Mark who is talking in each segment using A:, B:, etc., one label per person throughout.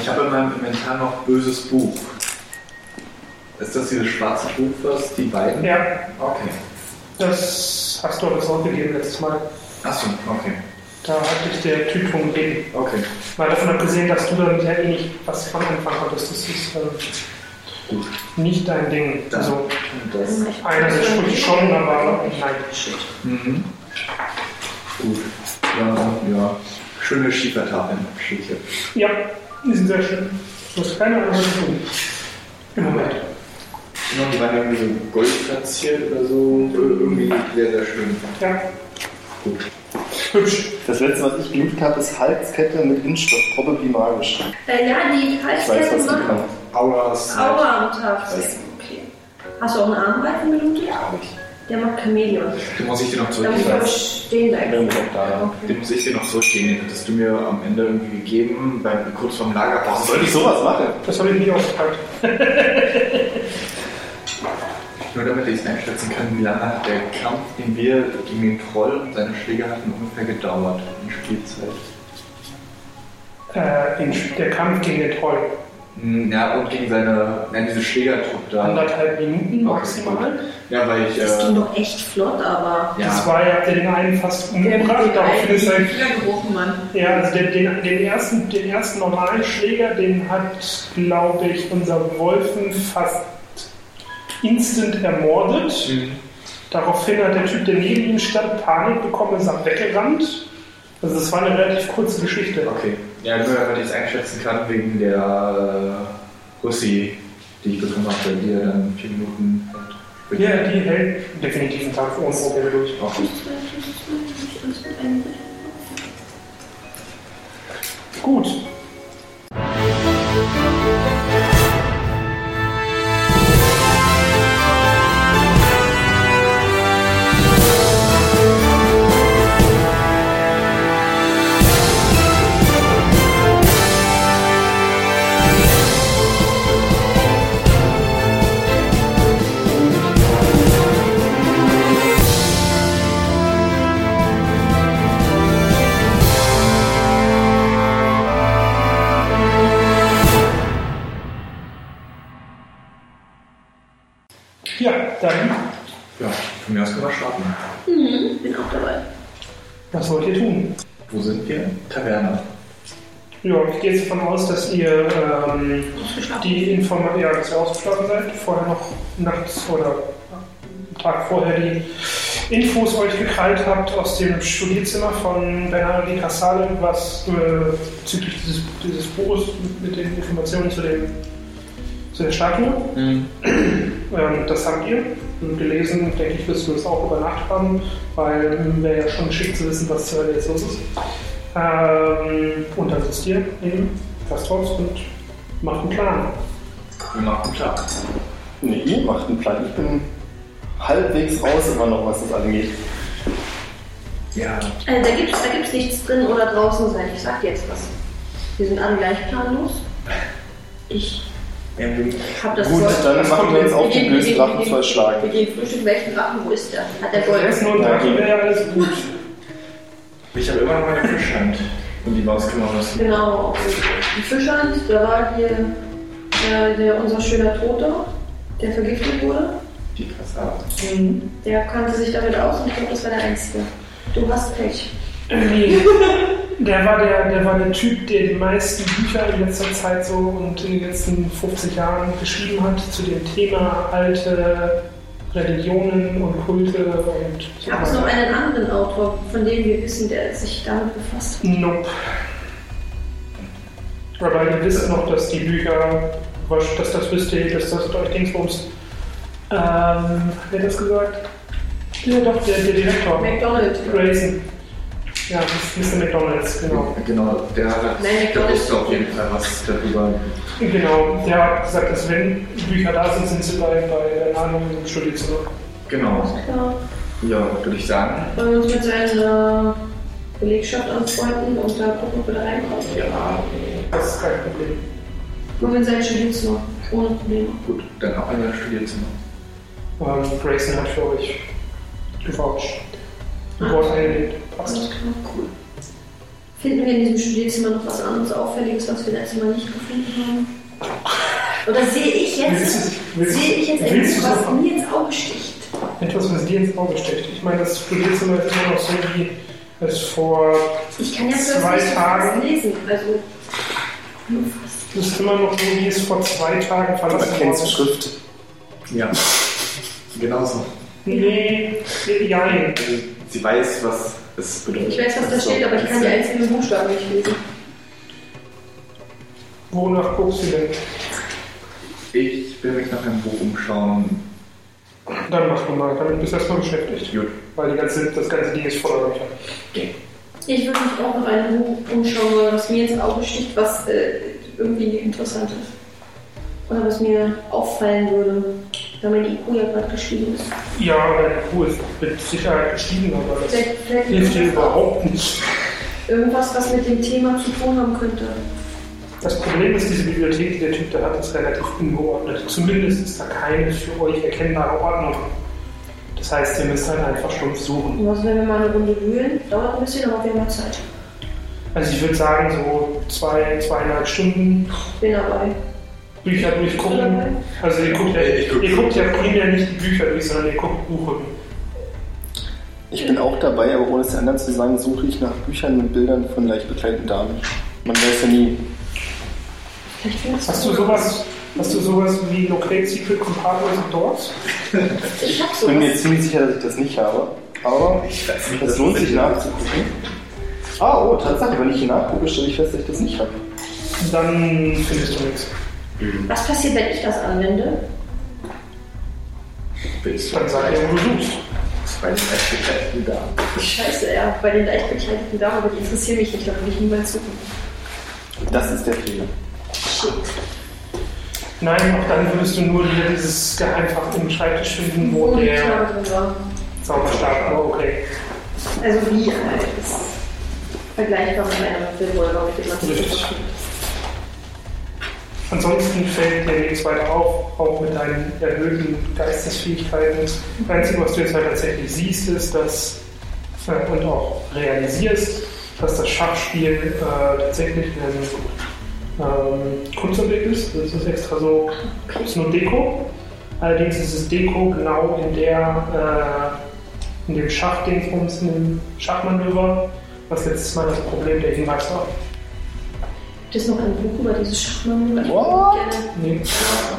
A: Ich habe in meinem Inventar noch böses Buch. Ist das dieses schwarze Buch, was die beiden?
B: Ja,
A: Okay.
B: das hast du aber zurückgegeben letztes Mal.
A: Achso, okay.
B: Da hat dich der Typ drum gebeten.
A: Okay.
B: Mal davon abgesehen, dass du damit ja eh nicht was von Anfang hattest. Das ist ähm,
A: Gut.
B: nicht dein Ding.
A: Dann-
B: Also,
A: Und das.
B: einer spricht schon, aber nein.
A: Mhm. Gut. Ja, ja. Schöne Schiefertafeln. Schiefer.
B: Ja, die sind sehr schön. Du hast keine andere tun. Im Moment.
A: Genau, die waren irgendwie so goldplatziert oder so. Irgendwie sehr, sehr schön.
B: Ja.
A: Gut.
B: Hübsch.
C: Das letzte, was ich geübt habe, ist Halskette mit Inschrift. Probably magisch.
D: Äh, ja, die
C: Ich weiß,
D: Halskette
C: was
D: sind
C: du kannst.
A: Auras.
D: Aura-Haft. Okay. Hast du auch eine Armreifen benutzt?
C: Ja, hab ich.
D: Der macht Chameleon.
A: Den muss ich dir noch
D: Da muss ich auch
A: zurückgeben.
D: stehen
C: Bin
D: bleiben.
C: ich auch da.
A: Den muss ich dir noch zurückgeben. Den hattest du mir am Ende irgendwie gegeben, beim, kurz vorm Lager.
C: Warum soll ich sowas machen?
B: Das habe ich nie ausgepackt.
A: Nur damit ich es einschätzen kann, wie lange hat der Kampf, den wir gegen den Troll und seine Schläge hatten, ungefähr gedauert in Spielzeit?
B: Äh, in, der Kampf gegen den Troll.
A: Hm, Ja, und gegen seine, nein, diese Schlägertruppe da.
B: Anderthalb Minuten
A: Okay,
B: maximal.
A: Ja, weil ich,
D: Das ging
A: äh,
D: doch echt flott, aber.
B: Das
A: ja,
B: war ja den einen fast umgebracht. Daraufhin ist er
D: gerochen, Mann.
B: Ja, also den, den, den, ersten, den ersten normalen Schläger, den hat, glaube ich, unser Wolfen fast instant ermordet.
A: Mhm.
B: Daraufhin hat der Typ, der neben ihm stand, Panik bekommen, ist dann weggerannt. Also es war eine relativ kurze Geschichte.
A: okay. Ja, nur damit ich es einschätzen kann, wegen der äh, Russi, die ich bekommen habe, die er dann vier Minuten hat.
B: Ja, die hält definitiv einen Kampf ohne Probleme durch.
A: Okay.
B: Gut. Ja, dann,
A: Ja, von mir aus können wir starten.
D: Mhm, bin auch dabei.
B: was wollt ihr tun?
A: Wo sind wir? Taverne.
B: Ja, ich gehe jetzt davon aus, dass ihr ähm, die Informa ja, dass ihr ausgeschlafen seid, vorher noch nachts oder am Tag vorher die Infos euch gekrallt habt aus dem Studierzimmer von Bernardo di Casale, was äh, bezüglich dieses, dieses Buches mit den Informationen zu, dem, zu der Statue. Ähm, das habt ihr gelesen, denke ich, wirst du es auch über Nacht haben, weil ähm, wäre ja schon schick zu wissen, was zur Hölle jetzt los ist. Ähm, und dann sitzt ihr eben fast drauf und macht einen Plan.
A: Wir machen klar.
C: Nee, ihr macht einen Plan. Ich bin halbwegs raus immer noch, was das angeht.
A: Ja,
D: Also, da gibt's, da gibt's nichts drin oder draußen sein. Ich sag dir jetzt was. Wir sind alle gleich planlos. Ich
A: ähm,
D: hab das
C: Gut,
D: Zeug.
C: dann machen wir jetzt auf
D: gehen-
C: den
D: wir
C: bösen
D: gehen-
C: Drachen
D: wir
C: zwei
D: gehen- Wir
C: Schlagen.
D: gehen Frühstück, welchen Drachen, wo ist der? Hat der Gold?
B: Essen und Dagi wäre ja alles gut.
A: ich habe immer noch meine Fischhand. Und die Maus kümmern müssen.
D: Genau, die Fischern, da war hier der, der, unser schöner Tote, der vergiftet wurde.
A: Die Kassade.
B: Ähm,
D: Der kannte sich damit aus und ich glaube, das war der Einzige. Du hast Pech.
B: Nee. Der war der, der war der Typ, der die meisten Bücher in letzter Zeit so und in den letzten 50 Jahren geschrieben hat zu dem Thema alte Religionen und Kulte und so
D: Gab es noch einen anderen Autor, von dem wir wissen, der sich damit befasst hat?
B: Nope. Aber ihr wisst noch, dass die Bücher, was- dass das wisst ihr, dass das euch Dingsbums. Ähm, wer hat das gesagt? Ja, doch, der, der Direktor.
D: McDonald.
B: Grayson. Ja, Mr. McDonalds, genau.
A: Genau, der,
D: Nein, ich
A: der
D: glaub,
A: wusste auf jeden Fall was darüber.
B: Genau, der hat gesagt, dass wenn Bücher da sind, sind sie bei, bei Ahnung im Studienzimmer.
A: Genau.
D: Ja,
A: Ja, würde ich sagen.
D: wollen wir uns mit seiner Belegschaft anfreunden und da gucken, ob wir da reinkommen?
A: Ja,
B: Das ist kein Problem.
D: Wollen wir in sein Studienzimmer? Ohne Probleme.
A: gut. Dann auch in dein Studierzimmer.
B: Ähm, Grayson hat für euch gevoucht. Ein Wort eingelegt. Passt.
D: Alles klar.
A: Cool.
D: Finden wir in diesem Studierzimmer noch was anderes Auffälliges, was wir letztes Mal nicht gefunden haben? Oder sehe ich jetzt,
B: Willst du- willst-
D: sehe ich jetzt
B: willst du
D: etwas, was
B: so-
D: mir ins Auge sticht?
B: Etwas, was dir ins Auge stecht. Ich meine, das Studierzimmer ist immer noch so, wie es vor.
D: Ich kann ja
B: Zwei
D: plötzlich nicht
B: Tagen.
D: was lesen. Also, nur fast.
B: Es ist immer noch so, wie es vor zwei Tagen
C: Du
B: verlassen
C: erkennst die
B: worden
C: Schrift.
A: Ja. Genauso.
B: Nee, nein.
A: Also, sie weiß, was es bedeutet.
D: ich weiß, was da
A: So,
D: steht, aber ich kann die
A: das ist
D: einzelnen Buchstaben nicht lesen.
B: Wonach guckst du denn?
A: ja- Ich will mich nach einem Buch umschauen.
B: Dann mach du mal, damit bist du erstmal beschäftigt.
A: Gut.
B: Weil die ganze, das ganze Ding ist voller Bücher.
D: Ich würde mich auch nach einem Buch umschauen, wollen, was mir ins Auge sticht, was äh, irgendwie interessant ist. Oder was mir auffallen würde, da mein IQ ja gerade gestiegen ist.
B: Ja, deine Kuh ist mit Sicherheit gestiegen, aber das
D: Vielleicht, vielleicht
B: hilft dir
D: irgendwas-
B: überhaupt nicht.
D: Irgendwas, was mit dem Thema zu tun haben könnte.
B: Das Problem ist, diese Bibliothek, die der Typ da hat, ist relativ ungeordnet. Zumindest ist da keine für euch erkennbare Ordnung. Das heißt, ihr müsst dann einfach stumpf suchen.
D: Und was, wenn wir mal eine Runde wühlen? Dauert ein bisschen, aber wir haben ja Zeit.
B: Also ich würde sagen, so zwei, zweieinhalb Stunden
D: Bin dabei.
B: Bücher durchgucken. Also ihr guckt ja,
A: Ich guck.
B: ihr guckt ja primär nicht die Bücher durch, sondern ihr guckt Buchrücken.
C: Ich bin auch dabei, aber ohne es den anderen zu sagen, suche ich nach Büchern mit Bildern von leicht bekleideten Damen. Man weiß ja nie.
D: Vielleicht findest
B: Hast du sowas, hast du sowas wie Locate Secret Compartments and Doors?
D: Ich hab
C: Ich bin mir
D: sowas.
C: ziemlich sicher, dass ich das nicht habe. Aber
A: Ich weiß nicht,
C: es
A: das
C: lohnt sich ne?
A: ist-
C: nachzugucken. Ah, oh, Tatsache, wenn ich hier nachgucke, stelle ich fest, dass ich das nicht habe.
B: Dann findest du nichts.
D: Was passiert, wenn ich das anwende?
A: Willst du
B: Dann sag ihr, wo du suchst.
A: bei den Eisbekleideten da?
D: Scheiße, ja. Bei den leicht bekleideten Damen, aber die interessieren mich nicht, da würde ich niemals suchen.
C: Das ist der Fehler.
D: Shit.
B: Nein, auch dann würdest du nur wieder dieses Geheimfach im Schreibtisch finden, wo
D: die
B: der
D: Knarre drin war.
B: Zauberstab war. Okay.
D: Also wie alt ist vergleichbar mit einem Revolver, mit dem man sich
B: Richtig.
D: verknüpft.
B: Ansonsten fällt dir nichts weiter auf, auch mit deinen erhöhten Geistesfähigkeiten. Das Einzige, was du jetzt halt tatsächlich siehst, ist, dass äh, und auch realisierst, dass das Schachspiel äh, tatsächlich ein ähm, Kunstobjekt ist. Das ist extra so, ist nur Deko. Allerdings ist es Deko genau in der, äh, in dem Schachdingsbums, in dem Schachmanöver, was letztes Mal das Problem der Hinweis war.
D: Gibt es noch ein Buch über dieses Schachmann?
B: Oh.
C: What?
B: Nee.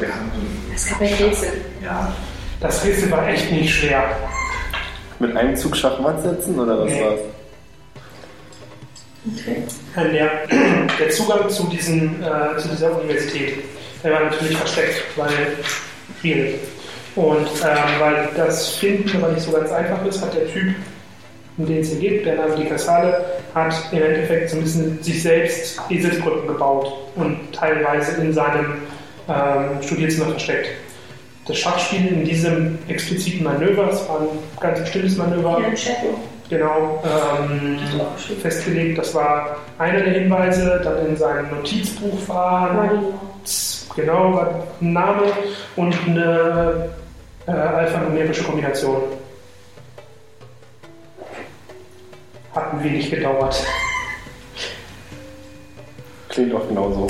A: Ja, wir haben so-
D: Es gab ein Rätsel.
A: Ja,
B: Das Rätsel war echt nicht schwer.
C: Mit einem Zug Schachmatt setzen oder was
B: Nee.
C: war's?
D: Okay.
B: Der, Äh, der Zugang zu, diesem, äh, zu dieser Universität, der war natürlich versteckt, weil schwierig. Und ähm, weil das Finden aber nicht so ganz einfach ist, hat der Typ, um den es hier geht, der Name Di Casale, hat im Endeffekt so ein bisschen sich selbst Eselsbrücken gebaut und teilweise in seinem ähm, Studierzimmer versteckt. Das Schachspiel in diesem expliziten Manöver, es war ein ganz bestimmtes Manöver,
D: Hier im Shadow.
B: genau, ähm,
D: Das ist auch schön.
B: festgelegt. Das war einer der Hinweise. Dann in seinem Notizbuch war
D: Marino.
B: genau war ein Name und eine äh, alphanumerische Kombination. Hat ein wenig gedauert.
C: Klingt auch genauso.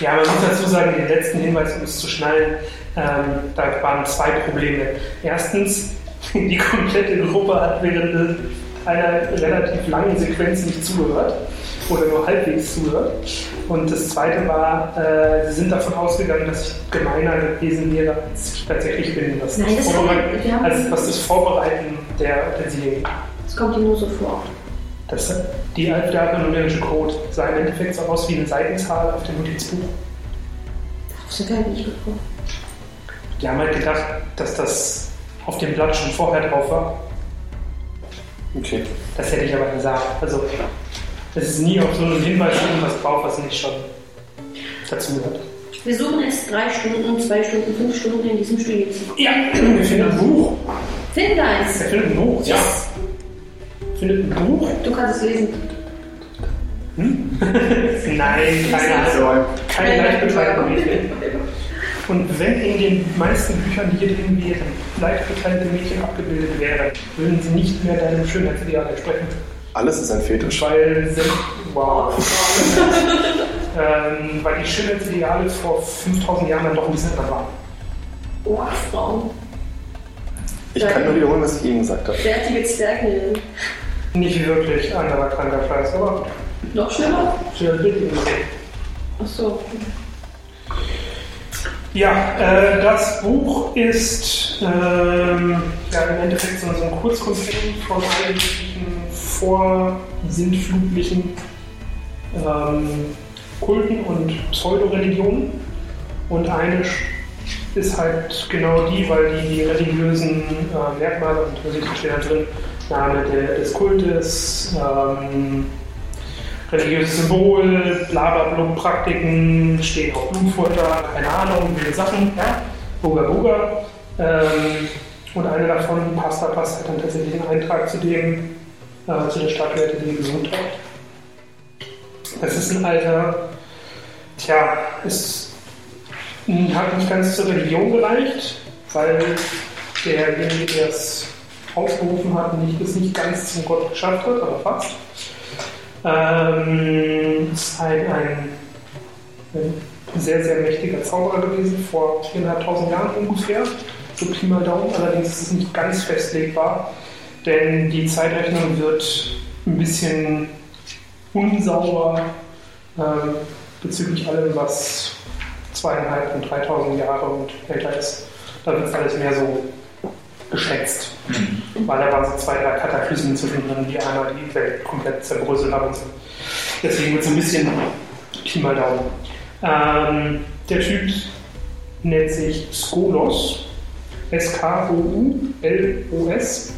B: Ja, man muss dazu sagen, den letzten Hinweis, um es zu schnallen, ähm, da waren zwei Probleme. Erstens, die komplette Gruppe hat während einer relativ langen Sequenz nicht zugehört oder nur halbwegs zugehört. Und das zweite war, äh, sie sind davon ausgegangen, dass ich gemeiner gewesen wäre, als ich tatsächlich bin. Das
D: Nein, das haben wir- wir haben-
B: als, was das Vorbereiten der Utensilien.
D: Das kommt ihm nur so vor.
B: Das, die, Al- der alphanumerische Code sah im Endeffekt so aus wie eine Seitenzahl auf dem Notizbuch.
D: Darauf sind wir halt nicht gekommen.
B: Die haben halt gedacht, dass das auf dem Blatt schon vorher drauf war.
C: Okay.
B: Das hätte ich aber gesagt. Also, es ist nie auf so einen Hinweis irgendwas drauf, was nicht schon dazu gehört.
D: Wir suchen jetzt drei Stunden, zwei Stunden, fünf Stunden in diesem Studienzimmer.
B: Ja, wir finden ein Buch.
D: Finden wir eins.
B: Er findet ein Buch, ja.
D: Yes.
B: Findet ein Buch?
D: Du kannst es lesen.
B: Nein, keine, keine leicht bekleideten Mädchen. Und wenn in den meisten Büchern, die hier drin wären, leicht bekleidete Mädchen abgebildet wären, würden sie nicht mehr deinem Schönheitsideal entsprechen.
C: Alles ist ein Fetisch.
B: Weil, sind- wow.
D: Wow.
B: ähm, weil die Schimmelsideale vor 5000 Jahren dann doch ein bisschen anders waren.
D: Wow, Frauen.
C: Ich kann nur wiederholen, was ich eben gesagt habe.
D: Fertige Zwerge.
B: Nicht wirklich anderer kranker Scheiß, aber
D: Noch schlimmer?
B: für ein Bild.
D: Achso.
B: Ja, äh, das Buch ist ähm, ja, im Endeffekt so so ein Kurzkonzern von allen möglichen vorsintflutlichen ähm, Kulten und Pseudoreligionen. Und eine sch- ist halt genau die, weil die, die religiösen äh, Merkmale und Musik stehen da drin, Name der, des Kultes, ähm, religiöses Symbol, blablabla, Praktiken, stehen auch Blumenfutter, keine Ahnung, wilde Sachen, ja, Buga Buga. Ähm, und eine davon, die Pasta Pasta, hat dann tatsächlich einen Eintrag zu dem, äh, zu der Stadtwerte, die Gesundheit. Das ist ein alter, tja, ist, mh, hat nicht ganz zur Religion gereicht, weil derjenige, der es ausgerufen hat, nicht, es nicht ganz zum Gott geschafft hat, aber fast. Ähm, ist ein, ein, ein sehr, sehr mächtiger Zauberer gewesen, vor 4.500 Jahren ungefähr. So Pi mal Daumen, allerdings ist es nicht ganz festlegbar, denn die Zeitrechnung wird ein bisschen unsauber ähm, bezüglich allem, was zweieinhalb und 3.000 Jahre und älter ist. Da wird alles mehr so geschätzt. Weil da waren so zwei, drei Kataklysmen zwischendrin, die einmal die Welt komplett zerbröselt haben und so. Deswegen wird es ein bisschen Pi mal Daumen. Ähm, der Typ nennt sich Skolos. S-K-O-U-L-O-S.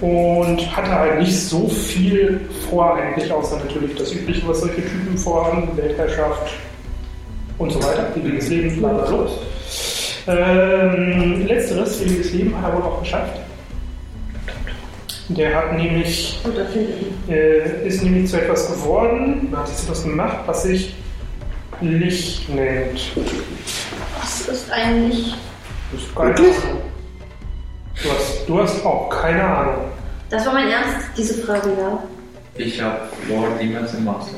B: Und hatte halt nicht so viel vor eigentlich, außer natürlich das Übliche, was solche Typen vorhaben, Weltherrschaft und so weiter, ewiges Leben, bla bla bla. Ähm, letzteres, ewiges Leben, hat er wohl auch geschafft. Der hat nämlich
D: Und da finde ich.
B: äh, ist nämlich zu etwas geworden, hat jetzt etwas gemacht, was sich Licht nennt.
D: Das ist eigentlich.
B: Das ist keine
C: Wirklich?
B: Ahnung. Du hast, du hast auch keine Ahnung.
D: Das war mein Ernst, diese Frage, ja.
A: Ich habe Lord Demons in Masters.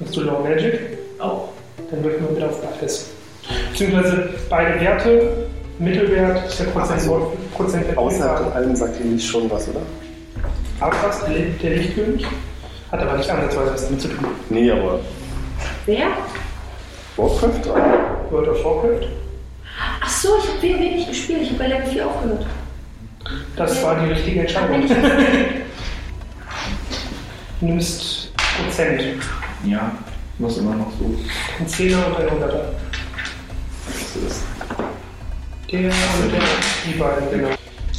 B: Hast du Low Magic?
A: Auch.
B: Dann wirken wir wieder auf beides. Beziehungsweise beide Werte, Mittelwert, ist der Prozent,
C: Ach so.
B: Prozentwert.
C: Außerhalb von allem sagt ihr nicht schon was, oder?
B: Abfast, der Licht- der Lichtkönig, hat aber nicht ansatzweise was damit zu tun.
C: Nee, aber
D: Wer?
C: Warcraft 3?
B: World of Warcraft,
D: Achso, ich habe WoW nicht gespielt. Ich habe bei Level 4 aufgehört.
B: das war die richtige
D: Da bin
B: Entscheidung.
D: ich jetzt
B: Du nimmst Prozent.
A: Ja, muss immer noch so.
B: Ein Zehner und ein Hunderter.
A: Das ist
B: Der und der, die beiden, genau.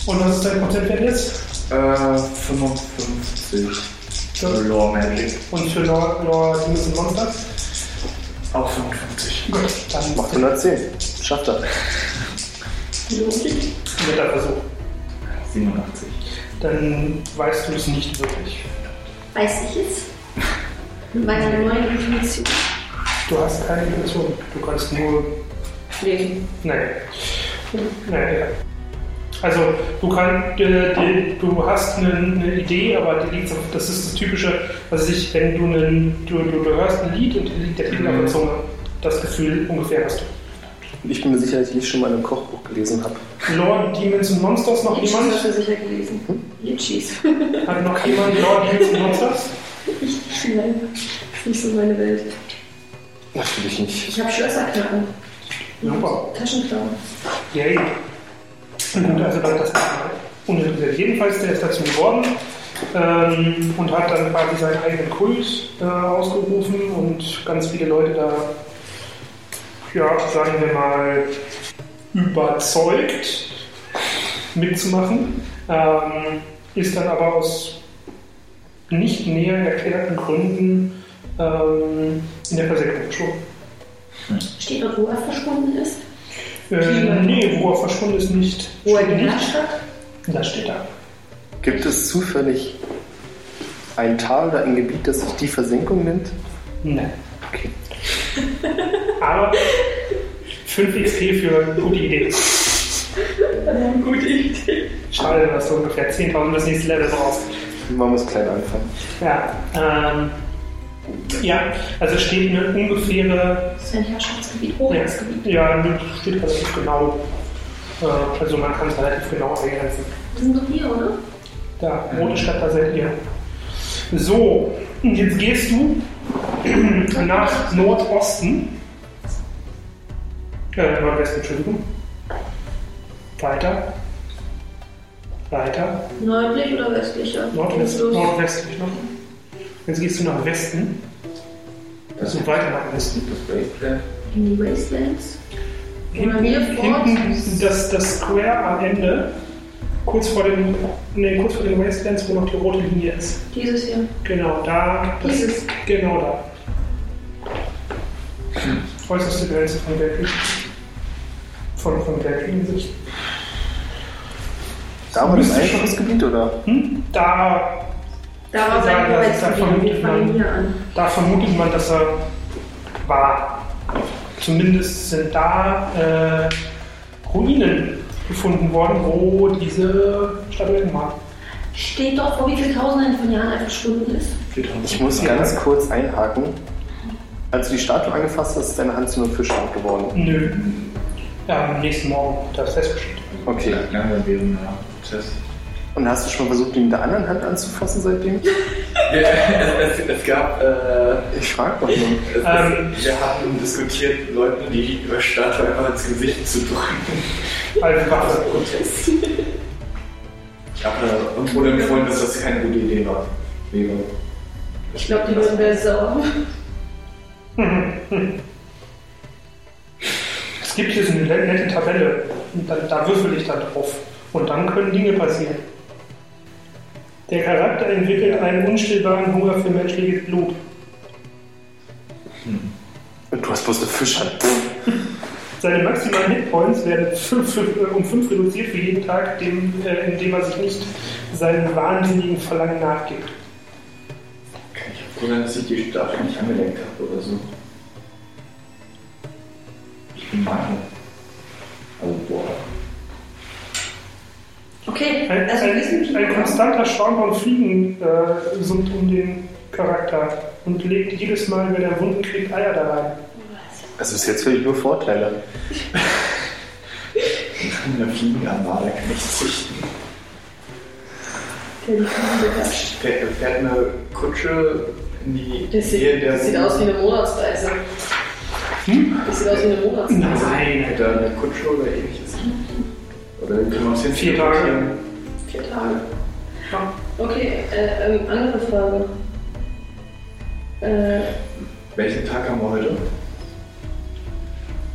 B: Und was ist dein Prozentwert jetzt?
A: äh, 55
B: Das-
A: für Lore Magic.
B: Und für Lord, Lord Mr. Monster?
A: Auch 55.
B: Gut, dann
C: Macht
B: macht den
C: 110. Schafft er.
D: gelogen.
B: Versuch.
A: 87.
B: Dann weißt du es nicht wirklich.
D: Weiß ich jetzt? Mit meiner neuen Intuition.
B: Du hast keine Intuition. Du kannst nur.
D: Nee.
B: Nein. Nein, egal. Also, du, kann, äh, die- du hast eine, eine Idee, aber die liegt, auf- das ist das Typische, was ich, wenn du, einen, du, du, du hörst ein Lied und dir liegt der Titel auf der Zunge, das Gefühl ungefähr hast du.
C: Ich bin mir sicher, dass ich nicht schon mal in einem Kochbuch gelesen habe.
B: Lord Demons and Monsters noch
D: Ich
B: jemand?
D: habe schon Hm? sicher gelesen. Litschis.
B: Hat noch jemand Lord Demons and Monsters?
D: Ich, nein, das ist nicht so meine Welt.
C: Natürlich nicht.
D: Ich habe Schlösserknacken.
B: Super.
D: Taschenklauen.
B: Yay. Gut, also dann das uninteressiert. Jedenfalls, der ist dazu geworden ähm, und hat dann quasi seinen eigenen Kult äh, ausgerufen und ganz viele Leute da, ja, sagen wir mal, überzeugt mitzumachen. Ähm, ist dann aber aus nicht näher erklärten Gründen ähm, in der Versenkung geschoben.
D: Steht dort, wo er verschwunden ist?
B: Äh, nee, wo er verschwunden ist, nicht.
D: Wo er
B: Steht nicht.
D: geherrscht hat?
B: Das steht da.
C: Gibt es zufällig ein Tal oder ein Gebiet, das sich die Versenkung nennt?
B: Nein. Aber 5 XP für gute Idee.
D: Gute Idee.
B: Schade, dass du ungefähr 10.000 das nächste Level brauchst.
C: Man muss klein anfangen.
B: Ja, ähm, ja, also steht eine ungefähre,
D: Das ist ein Herrschaftsgebiet, Hoheitsgebiet.
B: ja, steht relativ genau. Äh, also man kann es relativ genau eingrenzen.
D: Das sind doch hier, oder?
B: Da, rote Stadt, da seid ihr. So, und jetzt gehst du nach Nordosten. Äh, Nordwesten, Entschuldigung. Weiter. Weiter.
D: Nördlich oder westlicher?
B: Nordwest,
D: Los.
B: nordwestlich noch. Jetzt gehst du nach Westen. Also weiter nach Westen.
A: Das Baseplate.
D: In die Wastelands. Oder
B: Hinten,
D: hier vor.
B: hinten das, das Square am Ende, kurz vor, dem, nee, kurz vor den Wastelands, wo noch die rote Linie ist.
D: Dieses hier.
B: Genau, da. Das,
D: Dieses.
B: Genau da. Äußerste Grenze von Berkeley. Von, von Berkeley in sich.
C: Da war das einfaches Gebiet, oder?
B: Hm? Da,
D: Da war
B: Ja,
D: sein
B: das ist davon
D: Hoheitsgebiet. Wir fangen
B: mitgenommen.
D: hier an.
B: da vermutet man, dass er war. Zumindest sind da äh, Ruinen gefunden worden, wo diese Statuetten waren.
D: Steht doch vor wie viel Tausenden von Jahren einfach Stunden ist.
C: Ich muss ganz kurz einhaken. Als du die Statue angefasst hast, ist deine Hand zu einem Fischstand geworden.
B: Nö. Ja, am nächsten Morgen, da ist festgestellt.
C: Okay.
A: Langsam während der Prozess.
C: Und hast du schon versucht, ihn mit der anderen Hand anzufassen seitdem?
A: Ja, es, es, es gab. Äh,
C: Ich frag doch nur.
A: es, es,
B: Ähm.
A: wir haben diskutiert, Leuten die Gegenüberstattung einfach ins Gesicht zu drücken.
B: Also Waffe.
A: Ich habe äh, uns wohl empfohlen, dass das keine gute Idee war. Wäre.
D: Ich glaube, die würden wäre sauer.
B: Es gibt hier so eine nette Tabelle. Und da, da würfel ich dann drauf. Und dann können Dinge passieren. Der Charakter entwickelt einen unstillbaren Hunger für menschliches Blut.
C: Und du hast bloß eine Fischhand. Pff.
B: Seine maximalen Hitpoints werden fünf, äh, um 5 reduziert für jeden Tag, dem, äh, in dem er sich nicht seinem wahnsinnigen Verlangen nachgibt.
A: Kann ich auch froh sein, dass ich die Statue nicht angelenkt habe oder so. Ich bin Marke. Also, boah.
D: Okay,
B: Ein,
D: also wir
B: ein,
D: sind
B: ein konstanter Schwarm von Fliegen äh, summt um den Charakter und legt jedes Mal, wenn er Wunden kriegt, Eier da rein.
C: Also bis jetzt will ich nur Vorteile.
A: In der Fliegenarmada kann ich züchten. Fährt, fährt eine Kutsche in die
D: Das
A: Nähe
D: sieht,
A: der
D: das sieht aus wie eine Monatsreise.
C: Hm?
D: Das sieht aus wie eine Monatsreise.
A: Nein, da eine Kutsche oder ähnliches. Oder können wir uns hin
B: Vier Tage.
A: teleportieren?
D: Vier Tage.
B: Ja.
D: Okay, äh, ähm, andere Frage. Äh,
A: Welchen Tag haben wir heute?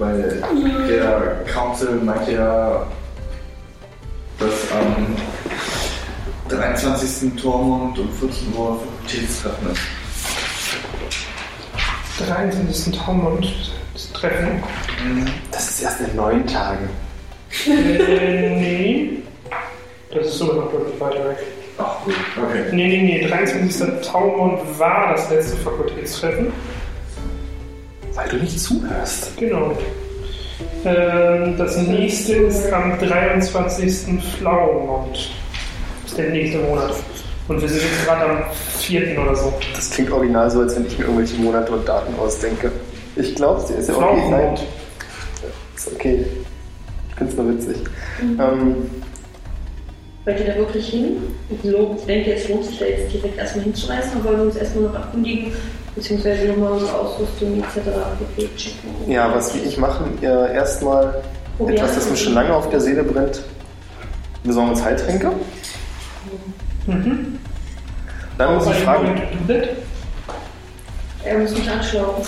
A: Weil der Council meint ja, dass am 23. Tormund um 14 Uhr Fakultätstreffen ist.
B: 23. Taumund das Treffen.
C: Das ist erst in neun Tagen.
B: äh, nee. Das ist sogar noch deutlich weiter weg.
A: Ach gut, okay.
B: Nee, nee, nee. 23. Taumund war das letzte Fakultätstreffen.
C: Weil du nicht zuhörst.
B: Genau. Ähm, das nächste ist am 23. Flaumont. Das ist der nächste Monat. Und wir sind jetzt gerade am 4. oder so.
C: Das klingt original so, als wenn ich mir irgendwelche Monate und Daten ausdenke. Ich glaube, sie ist ja original.
B: Flaumont.
C: Ist okay. Ich find's nur witzig. Ähm,
D: wollt ihr da wirklich hin? Ich lo- ich denke, es lohnt sich da jetzt direkt erstmal hinzureisen, aber wollen wir uns erstmal noch erkundigen, beziehungsweise nochmal unsere Ausrüstung etc. pp. checken.
C: ja, was wir ich machen, äh, erstmal
D: Probieren.
C: etwas, das mir schon lange auf der Seele brennt. Wir sollen uns Heiltränke.
B: Mhm.
C: Dann muss ich fragen,
D: Er muss mich anschlagen.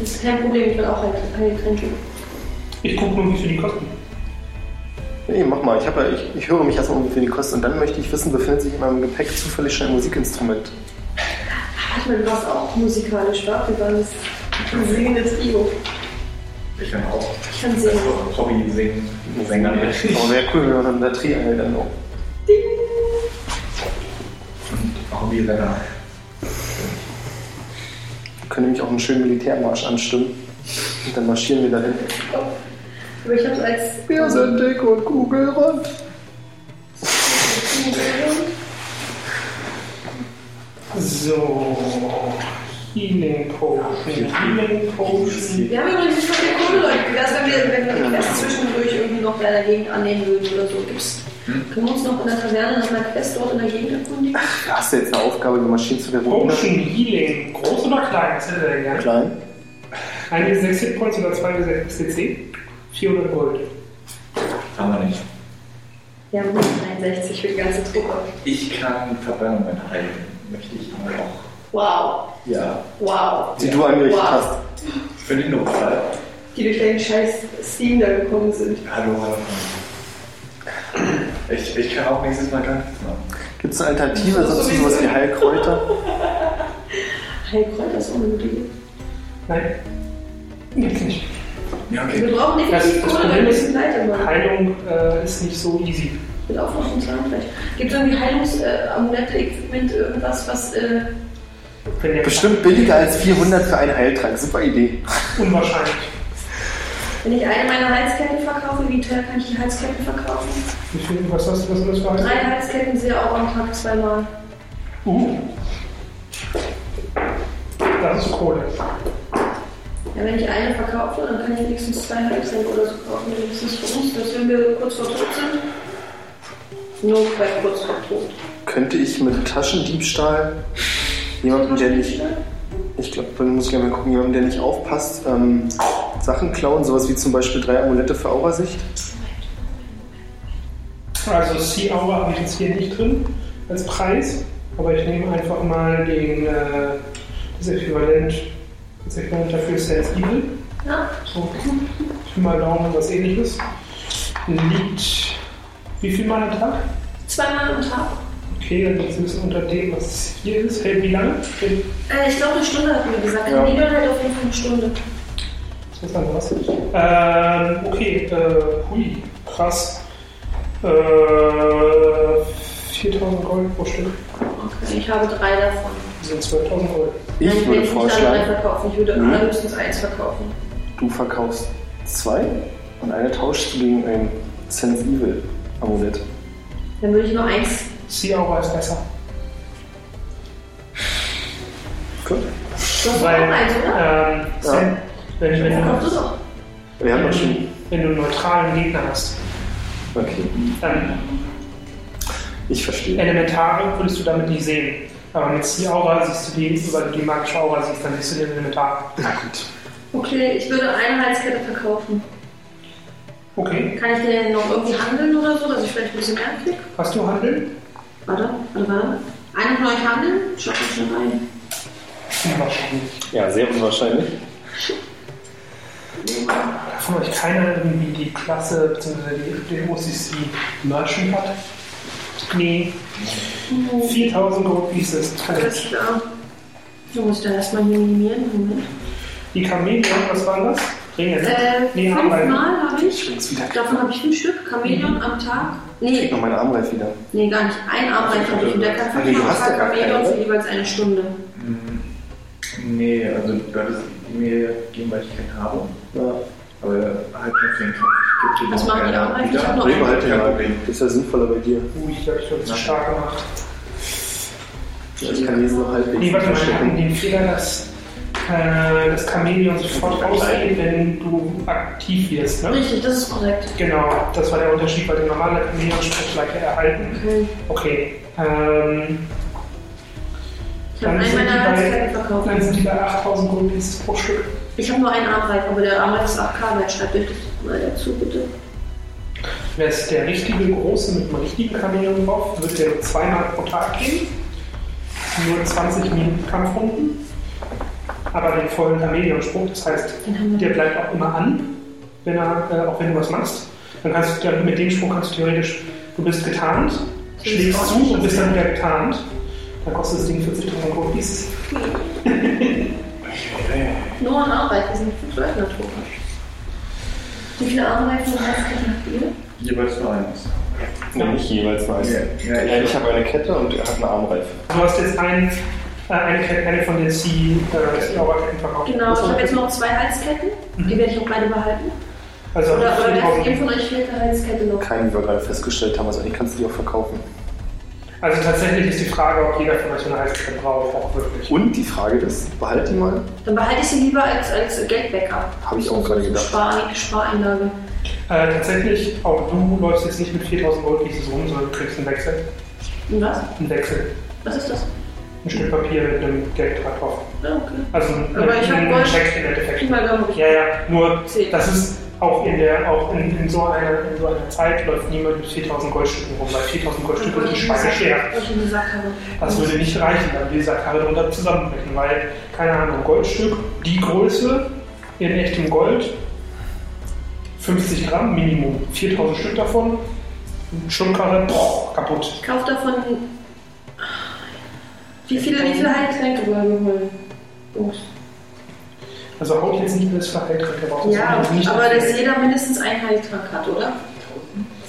D: Das ist kein Problem, ich will auch Heiltränke.
B: Ich gucke nur, wie viel die kosten.
C: Nee, mach mal. Ich, hab ja, ich, ich höre mich erstmal ungefähr die Kosten und dann möchte ich wissen, befindet sich in meinem Gepäck zufällig schon ein Musikinstrument?
D: Ah, Ich meine, du warst auch musikalisch, wa? Wir waren das singende Trio.
A: Ich kann auch
D: Ich kann singen.
A: Hobby singen. Sänger.
C: Aber wäre cool, wenn man in der Triangel dann auch.
A: Hobby-Sänger.
C: Wir können nämlich auch einen schönen Militärmarsch anstimmen. Und dann marschieren wir dahin.
D: Aber ich hab's als.
C: dick und kugelrund.
B: So, Healing Potion. Healing Potion.
D: Wir haben übrigens nicht von der Kohle, Leute. Wie wär's, wenn wir, wenn wir die Quest zwischendurch irgendwie noch wer dagegen annehmen würden oder so? Gibt's,
B: Hm?
D: können wir uns noch in der Taverne nach einer Quest dort in der Gegend erkundigen?
C: Hast du jetzt eine Aufgabe, die Maschinen zu verwunden?
B: Potion Healing. Groß oder klein? Was hätte er denn gerne?
C: Klein.
B: Eine 6 Hitpoints oder zwei bis 6 CC? 400 Gold.
A: Haben wir nicht.
D: Wir haben 161 für die ganze Truppe.
A: Ich kann Verbrennung enthalten. Möchte ich mal auch.
D: Wow,
A: Ja.
D: wow.
C: Die du angerichtet
D: Wow.
C: hast.
A: Für den Notfall.
D: Die durch deinen scheiß Steam da gekommen sind.
A: Hallo, hallo. Ich, ich kann auch nächstes Mal gar nichts machen.
C: Gibt es eine Alternative, sonst sowas wie Heilkräuter?
D: Heilkräuter ist unmöglich.
B: Nein, gibt's nicht.
A: Ja,
D: Wir brauchen
B: Das-
D: definitiv
B: das
D: Kohle, weil
B: Problem
D: wir
B: ist-
D: müssen weitermachen.
B: Heilung äh, ist nicht so easy.
D: Mit Aufmachen und Zahnfleisch. Gibt es irgendwie Heilungsamulette, äh, Amulette, Equipment, irgendwas, was. Äh,
B: Wenn der
C: Bestimmt billiger als 400 für einen Heiltrank. Super Idee.
B: Unwahrscheinlich.
D: wenn ich eine meiner Halsketten verkaufe, wie teuer kann ich die Halsketten verkaufen?
B: Wie viel, was hast du was ist das für
D: Drei
B: ein?
D: Halsketten sehr auch am Tag zweimal.
B: Uh. Das ist Kohle.
D: Ja, wenn ich eine verkaufe, dann kann ich wenigstens zwei Halsketten oder so kaufen, wenigstens für uns, dass wenn wir kurz vor tot sind. No Quack kurz vor tot.
C: Könnte ich mit Taschendiebstahl jemanden, der nicht, ich glaube, dann muss ich gleich mal gucken, jemanden, der nicht aufpasst, ähm, Sachen klauen, sowas wie zum Beispiel drei Amulette für Aurasicht?
B: Also Sea Hour habe ich jetzt hier nicht drin als Preis, aber ich nehme einfach mal den, äh, das Äquivalent, das Äquivalent dafür ist Sales Evil.
D: Ja,
B: So, ich bin mal Daumen was ähnliches. Liegt wie viel Mal am Tag?
D: zweimal am Tag.
B: Okay, dann liegt es ein bisschen unter dem, was hier ist. Hält wie lange? Hält
D: Äh, ich glaube, eine Stunde hatten wir gesagt.
C: Ja.
D: Ja. Die halt auf jeden Fall eine Stunde.
B: Das ist anders. Ähm, okay, äh, hui, krass. Äh, 4000 Gold pro Stück,
D: Okay. Ich habe drei davon.
B: das sind 12.000 Gold.
C: Ich
D: Wenn ich nicht
C: würde
D: alle drei
C: vorschlagen,
D: verkaufen, ich würde
C: Mhm.
D: allerhöchstens eins verkaufen.
C: du verkaufst zwei und eine tauschst du gegen ein Sense Evil Amulett.
D: Dann würde ich nur eins.
B: Sea Aura ist besser.
C: Gut.
D: Du hast auch eins, oder?
B: ähm, Sam, wenn, wenn,
D: Ja.
B: du,
D: du doch.
C: Wir haben doch schon.
B: wenn du einen neutralen Gegner hast,
C: Okay.
B: dann
C: Ich verstehe.
B: Elementare würdest du damit nicht sehen. Aber mit Sea Aura siehst du die, weil du die magische Aura siehst, dann siehst du den Elementar.
C: Na gut.
D: Okay, ich würde eine Halskette verkaufen.
B: Okay,
D: Kann ich denn noch irgendwie handeln oder so, dass ich vielleicht ein bisschen mehr kriege?
B: hast du Handeln?
D: Warte, warte, warte. Eine von euch handeln? Schaut mal schnell rein.
B: Hm, Wahrscheinlich.
C: Ja, sehr unwahrscheinlich.
B: Von euch keiner irgendwie die Klasse bzw. die- den OCC Merchant hat? Nee, 4000 Gold Pieces.
D: Alles klar. Du musst da erstmal hier minimieren. Moment.
B: Die Chamäleon, was waren das? Ringe. ne?
D: Äh,
B: Nee, Ameisen.
D: fünfmal habe ich.
C: Schwing's wieder.
D: Davon habe ich fünf Stück. Chamäleon am Tag. Nee,
C: Ich noch meine Armreif wieder.
D: Nee, gar nicht. Ein Armreich habe ich und der kann
C: Okay, du hast ja gar keine,
D: Chamäleon für
C: oder?
D: jeweils eine Stunde.
A: Hm, Nee, also du hattest die mir gegeben, weil ich keinen habe.
C: Ja.
A: Aber halt nur für den Kampf. Ich geb dir
D: Was
A: noch
D: macht ihr
A: gerne
D: auch eigentlich?
A: wieder.
D: Ich hab noch
A: Nee,
D: einen.
A: behalt den
C: ja.
A: mal.
C: Das halt ist ja sinnvoller bei dir.
B: Uh, ich glaube, ich habe es
A: Ja.
B: stark gemacht.
C: Ich kann lesen noch halbwegs
B: Nee, warte mal, wir hatten
C: verstecken.
B: den Fehler, dass äh, das Chamäleon sofort ausgeht, wenn du aktiv wirst. Ne?
D: Richtig, das ist korrekt.
B: Genau, das war der Unterschied, weil der normale Chamäleon Sprechschleife erhalten.
D: Okay.
B: Okay, ähm,
D: Ich
B: Dann
D: habe einen
B: sind die
D: meiner
B: bei-
D: Halsketten verkauft.
B: dann sind die bei 8000 Gold Pieces pro Stück.
D: Ich habe nur einen Armreif, aber der Armreif ist 8K, weit schreibt euch das mal dazu, bitte.
B: Wäre es der richtige große mit dem richtigen Chamäleon drauf, würde der nur zweimal pro Tag gehen. Nur 20 Minuten Kampfrunden. Aber den vollen Chamäleon-Sprung, das heißt,
D: Den haben wir.
B: der bleibt auch immer an, wenn er, äh, auch wenn du was machst. Dann kannst du dann mit dem Sprung kannst du theoretisch, du bist getarnt, schlägst zu und bist dann wieder getarnt. Dann kostet das Ding 40.000 Gold Pieces.
D: Nur ein Armreif, wir sind fünf Leute Natur. Wie viele Armreifen und Halsketten habt ihr?
A: Jeweils nur eins.
C: Nee, nicht jeweils weiß.
A: Ja, ja, ich-
C: Ja, ich habe eine Kette und er hat eine Armreif.
B: Du hast jetzt einen, äh, eine, Kette- eine von den Sea, äh, Sea Ketten verkauft.
D: Genau, ich habe jetzt noch zwei Halsketten, die werde ich auch beide behalten.
B: also
D: Oder, oder wer
B: 4.000.
D: von euch fehlt eine Halskette noch?
C: Kein, wie wir gerade festgestellt haben. Also eigentlich kannst du die auch verkaufen.
B: Also tatsächlich ist die Frage, ob jeder von euch eine Heißkette braucht, auch wirklich.
C: Und die Frage ist, behalte die mal.
D: Dann behalte ich sie lieber als, als Geldbackup.
C: Habe ich auch gerade gedacht.
D: Spar Spareinlage.
B: Äh, tatsächlich, auch du läufst jetzt nicht mit 4000 Gold dieses rum, sondern du kriegst einen Wechsel.
D: Und was?
B: Einen Wechsel.
D: Was ist das?
B: Ein Stück Papier mit einem Geldbetrag drauf.
D: Ja, okay.
B: Also ein-
D: Aber ich hab
B: ein
D: Gold.
B: Scheck im Endeffekt.
D: Krieg mal glaube ich.
B: Ja, ja, nur
D: Zehn.
B: das ist auch in der, auch in, in, so einer, in so einer Zeit läuft niemand mit 4000 Goldstücken rum, weil 4000 Goldstücke sind schwer.
D: Weil ich in den Sack habe.
B: Das würde nicht reichen, dann wir dieser Karre drunter zusammenbrechen, weil, keine Ahnung, Goldstück, die Größe in echtem Gold, 50 Gramm Minimum, 4000 Stück davon, Schwimmkarre, boah, kaputt.
D: Ich kaufe davon. Wie viele, wie viele Heiltränke wollen wir holen? Gut.
B: Also haut jetzt nicht alles verheilt raus. das
D: Ja,
B: ist nicht-
D: aber dass jeder mindestens einen Heiltrank hat, oder?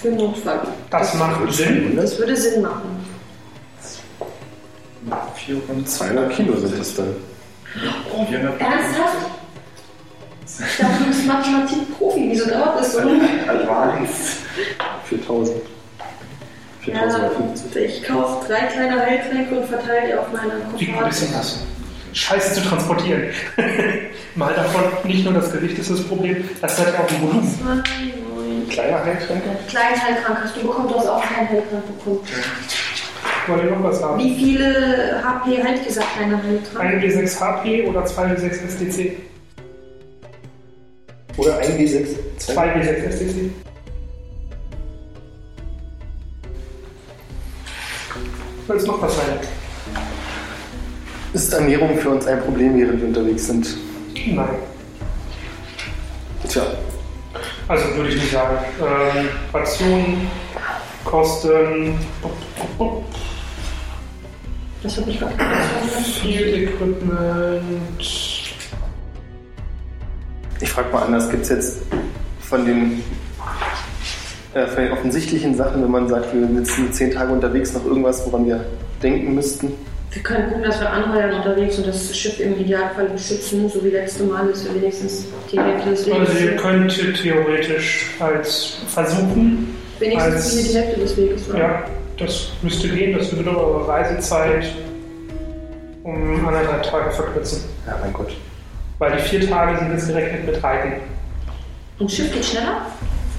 D: Für den Notfall.
B: das macht Sinn.
D: Das würde Sinn machen.
C: 200 Kilo sind das dann.
A: 400
D: Ernsthaft? Ich dachte, du bist Mathematik-Profi. Wieso dauert das so lange?
A: Advanced.
C: 4000. also
D: Ja,
C: 4050.
D: ich kaufe drei kleine Heiltränke und verteile die auf meiner Koffer.
B: Wie gut ist denn das? Scheiße zu transportieren. Mal davon, nicht nur das Gewicht ist das Problem, das hat ja auch ein Volumen.
D: Zwei, neun.
B: Kleiner Heiltränke.
D: Kleinen Heiltrank hast du bekommen, du hast auch keinen Heiltrank bekommen.
B: Wollt ihr noch was haben?
D: Wie viele HP halt gesagt, kleiner Heiltrank?
B: 1W6 HP oder 2W6 SDC?
C: Oder 1 W6.
B: 2W6 SDC. Soll es noch was sein?
C: Ist Ernährung für uns ein Problem, während wir unterwegs sind?
B: Nein.
C: Tja,
B: Also würde ich nicht sagen. Ähm, Rationen kosten
D: Das habe ich vergessen.
B: viel Equipment.
C: ich frage mal anders. Gibt es jetzt von den, äh, von den offensichtlichen Sachen, wenn man sagt, wir sind zehn Tage unterwegs, noch irgendwas, woran wir denken müssten?
D: Wir können gucken, dass wir anheuern unterwegs und das Schiff im Idealfall beschützen, so wie letzte Mal, dass wir wenigstens die Hälfte des Weges
B: Also ihr könnt theoretisch als versuchen,
D: Wenigstens
B: als-
D: die Hälfte des Weges. oder?
B: ja, das müsste gehen, das würde eure Reisezeit um anderthalb Tage verkürzen.
C: Ja, mein Gott.
B: Weil die vier Tage sind jetzt gerechnet mit Reiten.
D: Und Schiff geht schneller?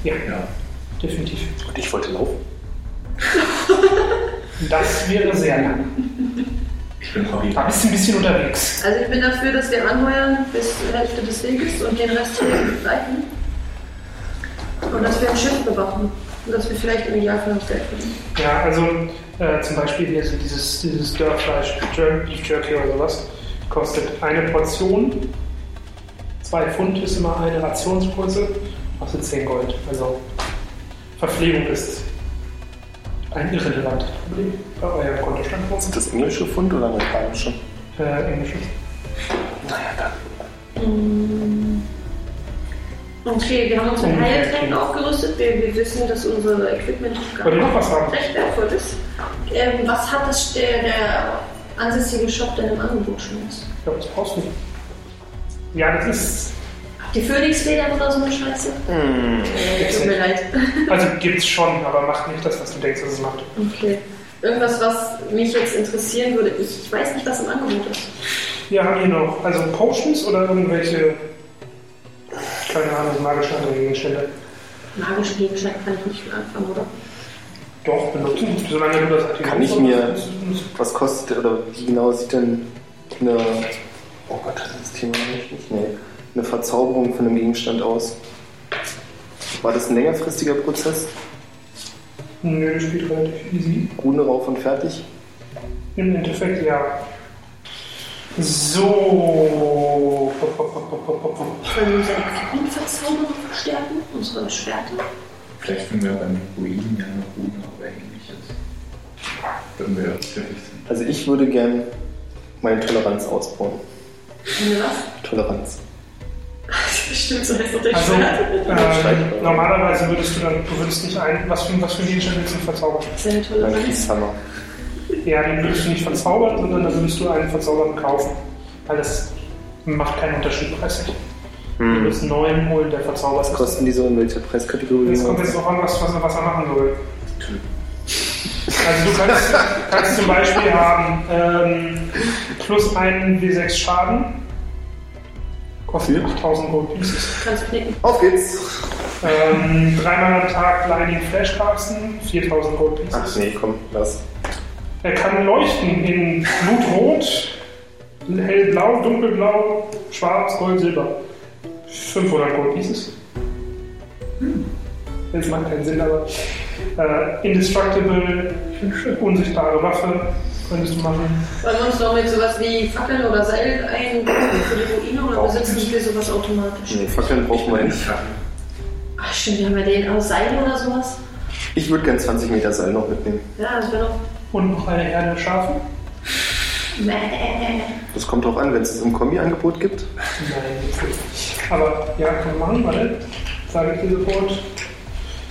B: Ja,
A: Ja.
B: definitiv.
C: Und ich wollte laufen.
B: Das wäre sehr lang.
A: Ich bin Hobby.
B: Da bist du ein bisschen unterwegs.
D: Also ich bin dafür, dass wir anheuern bis zur Hälfte des Weges und den Rest hier reiten. Und dass wir ein Schiff bewachen. Und dass wir vielleicht im Idealfall noch Geld verdienen.
B: Ja, also äh, zum Beispiel hier so dieses, dieses Dörrfleisch, Jer- Beef Jerky oder sowas, kostet eine Portion, zwei Pfund ist immer eine Rationsgröße, kostet 10 Gold. Also Verpflegung ist ein irrelevantes Problem bei eurem Kontostand.
C: Sind das englische Pfund oder amerikanische?
B: Äh, Englisches.
C: Naja, dann.
D: Okay, wir haben uns
B: Hm.
D: mit Heiltränken aufgerüstet. Wir, wir wissen, dass unser Equipment gar
B: Wollt ihr
D: nicht
B: noch was haben?
D: recht wertvoll ist. Ähm, was hat das, der, der ansässige Shop denn im Angebot schon? Ist?
B: Ich glaube, das brauchst du nicht. Ja, das ist.
D: Habt ihr Phönixfedern oder so eine Scheiße?
B: Hm.
D: Äh,
B: Gibt's
D: tut mir leid.
B: Also gibt's schon, aber macht nicht das, was du denkst, dass es macht.
D: Okay. Irgendwas, was mich jetzt interessieren würde. Ich, ich weiß nicht, was im Angebot ist.
B: Wir haben hier noch, also Potions oder irgendwelche, keine Ahnung, magische andere Gegenstände.
D: Magische Gegenstände kann ich nicht viel anfangen, oder?
B: Doch, benutzen, solange du das aktivierst.
C: Kann ich mir- Was kostet oder wie genau sieht denn eine. Oh Gott, das ist das Thema nicht. nicht- Nee. Eine Verzauberung von einem Gegenstand aus. War das ein längerfristiger Prozess?
B: Nö, das spielt relativ easy.
C: Rune rauf und fertig?
B: Im Endeffekt, ja. So.
D: Können wir unser Equipment verzaubern und verstärken? Unsere Schwerter?
A: Vielleicht finden wir beim Ruin ja noch Runen oder ähnliches. Würden wir glücklich sein.
C: Also ich würde gern meine Toleranz ausbauen.
D: Können wir was?
C: Toleranz.
D: Stimmt, so heißt doch der
B: Also,
D: Schwert.
B: ähm, normalerweise würdest du dann, du würdest nicht ein, was für, was für Gegenstände willst du verzaubern?
D: Seine
C: Mein
D: Toleranz.
C: Kriegshammer.
B: Ja, den würdest du nicht verzaubern, sondern dann würdest du einen verzauberten kaufen. Weil das macht keinen Unterschied preislich. Du
C: Hm.
B: würdest einen neuen holen, der verzaubert
C: Was
B: ist.
C: kosten die so in welcher Preiskategorie?
B: Es kommt jetzt auch an, was, was, was er machen soll. Also du kannst, kannst zum Beispiel haben ähm, plus einen W6 Schaden. Kostet
C: Viel.
B: 8000 Gold Pieces.
D: Kannst blicken.
C: Auf geht's.
B: Ähm, dreimal am Tag Lightning Flash casten, 4000 Gold Pieces.
C: Ach nee, komm, lass.
B: Er kann leuchten in Blutrot, hellblau, dunkelblau, schwarz, gold, silber. 500 Gold Pieces. Das macht keinen Sinn, aber äh, indestructible, unsichtbare Waffe könntest du machen.
D: Wollen wir uns noch mit sowas wie Fackeln oder Seil ein für die Ruine oder
C: Brauchen
D: besitzen wir sowas automatisch?
C: Nee, Fackeln brauchen wir nicht.
D: Ach stimmt, wir haben ja den aus Seil oder sowas.
C: Ich würde gern 20 Meter Seil noch mitnehmen.
D: Ja, das wäre doch.
B: Und noch eine Herde Schafe.
D: Mäh.
C: Das kommt drauf an, wenn es es im Kombi-Angebot gibt.
B: Nein. Aber ja, kann man machen, warte. Sage ne? ich dir sofort.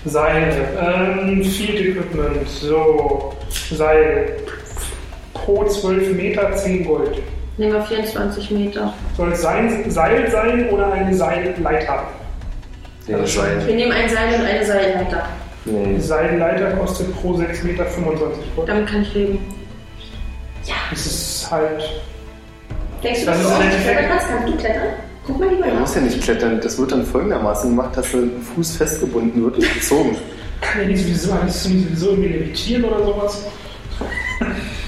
B: Seil. Ähm, Field Equipment. So. Seil. Pro 12 Meter 10 Gold.
D: Nehmen wir 24 Meter.
B: Soll es Seil, Seil sein oder eine Seilleiter?
C: Nee, Seil.
D: Wir nehmen ein Seil und eine Seilleiter.
B: Die
C: Nee.
B: Seilleiter kostet pro 6 Meter 25 Gold.
D: Damit kann ich leben.
B: Das ist halt.
D: Denkst du,
B: Das
D: dass
B: ist
D: du auch
B: ein
D: nicht klettern
B: Effekt.
D: kannst? Kannst du klettern? Guck mal lieber
C: Er muss
D: nach.
C: ja nicht klettern. Das wird dann folgendermaßen gemacht, dass er mit dem Fuß festgebunden wird und gezogen.
B: Kann ja nicht sowieso, kannst du nicht sowieso irgendwie levitieren oder sowas?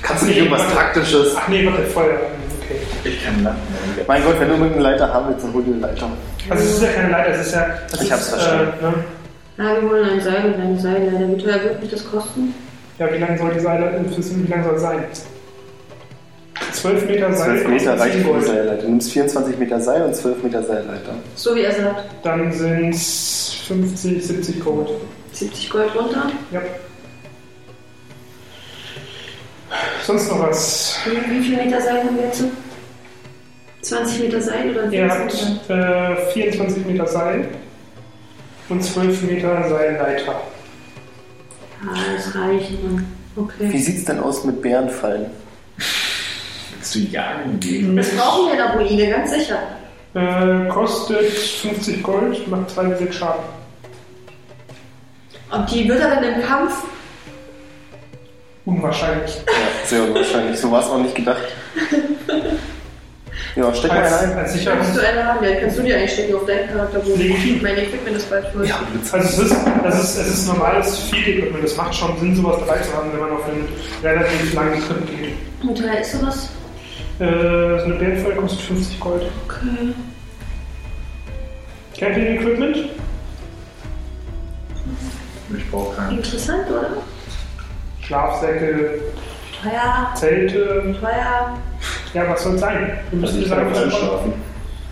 C: Kannst du nicht irgendwas Taktisches?
B: Ach nee, warte, Feuer. Okay.
A: Ich kann landen. irgendwie.
C: Mein Gott, wenn du irgendeine Leiter haben willst, dann hol dir eine Leiter.
B: Also, es ist ja keine Leiter, es ist ja. Das
C: Ich hab's
B: ist,
C: verstanden.
B: Äh, ne?
D: Ja, Ah, wir wollen ein Seil und eine Seilleiter. Wie teuer wird mich das kosten?
B: Ja, wie lange soll die Seile, wie lange soll es sein? 12 Meter Seil.
C: 12 Meter
B: kostet
C: reicht
B: 10
C: für eine
B: Gold.
C: Seilleiter. Du nimmst 24 Meter Seil und 12 Meter Seilleiter.
D: So wie er sagt.
B: Dann sind es 50, 70 Gold.
D: 70 Gold runter.
B: Ja. Sonst noch was?
D: Wie wie viel Meter Seil haben wir jetzt? 20 Meter Seil oder
B: Ihr
D: 24?
B: habt äh, 24 Meter Seil und 12 Meter Seilleiter.
D: Ah, das reicht. ne?
C: Wie
D: Okay.
C: sieht's denn aus mit Bärenfallen?
A: Willst du jagen gehen?
D: Das brauchen wir in der Ruine, ganz sicher.
B: Äh, kostet 50 Gold, macht 2 bis 6 Schaden.
D: Ob die wird er dann im Kampf?
B: Unwahrscheinlich.
C: Ja, sehr unwahrscheinlich. So war es auch nicht gedacht. Ja, steck mal
B: Als,
C: einen ein.
B: als
D: Kannst
B: Sicherheit.
D: du eine haben? Ja, kannst du die einstecken auf deinen Charakterbogen?
B: Legitim.
D: Mein Equipment ist bald voll.
C: Ja,
B: Also es ist, das ist, es ist normales Feed-Equipment. Es macht schon Sinn, sowas dabei zu haben, wenn man auf einen relativ langen Trip geht.
D: Wie teuer ist sowas?
B: Äh, so eine Bärenfall kostet 50 Gold.
D: Okay.
B: Camping-Equipment?
A: Ich brauche keinen.
D: Interessant, oder?
B: Schlafsäcke,
D: Teuer,
B: Zelte.
D: teuer.
B: Ja, was soll's sein? Wir
A: Also
B: müssen sagen, was wir brauchen.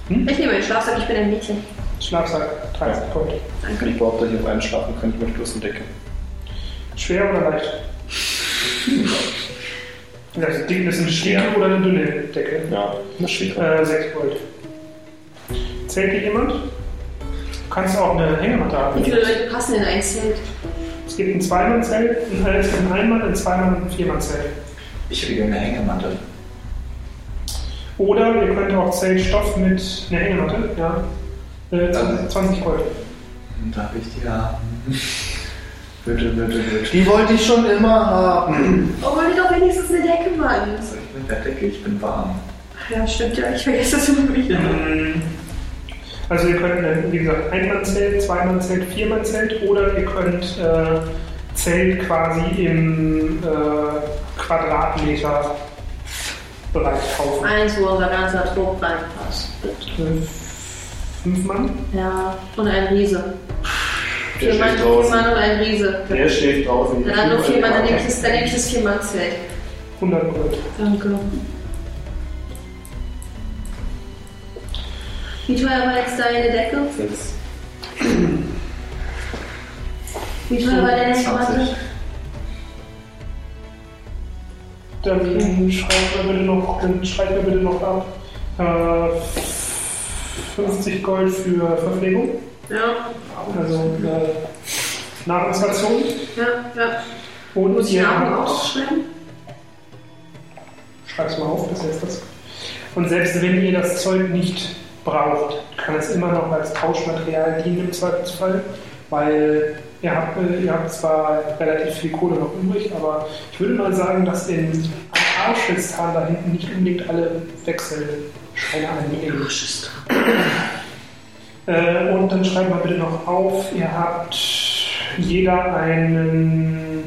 D: Ich nehme einen Schlafsack, ich bin ein Mädchen.
B: Schlafsack, 30 Gold.
D: Danke.
C: Ich behaupte, ich auf einen schlafen könnte mit bloßen Decke.
B: Schwer oder leicht? Ja, das Ding ist eine schicke oder eine dünne Decke.
C: Ja, das steht halt,
B: Äh, 6 Gold. Zählt dir jemand? Du kannst auch eine Hängematte
D: Wie
B: haben.
D: viele Leute passen in ein Zelt?
B: Es gibt ein Zweimann-Zelt, ein halbes ein Einmann, ein Zweimann und ein Viermann-Zelt.
A: Ich hätte gerne eine Hängematte.
B: Oder ihr könnt auch Zeltstoff mit einer Hängematte, ja. Äh, 20 20 Gold.
A: Darf ich die haben? bitte, bitte, bitte.
C: Die wollte ich schon immer haben.
D: Oh, wollen wir doch wenigstens eine Decke machen.
A: Was soll Also ich mit der Decke? Ich bin warm.
D: Ach Ja, stimmt ja, ich vergesse das immer wieder.
B: Ähm, Also ihr könnt, äh, wie gesagt, Einmannzelt, Zweimannzelt, Viermannzelt oder ihr könnt äh, Zelt quasi im äh, Quadratmeter-Bereich kaufen.
D: Eins, wo unser ganzer Trupp reinpasst. Bitte.
B: Äh, Fünf Mann?
D: Ja, und ein Riese.
C: Der
D: Vier Mann,
C: schläft
D: vier
C: draußen.
D: Mann und ein Riese.
C: Der schläft draußen.
D: Ja, Dann noch vier Mann, dann nehme ich das, dann nehme ich das vier Mann Zelt.
B: 100 Gold.
D: Danke. Wie teuer war jetzt deine Decke?
C: Sechs.
D: Wie teuer war deine
A: 20.
D: Hängematte?
B: Dann schreibt mir bitte noch, dann schreibt mir bitte noch ab. Äh, 50 Gold für Verpflegung,
D: Ja,
B: also äh, Nahrungsstation.
D: ja, ja.
B: Und
D: Muss ich
B: ihr
D: Namen
B: habt-
D: aufschreiben?
B: Schreib's mal auf, das heißt das. Und selbst wenn ihr das Zeug nicht braucht, kann es immer noch als Tauschmaterial dienen im Zweifelsfall, weil Ihr habt, äh, ihr habt zwar relativ viel Kohle noch übrig, aber ich würde mal sagen, dass in Arschistan da hinten nicht unbedingt alle Wechselscheine anliegen. Äh, und dann schreiben wir bitte noch auf, ihr habt jeder einen,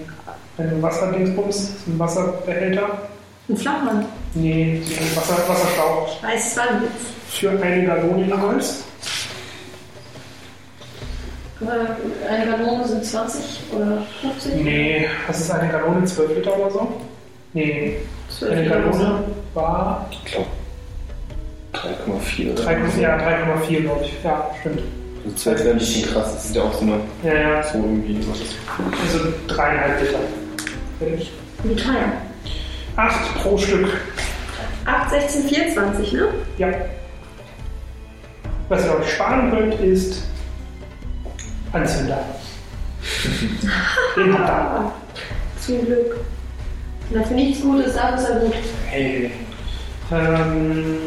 B: einen Wasserdingsbums, einen Wasserbehälter.
D: Ein Flammband.
B: Nee, einen Wasser, Wasserschlauch
D: Weiß zwar nichts.
B: für eine Gallone Holz.
D: Äh, Eine Kanone sind 20 oder 50?
B: Nee, das ist eine Gallone 12 Liter oder so. Nee,
D: 12
B: eine
D: Liter.
B: Gallone war
C: Ich glaube 3,4 oder
B: 3,4, ja, 3,4 glaube ich. Ja, stimmt.
C: Also 12 wäre ein bisschen krass, das ist ja auch so eine
B: Ja, ja,
C: so irgendwie so.
B: also dreieinhalb Liter. Fertig.
D: Wie teuer?
B: Acht pro Stück.
D: 8, 16, 24, ne?
B: Ja. Was ihr euch sparen könnt, ist Anzünder. Den habt ihr.
D: Ah, zum Glück. Na, für nichts Gutes, aber ist ja gut.
A: Hey,
B: Ähm,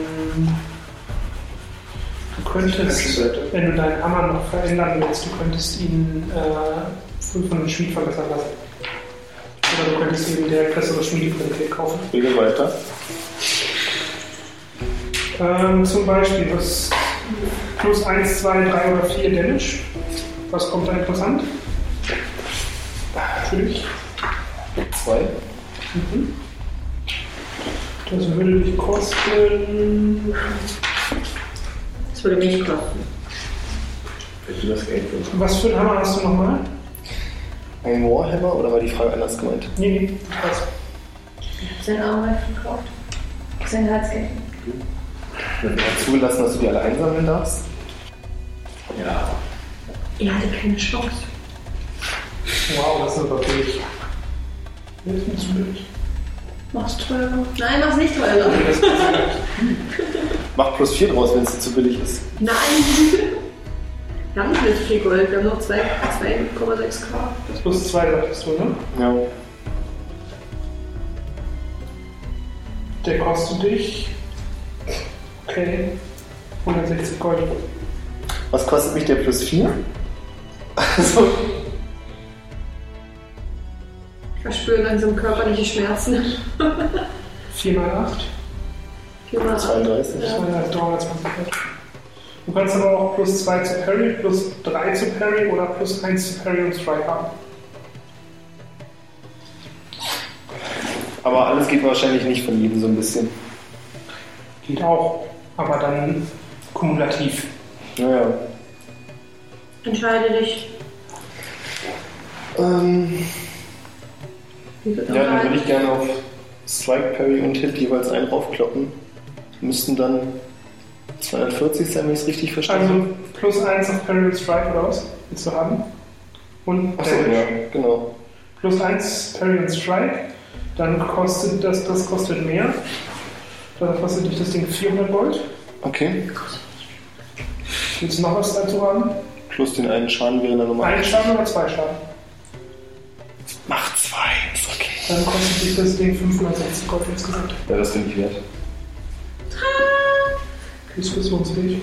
B: du könntest, wenn du deinen Hammer noch verändern willst, du könntest ihn äh, von einem Schmied verbessern lassen. Oder du könntest eben direkt bessere Schmiedequalität kaufen.
C: Regel weiter.
B: Ähm, zum Beispiel das plus 1, 2, 3 oder 4 Damage. Was kommt da interessant? Für dich.
C: 2.
B: Das würde dich kosten.
D: Das würde mich kosten.
A: wenn du das Geld willst.
B: Was für einen Hammer hast du nochmal?
C: Ein Warhammer oder war die Frage anders gemeint?
B: Nee, nee, was?
D: Sein Armband verkauft. Sein Herzgeld.
C: Wird mir zugelassen, dass du die alle einsammeln darfst?
A: Ja.
D: Er hatte keine Chance.
B: Wow, das ist aber billig. Das ist nicht so billig.
D: Mach's teurer. Nein, mach's nicht teurer.
C: Mach plus 4 draus, wenn es dir zu billig ist.
D: Nein! Wir haben nicht mehr so viel Gold, wir haben noch zwei- 2,6k.
B: Das plus 2 sagtest du, ne?
C: Ja.
B: Der kostet dich. Okay. 160 Gold.
C: Was kostet mich der plus 4? Also,
D: Ich verspüre langsam körperliche Schmerzen.
B: 4 mal 8.
D: Ja.
C: 32.
B: Das waren ja 320 Gold. Du kannst aber auch plus 2 zu Parry, plus 3 zu Parry oder plus 1 zu Parry und Strike haben.
C: Aber alles geht wahrscheinlich nicht von jedem so ein bisschen.
B: Geht auch, aber dann kumulativ.
C: Naja.
D: Entscheide dich.
C: Ähm,
D: Wie viel
C: ja, dann
D: Nochmal?
C: würde ich gerne auf Strike, Parry und Hit jeweils einen raufkloppen. Müssten dann 240 sein, wenn ich es richtig verstanden
B: Also plus 1 auf Parry und Strike oder was willst du haben? Und
C: habe. Achso,
B: Damage.
C: ja, genau.
B: plus 1 Parry und Strike, dann kostet das, das kostet mehr. Dann kostet dich das Ding 400 Gold.
C: Okay.
B: Willst du noch was dazu haben?
C: Plus den einen Schaden wäre dann nochmal.
B: Ein Schaden oder zwei Schaden?
C: Mach zwei, ist okay.
B: Dann kostet dich das Ding 560 Gold insgesamt.
C: Ja, das bin ich wert.
B: Diskussionsfähig.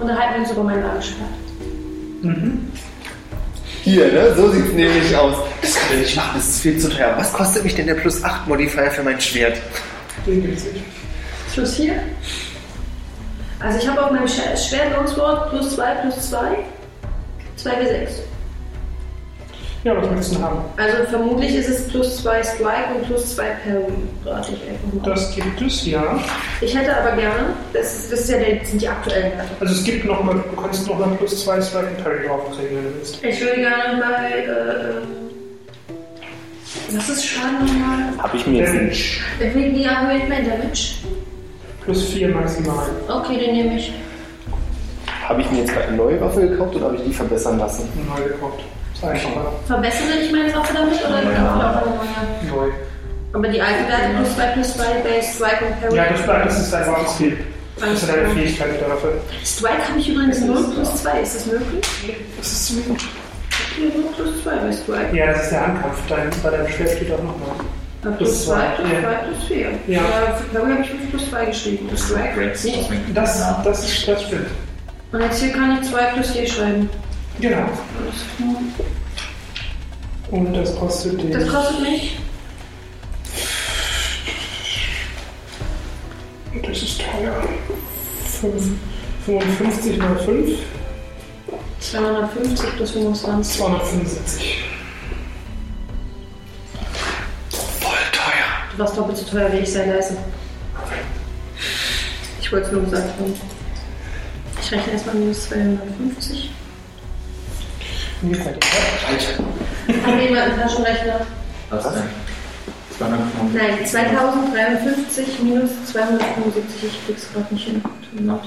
D: Unterhalten wir uns über meinen Lagerspart.
B: Mhm.
C: Hier, ne? So sieht's nämlich aus. Das kann ich nicht machen, das ist viel zu teuer. Was kostet mich denn der plus 8 Modifier für mein Schwert?
B: Den gibt's nicht.
D: Plus 4. Also ich habe auf meinem Sch- schweren Longsword plus 2 plus 2. 2 bis 6.
B: Ja, was möchtest du haben?
D: Also vermutlich ist es plus 2 Strike und plus 2 Parry. Rate ich einfach mal.
B: Das gibt es ja.
D: Ich hätte aber gerne, das, ist- das ist ja der, sind die aktuellen Werte.
B: Also es gibt noch mal, du kannst noch mal plus 2 Strike und Parry draufkriegen, wenn du willst.
D: Ich würde gerne bei. Äh, was ist Schaden nochmal?
C: Hab ich mir jetzt nicht.
B: Damage.
D: Ich will die erhöht mein Damage.
B: Plus 4 maximal.
D: Okay, den nehme ich.
C: Habe ich mir jetzt gerade eine neue Waffe gekauft oder habe ich die verbessern lassen?
B: Neu gekauft. Ist einfacher.
D: Verbessere ich meine Waffe damit
A: Ja.
D: oder kann ich auch eine neue?
B: Neu.
D: Aber die alte Werte plus 2 plus 2 bei Strike und Parry.
B: Ja, das, das ist dein wahres Ziel. Das ist deine Fähigkeit wieder dafür.
D: Strike habe ich übrigens 0 plus 2. Ist das möglich?
B: Das ist ziemlich gut.
D: Hier 0 plus 2 bei Strike.
B: Ja, das ist der Handkampf. Dein, bei deinem Schwert steht auch nochmal.
D: Ja, plus 2 plus
B: Ja.
D: 2 plus 4.
B: Ja.
D: Parry habe ich 5 plus 2 geschrieben. Strike.
A: Great
D: nicht.
A: Storming.
D: Genau.
B: Das,
A: Ja.
B: das, ist, das stimmt.
D: Und jetzt hier kann ich 2 plus 4 schreiben.
B: Genau.
D: Alles klar.
B: Und das kostet den.
D: Das kostet mich.
B: Das ist teuer. Fünf- 55 mal 5,
D: 250 plus 25.
B: 275. Voll teuer.
D: Du warst doppelt so teuer wie ich, sei leise. Ich wollte es nur gesagt haben. Ich rechne erstmal minus 250.
B: Mir fällt das ab.
A: Alter.
D: Haben wir jemanden einen Taschenrechner?
A: Was denn? 250.
D: Nein, 2053 minus 275. Ich krieg's gerade nicht hin. Tut mir leid.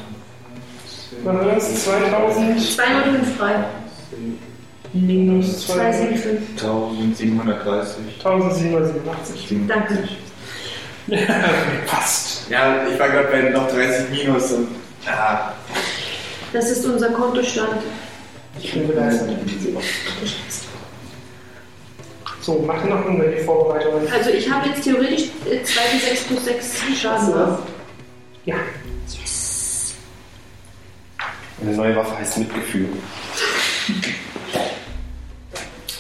B: Wann war das? 2000
D: 203
B: minus 2000.
D: 275.
A: 1730.
B: 1787.
D: Danke.
B: Passt.
A: Ja, ich war gerade bei noch 30 minus und. Ah.
D: Das ist unser Kontostand.
B: Ich bin
C: Äh.
B: begeistert. So, machen noch irgendwelche Vorbereitungen.
D: Also ich habe jetzt theoretisch 2 6 plus 6 Schaden. ne?
B: Ja.
C: Eine neue Waffe heißt Mitgefühl.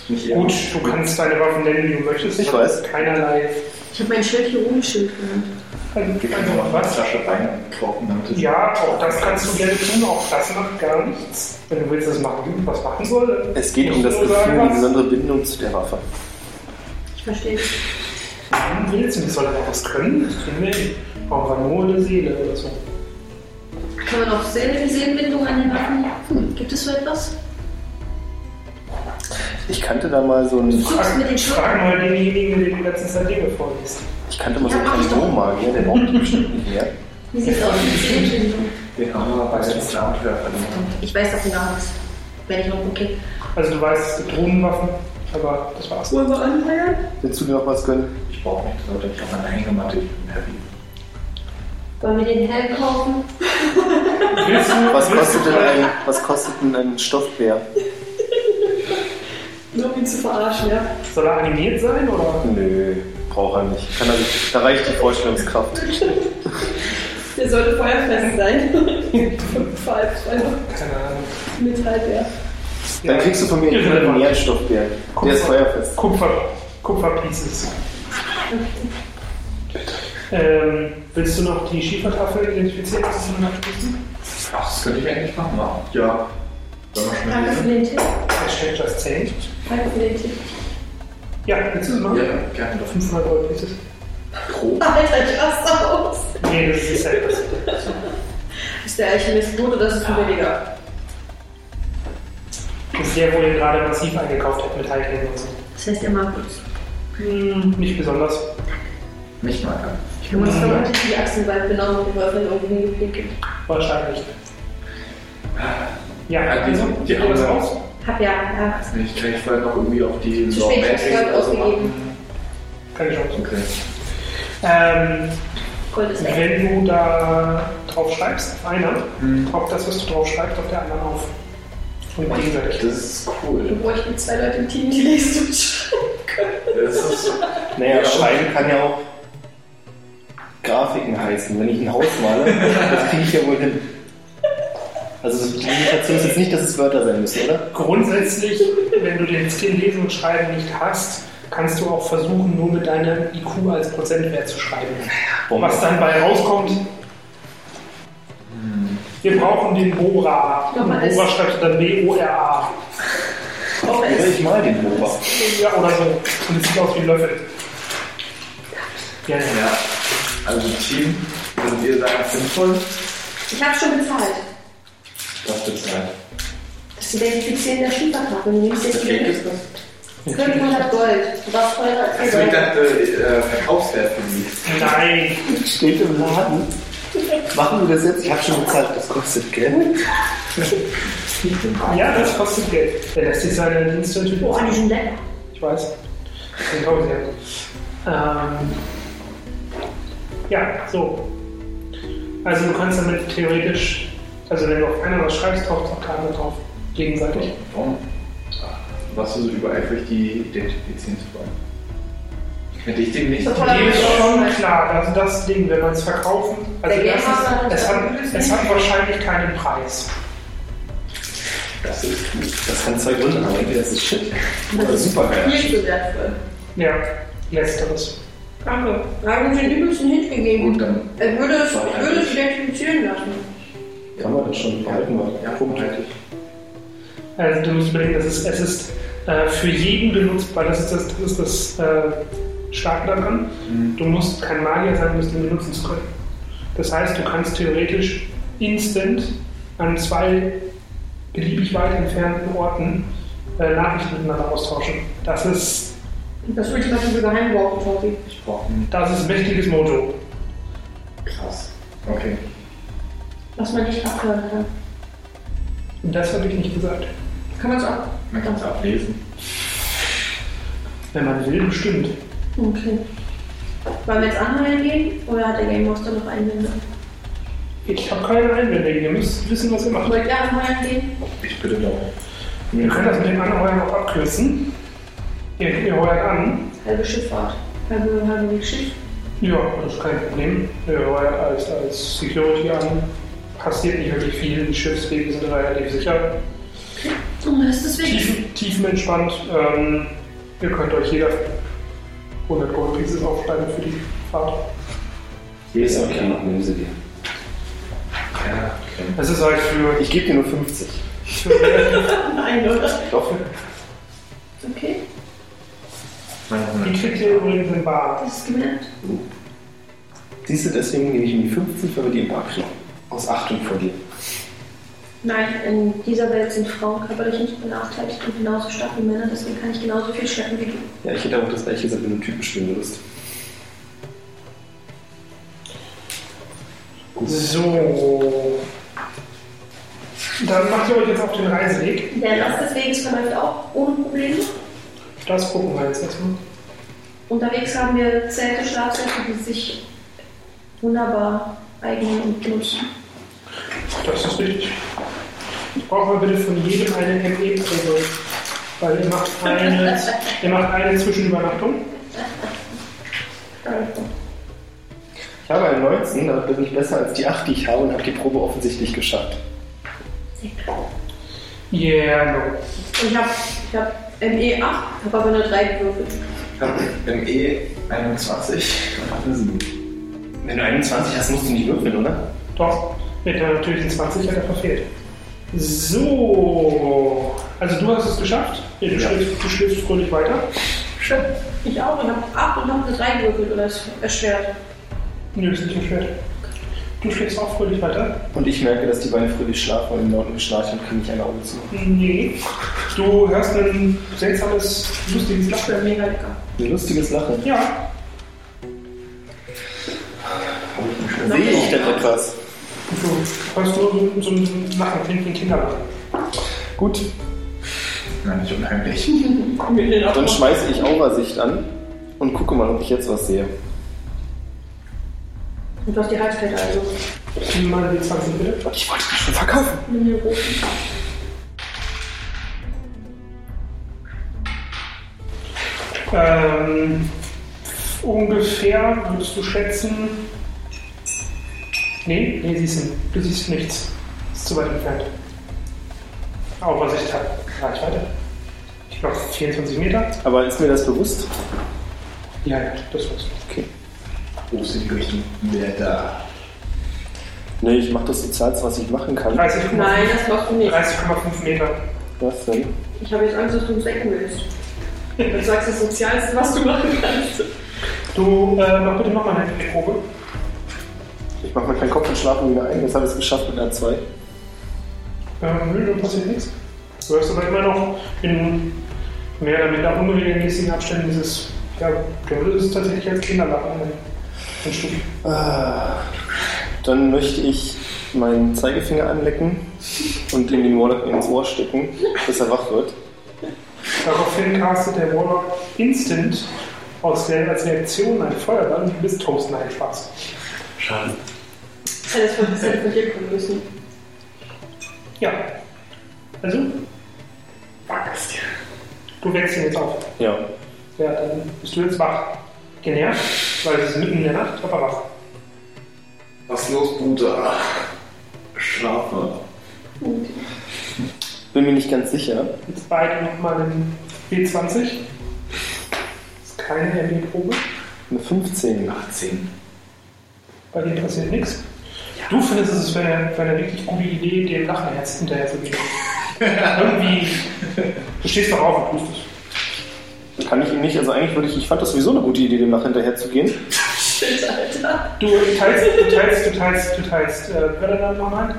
A: Nicht
B: Gut, du kannst deine Waffen nennen, wie du möchtest.
C: Ich weiß.
B: Keinerlei.
D: Ich habe mein Schild Hieronymus-Schild genannt.
A: Wir können noch
B: Einfach
A: eine
B: was.
A: Flasche Wein kaufen, damit es.
B: Ja, auch das kannst du gerne tun, auch das macht gar nichts. Wenn du willst, dass es machen, was machen soll.
C: Es geht um das
B: Musst du sagen,
C: Gefühl, die
B: was-
C: besondere Bindung zu der Waffe.
D: Ich verstehe nicht.
B: Warum willst du, das soll er was können? Ich finde, ich brauche einfach nur eine Seele oder so.
D: Kann man auch Seel- Seelenbindung an den Waffen? Gibt es so etwas?
C: Ich kannte da mal so einen,
D: Suchst mit den Schultern.
B: Frag mal denjenigen, der die letzten Zeit Dinge vorliest.
C: ich kannte mal so
D: Ja, mach
C: einen
D: ich doch.
C: Kanonmagier, der braucht die bestimmt nicht mehr.
D: Wie sieht es aus mit Seelenbindung?
A: Den haben wir bei der letzten Abenteuer verloren.
D: Ich weiß davon gar nichts. Wenn ich noch okay.
B: Also du weißt, es gibt Drohnenwaffen, aber das war's.
D: Wollen wir anheuern?
C: Willst du dir noch was gönnen?
A: Ich brauche nichts, Leute. Ich habe eine Hängematte. Ich bin happy.
D: Wollen wir den Helm kaufen?
B: Willst du,
C: Was
B: willst
C: kostet
B: du,
C: denn ein, was kostet denn ein Stoffbär?
D: Nur um ihn zu verarschen, ja.
B: Soll er animiert sein oder?
C: Nö, braucht er nicht. Kann er nicht. Da reicht die Vorstellungskraft.
D: Der sollte feuerfest sein. Fünf, also
B: Keine Ahnung.
D: Metallbär.
C: Dann kriegst du von mir einen
B: Irrelevant.
C: imaginären Stoffbär. Der ist feuerfest.
B: Kupfer, Kupferpieces. Ähm, willst du noch die Schiefertafel identifizieren? Was ist noch abschließen?
A: Ach, das könnte ich eigentlich machen, wa? Ja. Sollen wir schnell
D: Danke für
A: lesen?
D: den Tipp.
B: Hashtag just saying.
D: Danke für den Tipp.
B: Ja, willst du es machen?
A: Ja, gerne doch.
B: 500 Gold Pieces.
A: Pro.
D: Alter, ich raste aus.
B: Nee, das ist halt das.
D: Ist der Alchemist gut oder ist es ein billiger?
B: Das ist der, wo ihr gerade massiv eingekauft habt mit Heilklingen und so.
D: Das heißt, er mag uns.
B: Hm, nicht besonders.
A: Nicht mal kann.
D: Du hast vermutlich die Achsenwald genommen und den Wolfen irgendwie gepickelt.
B: Wahrscheinlich.
A: Ah,
B: Ja,
A: Ja, die-
B: also,
A: die
B: geht das
A: haben-
B: raus?
D: Hab ja, ja.
A: Ich kann ich vorher noch irgendwie auf die
D: Zu spät, ich hab's
A: Magic
D: gerade
A: oder so
D: ausgegeben.
A: machen.
B: Keine Chance.
A: Okay.
B: Ähm,
D: Gold ist echt.
B: wenn du da drauf schreibst, auf einer,
A: Hm.
B: taucht das, was du drauf schreibst, auf der anderen auf. Und
A: Das
B: gegenseitig.
A: ist cool.
D: Wir bräuchten zwei Leute im Team, die lesen und schreiben.
A: Das ist
C: Naja,
A: Ja.
C: schreiben kann ja auch Grafiken heißen. Wenn ich ein Haus male, das kriege ich ja wohl hin. Also die Indikation ist jetzt nicht, dass es Wörter sein müssen, oder?
B: Grundsätzlich, wenn du den Skill lesen und schreiben nicht hast, kannst du auch versuchen, nur mit deinem IQ als Prozentwert zu schreiben.
C: Bombe.
B: Was dann bei rauskommt, wir brauchen den Bora. Und
D: Nochmal
B: Bora
D: S.
B: schreibst du dann B-O-R-A.
D: Hoffe
C: Oder
D: es.
C: ich mal den Boba.
B: Ja, oder so. Und es sieht aus wie ein Löffel. Ja, ja.
A: ja. Also Team, würdet ihr sagen, sinnvoll?
D: Ich hab schon bezahlt.
A: Das wird sein.
D: Das ist die Identifizierung der Schieferkarte. Du nimmst jetzt
A: Das
D: die
A: Geld
D: Geld.
A: ist das?
D: 500 halt Gold. Du warst teurer als
A: Also ich
D: Gold.
A: dachte, äh, Verkaufswert für die.
B: Nein.
C: Steht im Laden. Machen wir das jetzt? Ich habe schon bezahlt, das kostet Geld.
B: Ja, das kostet Geld. Der lässt sich seine Dienste natürlich
D: Boah, Oh, die sind lecker.
B: Ich weiß. Den kaufe ich ja. Ähm, ja, so. Also du kannst damit theoretisch, also wenn du auf einer was schreibst, taucht es auf der anderen drauf. Gegenseitig.
A: Warum? Was du so übereifrig, die identifizieren zu wollen? Hätte ich den nicht.
D: So
B: Mir
D: teuer.
B: ist schon klar, also das Ding, wenn man es verkaufen, also
D: Der
B: das
D: Gamer hat
B: ist, es,
D: das
B: hat,
D: auch gelöst,
B: es
D: ne?
B: hat wahrscheinlich keinen Preis.
A: Das ist gut.
C: Das kann zwei Gründe haben. Das ist shit.
A: Das ist super geil.
D: Viel zu wertvoll.
B: Ja, letzteres.
D: Danke. Da haben wir den übelsten Hit gegeben.
A: Gut, dann
D: Er würde es, ich würde es identifizieren lassen.
C: Kann man das schon behalten, mal.
A: ja, Punkt halt ich.
B: Also du musst überlegen, das ist, es ist äh, für jeden benutzbar. Das ist das, das, ist das äh, Starke daran.
A: Mhm.
B: Du musst kein Magier sein, um es denn benutzen zu können. Das heißt, du kannst theoretisch instant an zwei beliebig weit entfernten Orten äh, Nachrichten miteinander austauschen. Das ist,
D: Das ultimative Geheimwort, Tobi.
A: Ich brauche einen.
B: das ist mächtiges Mojo.
A: Krass. Okay.
D: Was man nicht abhören kann.
B: Und das habe ich nicht gesagt.
D: Kann man es ab?
A: Man kann es ablesen.
B: Wenn man will, bestimmt.
D: Okay. Wollen wir jetzt anheuern gehen? Oder hat der Game Master noch Einwände?
B: Ich habe keine Einwände. Ihr müsst wissen, was ihr macht.
D: Wollt ihr anheuern gehen?
A: Ich bitte darum.
B: Wir können das mit dem Anheuern noch abkürzen. Ihr, ihr heuert an.
D: Halbe Schifffahrt. Halbe, halbe Wegschiff.
B: Ja, das ist kein Problem. Ja, weil als, als Security an passiert nicht wirklich viel. Die Schiffswege sind relativ sicher.
D: Und das ist deswegen.
B: Tiefen, tiefenentspannt. Ähm, ihr könnt euch jeder 100 Gold Pieces aufschreiben für die Fahrt.
A: Hier
C: Ist okay, noch nehmen sie dir.
A: Ja, okay.
B: Es ist halt für,
C: Ich gebe dir nur 50.
B: für relativ-
D: Nein, oder?
C: Doch.
D: Okay,
B: Die kriegt ihr übrigens in Bar.
D: das ist gemerkt.
C: Siehst du, deswegen nehme ich mir die 50, weil wir die im Bar kriegen. Aus Achtung vor dir.
D: Nein, in dieser Welt sind Frauen körperlich nicht benachteiligt und genauso stark wie Männer, deswegen kann ich genauso viel schleppen wie du.
C: Ja, ich hätte auch das gleiche gesagt, wenn du Typen spielen würdest.
B: So. Dann macht ihr euch jetzt auf den Reiseweg.
D: Der
A: Ja.
D: Rest des Weges verläuft auch ohne Probleme.
B: Das gucken wir jetzt erstmal.
D: Unterwegs haben wir Zelte, Schlafsätze, die sich wunderbar eignen und nutzen.
B: Das ist richtig. Ich brauche mal bitte von jedem eine ME-Probe. Weil ihr macht eine, ihr macht eine Zwischenübernachtung.
D: Danke.
C: Ich habe eine 19, damit bin ich besser als die 8, die ich habe und habe die Probe offensichtlich geschafft.
B: Yeah, no.
D: Und ich habe ich hab ME 8, habe aber nur 3 gewürfelt.
A: Ich habe ME 21 und hab eine 7.
C: Wenn du 21 hast, musst du nicht würfeln, oder?
B: Doch, mit der natürlichen 20 hat er verfehlt. So. Also du hast es geschafft. Ja, Du,
C: Ja.
B: schläfst, du schläfst fröhlich weiter.
D: Schön. Ich auch und habe 8 und habe eine 3 gewürfelt oder ist erschwert.
B: Nö, ist nicht erschwert. Du schläfst auch fröhlich weiter.
C: Und ich merke, dass die beiden fröhlich schlafen und im Norden geschlafen und kann nicht ein Auge zu.
B: Nee. Du hörst ein seltsames, lustiges Lachen.
D: Für mega lecker.
C: Ein lustiges Lachen.
B: Ja.
C: Sehe ich denn etwas?
B: Du hörst nur so, so ein Lachen, klingt wie ein Kinderlachen.
C: Gut,
A: Nein, nicht unheimlich.
B: Komm, wir den
C: dann schmeiße ich Aurasicht an und gucke mal, ob ich jetzt was sehe.
D: Und du hast die Halskette also.
B: Nimm mal die 20 bitte.
C: Ich wollte das schon verkaufen.
D: Nimm den roten.
B: Ähm, ungefähr würdest du schätzen. Nee, nee, siehst du, du siehst nichts. Ist zu weit entfernt. Auch was ich habe. Reichweite. Ich glaube 24 Meter.
C: Aber ist mir das bewusst?
B: Ja, ja, das war's.
C: Okay.
A: Wo ist die Richtung? Wer da?
C: Nee, ich mache das Sozialste, was ich machen kann.
B: 30,5
D: Nein, das machst du nicht.
B: 30,5 Meter.
C: Was denn?
D: Ich habe jetzt Angst, dass du uns wecken willst. Du sagst das Sozialste, was du machen kannst.
B: Du äh, mach bitte nochmal eine Probe.
C: Ich mache mir keinen Kopf und schlafe wieder ein. Jetzt habe ich es geschafft mit einer 2.
B: Ähm, nö, da passiert nichts. Du hörst aber immer noch in mehr oder minder unregelmäßigen Abständen dieses, ja, du würdest es tatsächlich als Kinderlachen ein Stück.
C: Ah, Dann möchte ich meinen Zeigefinger anlecken und ihm den Warlock ins Ohr stecken, bis er wach wird.
B: Daraufhin castet der Warlock instant aus der, als Reaktion ein Feuerball und du bist Toast. Nein, Spaß.
A: Schade.
D: Ja, das wird das hätte von dir kommen müssen.
B: Ja. Also? Du wächst ihn jetzt auf.
C: Ja.
B: Ja, dann bist du jetzt wach. Genervt, weil es ist mitten in der Nacht, aber wach.
A: Was los, Bruder? Schlafe.
D: Okay.
C: Bin bin mir nicht ganz sicher.
B: Jetzt beide nochmal einen B20. Das ist keine Handyprobe.
C: Eine 15.
A: 18.
B: Bei dir passiert nichts. Du findest es ist eine, eine richtig gute Idee, dem Lachherz hinterher zu gehen. Irgendwie. Du stehst doch auf und hustest.
C: Kann ich ihm nicht, also eigentlich würde ich, ich fand das sowieso eine gute Idee, dem nach hinterher zu gehen.
D: Shit, Alter.
B: Du teilst, du teilst, du teilst, du teilst. Äh, wer dein Name nochmal?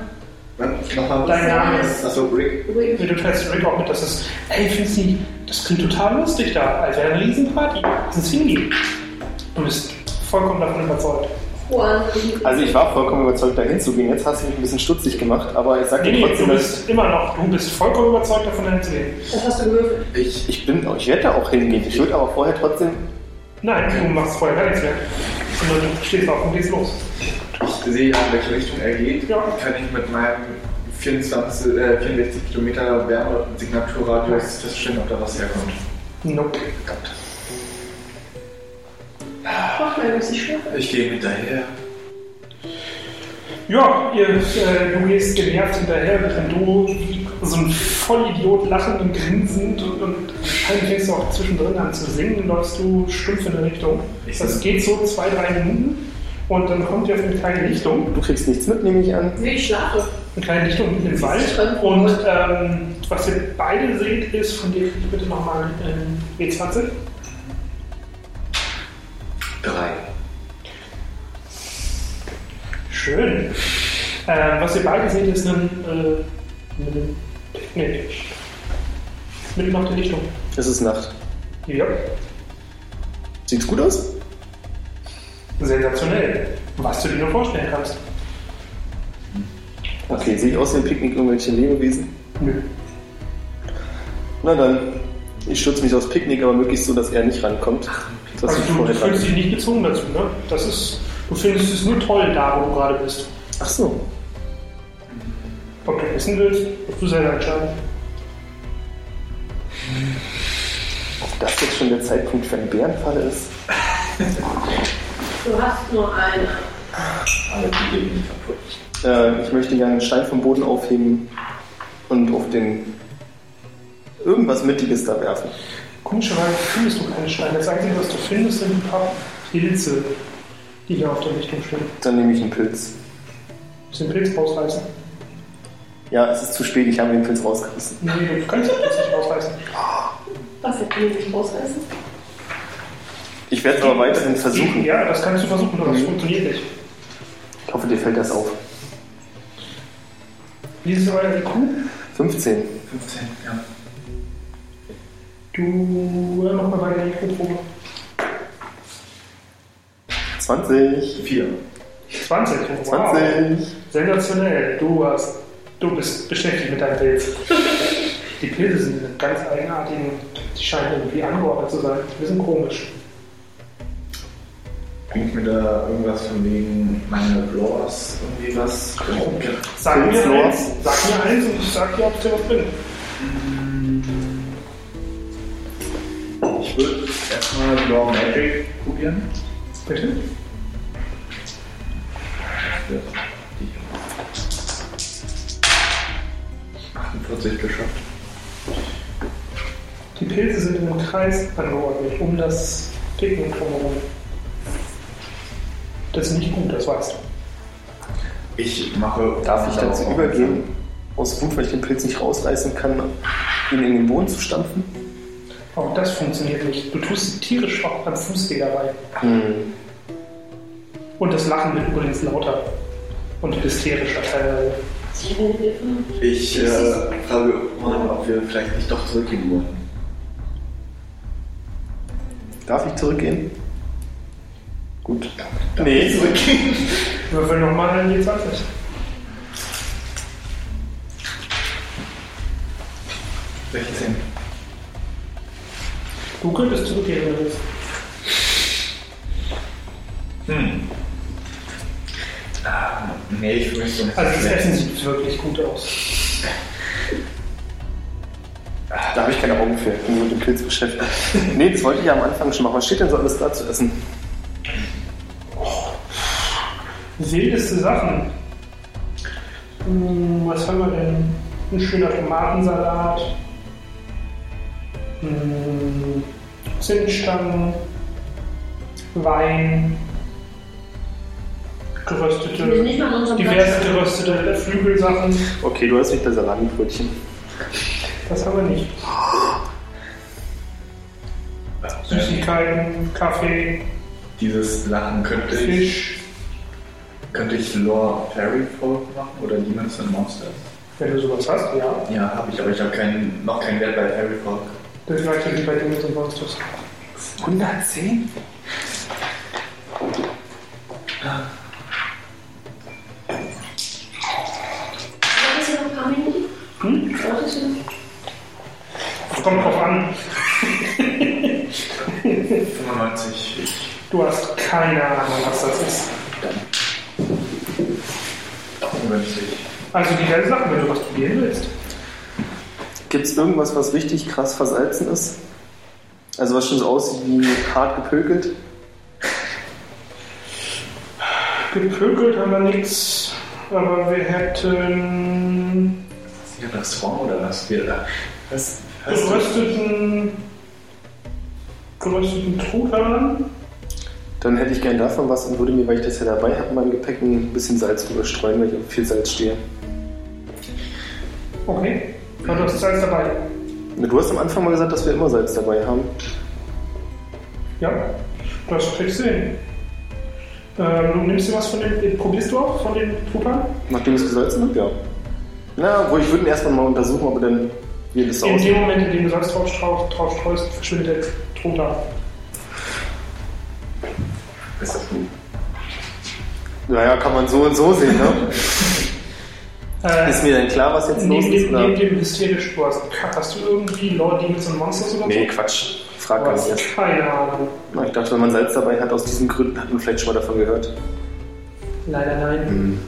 A: Nochmal
B: Dein Name ist.
A: Achso, Rick.
B: Nee, du teilst Rick auch mit, dass es. Ey, findest du nicht, das klingt total lustig da. Also eine Riesenparty. Lass uns hingehen. Du bist vollkommen davon überzeugt.
D: Juan.
C: Also ich war vollkommen überzeugt, dahin zu gehen. Jetzt hast du mich ein bisschen stutzig gemacht, aber ich sag
B: Nee,
C: dir
B: nee, du
C: trotzdem, dass
B: bist immer noch, du bist vollkommen überzeugt davon, dahin zu gehen.
D: Das hast du gewürfelt.
A: Ich.
C: ich bin, ich werde da auch hingehen. Ich würde aber vorher trotzdem,
B: Nein, du machst vorher gar nichts mehr. Sondern du stehst auf und gehst los.
A: Ich sehe ja, in welche Richtung er geht.
B: Ja.
A: Kann ich mit meinem 24, äh, 64 Kilometer Wärme- und Signaturradius feststellen, ob da was herkommt.
B: Nope.
D: Mach mal, was ich schlafe.
A: Ich gehe hinterher.
B: Ja, ihr, äh, du gehst genervt hinterher, während du wie so ein Vollidiot lachend und grinsend und, und wahrscheinlich fängst du auch zwischendrin an zu singen, läufst du stumpf in eine Richtung.
A: Ich
B: das
A: sing.
B: geht so zwei, drei Minuten und dann kommt ihr auf eine kleine Lichtung,
C: du kriegst nichts mit, nehme ich an.
D: Wie ich schlafe.
B: eine kleine Lichtung mitten im Wald. Und ähm, was ihr beide seht, ist, von dir krieg ich bitte ähm, nochmal einen W20.
A: Drei.
B: Schön. Ähm, was ihr beide seht, ist ein, äh, ein Picknick. Mitten auf der Lichtung.
C: Es ist Nacht.
B: Ja.
C: Sieht's gut aus?
B: Sensationell. Was du dir nur vorstellen kannst.
C: Okay, sehe ich aus wie ein Picknick irgendwelche Lebewesen?
B: Nö.
C: Na dann, ich stürze mich aufs Picknick, aber möglichst so, dass er nicht rankommt. Dass
B: Also
C: ich
B: du, du
C: vorher dran
B: fühlst dich nicht gezwungen dazu, ne? Das ist, du findest es nur toll, da wo du gerade bist.
C: Ach so.
B: Ob du essen willst, musst du selber entscheiden.
C: Ob das jetzt schon der Zeitpunkt für einen Bärenfalle ist?
D: Du hast nur eine.
A: Aber die gehen nicht kaputt.
C: Äh, ich möchte gerne einen Stein vom Boden aufheben und auf den irgendwas Mittiges da werfen.
B: Komischerweise findest du keine Steine. Das Einzige, was du findest, sind ein paar Pilze, die da auf der Lichtung stehen.
C: Dann nehme ich einen Pilz.
B: Willst du den Pilz rausreißen?
C: Ja, es ist zu spät, ich habe den Pilz rausgerissen.
B: Nee, du kannst den Pilz nicht rausreißen.
D: Was hat die sich rausreißen?
C: Ich werde es aber weiterhin versuchen.
B: Ja, das kannst du versuchen, aber das
C: Mhm.
B: funktioniert nicht.
C: Ich hoffe, dir fällt das auf.
B: Wie ist euer IQ?
C: 15.
A: 15, ja.
B: Du äh, mach mal bei der IQ-Probe.
C: 20.
A: 4.
B: 20. Wow.
C: 20.
B: Sensationell, du hast, du bist beschäftigt mit deinem Pilz. Die Pilze sind eine ganz eigenartigen, die scheinen irgendwie angeordnet zu sein. Ein bisschen komisch.
A: Bringt mir da irgendwas von wegen meine Blowers irgendwie was?
B: Sag mir
C: Pilzlore?
B: eins, sag mir eins und ich sag dir, ob ich dir was bin.
A: Ich würde erstmal Law Magic probieren.
B: Bitte?
A: Ja, die. 48 geschafft.
B: Die Pilze sind in einem Kreis angeordnet, um das Picknick drumherum. Das ist nicht gut, das weißt du.
A: Ich mache.
C: Darf ich dazu übergehen, aus Wut, weil ich den Pilz nicht rausreißen kann, ihn in den Boden zu stampfen?
B: Auch das funktioniert nicht. Du tust tierisch auch am Fußweh dabei.
C: Hm.
B: Und das Lachen wird übrigens lauter und hysterischer teilweise.
D: Ich will Hilfe.
A: Ich äh, frage Juan, ob wir vielleicht nicht doch zurückgehen wollen.
C: Darf ich zurückgehen? Gut.
A: Darf
C: Nee.
A: ich zurückgehen.
B: Würfel nochmal ein D20. Du könntest zurückgehen, wenn du willst.
A: 16. Hm. Ah, nee, ich fühle mich so nicht.
B: Also das
A: schlecht.
B: Essen sieht wirklich gut aus.
C: Da habe ich keine Augen für, ich bin nur mit dem Pilz beschäftigt. nee, das wollte ich ja am Anfang schon machen. Was steht denn so alles da zu essen?
B: Wildeste Sachen. Hm, was haben wir denn? ein schöner Tomatensalat, mm, Zimtstangen, Wein,
D: Ich will
B: geröstete,
D: nicht mal an unserem
B: diverse
D: Platz.
B: geröstete Flügelsachen.
C: Okay, du hast nicht das Salamibrötchen.
B: Das haben wir nicht. Süßigkeiten, Kaffee,
A: Dieses Lachen könnte ich,
B: Fisch.
A: könnte ich Lore Perry vormachen oder Demons and Monsters?
B: Wenn du sowas hast, ja.
A: Ja, habe ich, aber ich habe keinen, noch keinen Wert bei Perry Folk.
B: Das gleiche wie bei dem mit dem Monsters.
C: 110?
D: Solltest du noch ein paar Minuten? Hm? Solltest du noch?
B: Es kommt drauf an.
A: 95. Ich,
B: Du hast keine Ahnung, was das ist.
A: 95.
B: Also diverse Sachen, wenn du was probieren willst.
C: Gibt es irgendwas, was richtig krass versalzen ist? Also was schon so aussieht wie hart gepökelt?
B: Gepökelt haben wir nichts, aber wir hätten
A: Ist hier ein Restaurant oder was? Wir da. Was? was?
B: gerösteten, gerösteten Truthahn.
C: Dann hätte ich gern davon was und würde mir, weil ich das ja dabei habe, mein Gepäck ein bisschen Salz drüber streuen, weil ich auf viel Salz stehe.
B: Okay, aber du hast Salz dabei.
C: Du hast am Anfang mal gesagt, dass wir immer Salz dabei haben.
B: Ja, das kriegst du hin. Ähm, du nimmst dir was von dem, den probierst du auch von dem Truthahn?
C: Nachdem es gesalzen wird, ja. Na, wo ich würde ihn erstmal mal untersuchen, ob er denn wie das
B: In
C: aussieht.
B: dem Moment, in dem du Salz drauf, strau- drauf streust, verschwindet der Truthahn.
A: Ist das gut?
C: Naja, kann man so und so sehen, ne?
B: Äh,
C: Ist mir denn klar, was jetzt los
B: Neben
C: ist?
B: dem, neben
C: Oder?
B: dem hysterisch du hast, hast du irgendwie Lore Demons und Monsters oder
C: Nee,
B: so?
C: Quatsch. Frag
B: Du
C: gar nicht
B: hast
C: erst.
B: Oh, keine Ahnung.
C: Na, Ich dachte, wenn man Salz dabei hat, aus diesen Gründen hat man vielleicht schon mal davon gehört.
B: Leider nein.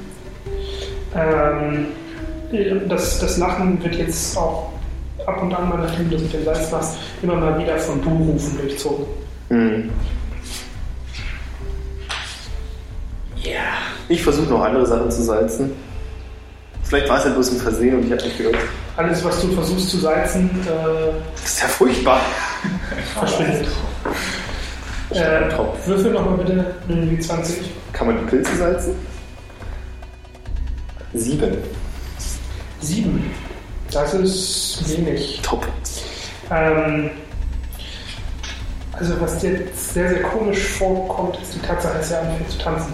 B: Ähm, das, das Lachen wird jetzt auch ab und an mal, nachdem du das mit dem Salz machst, immer mal wieder von Buhrufen durchzogen.
C: Hm. Ich versuche noch andere Sachen zu salzen. Vielleicht war es ja bloß ein Versehen und ich habe nicht gehört.
B: Alles, was du versuchst zu salzen, äh,
C: Das ist ja furchtbar.
B: verschwindet.
C: Ah, Ich hab
B: Äh,
C: einen Tropf.
B: würfel nochmal bitte einen W20.
C: Kann man die Pilze salzen? Sieben.
B: Sieben. Das ist wenig.
C: Top.
B: Ähm, also was dir jetzt sehr, sehr komisch vorkommt, ist die Tatsache, dass er anfängt zu tanzen.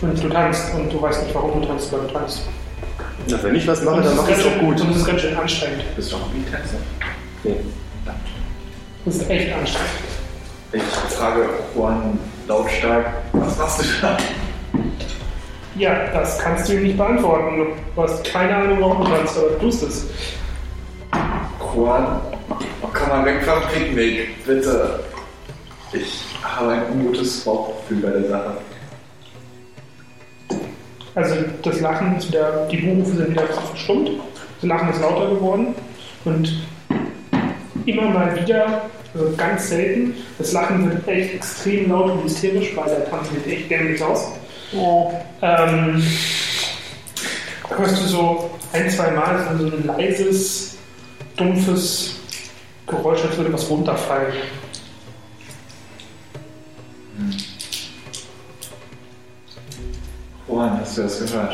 B: Und du tanzt und du weißt nicht, warum du tanzt, aber du tanzt.
C: Na, wenn ich was mache,
B: Und
C: dann mache ich es
B: ganz
C: auch
B: schön,
C: gut.
B: Und es ist ganz schön anstrengend.
A: Bist du auch ein Tänzer?
C: Nee.
B: Es ist echt anstrengend.
A: Ich frage Juan lautstark, was machst du da?
B: Ja, das kannst du ihm nicht beantworten. Du hast keine Ahnung, warum du tanzt, aber du tust es.
A: Juan, komm mal weg vom Picknick, bitte. Ich habe ein ungutes Bauchgefühl bei der Sache.
B: Also das Lachen, ist wieder, die Buhrufe sind wieder verstummt. Das Lachen ist lauter geworden. Und immer mal wieder, also ganz selten, das Lachen wird echt extrem laut und hysterisch, weil der Tanz sieht echt dämlich aus. Ähm, hörst du so ein, zwei Mal so ein leises, dumpfes Geräusch, als würde was runterfallen.
A: Juan, hast du das gehört?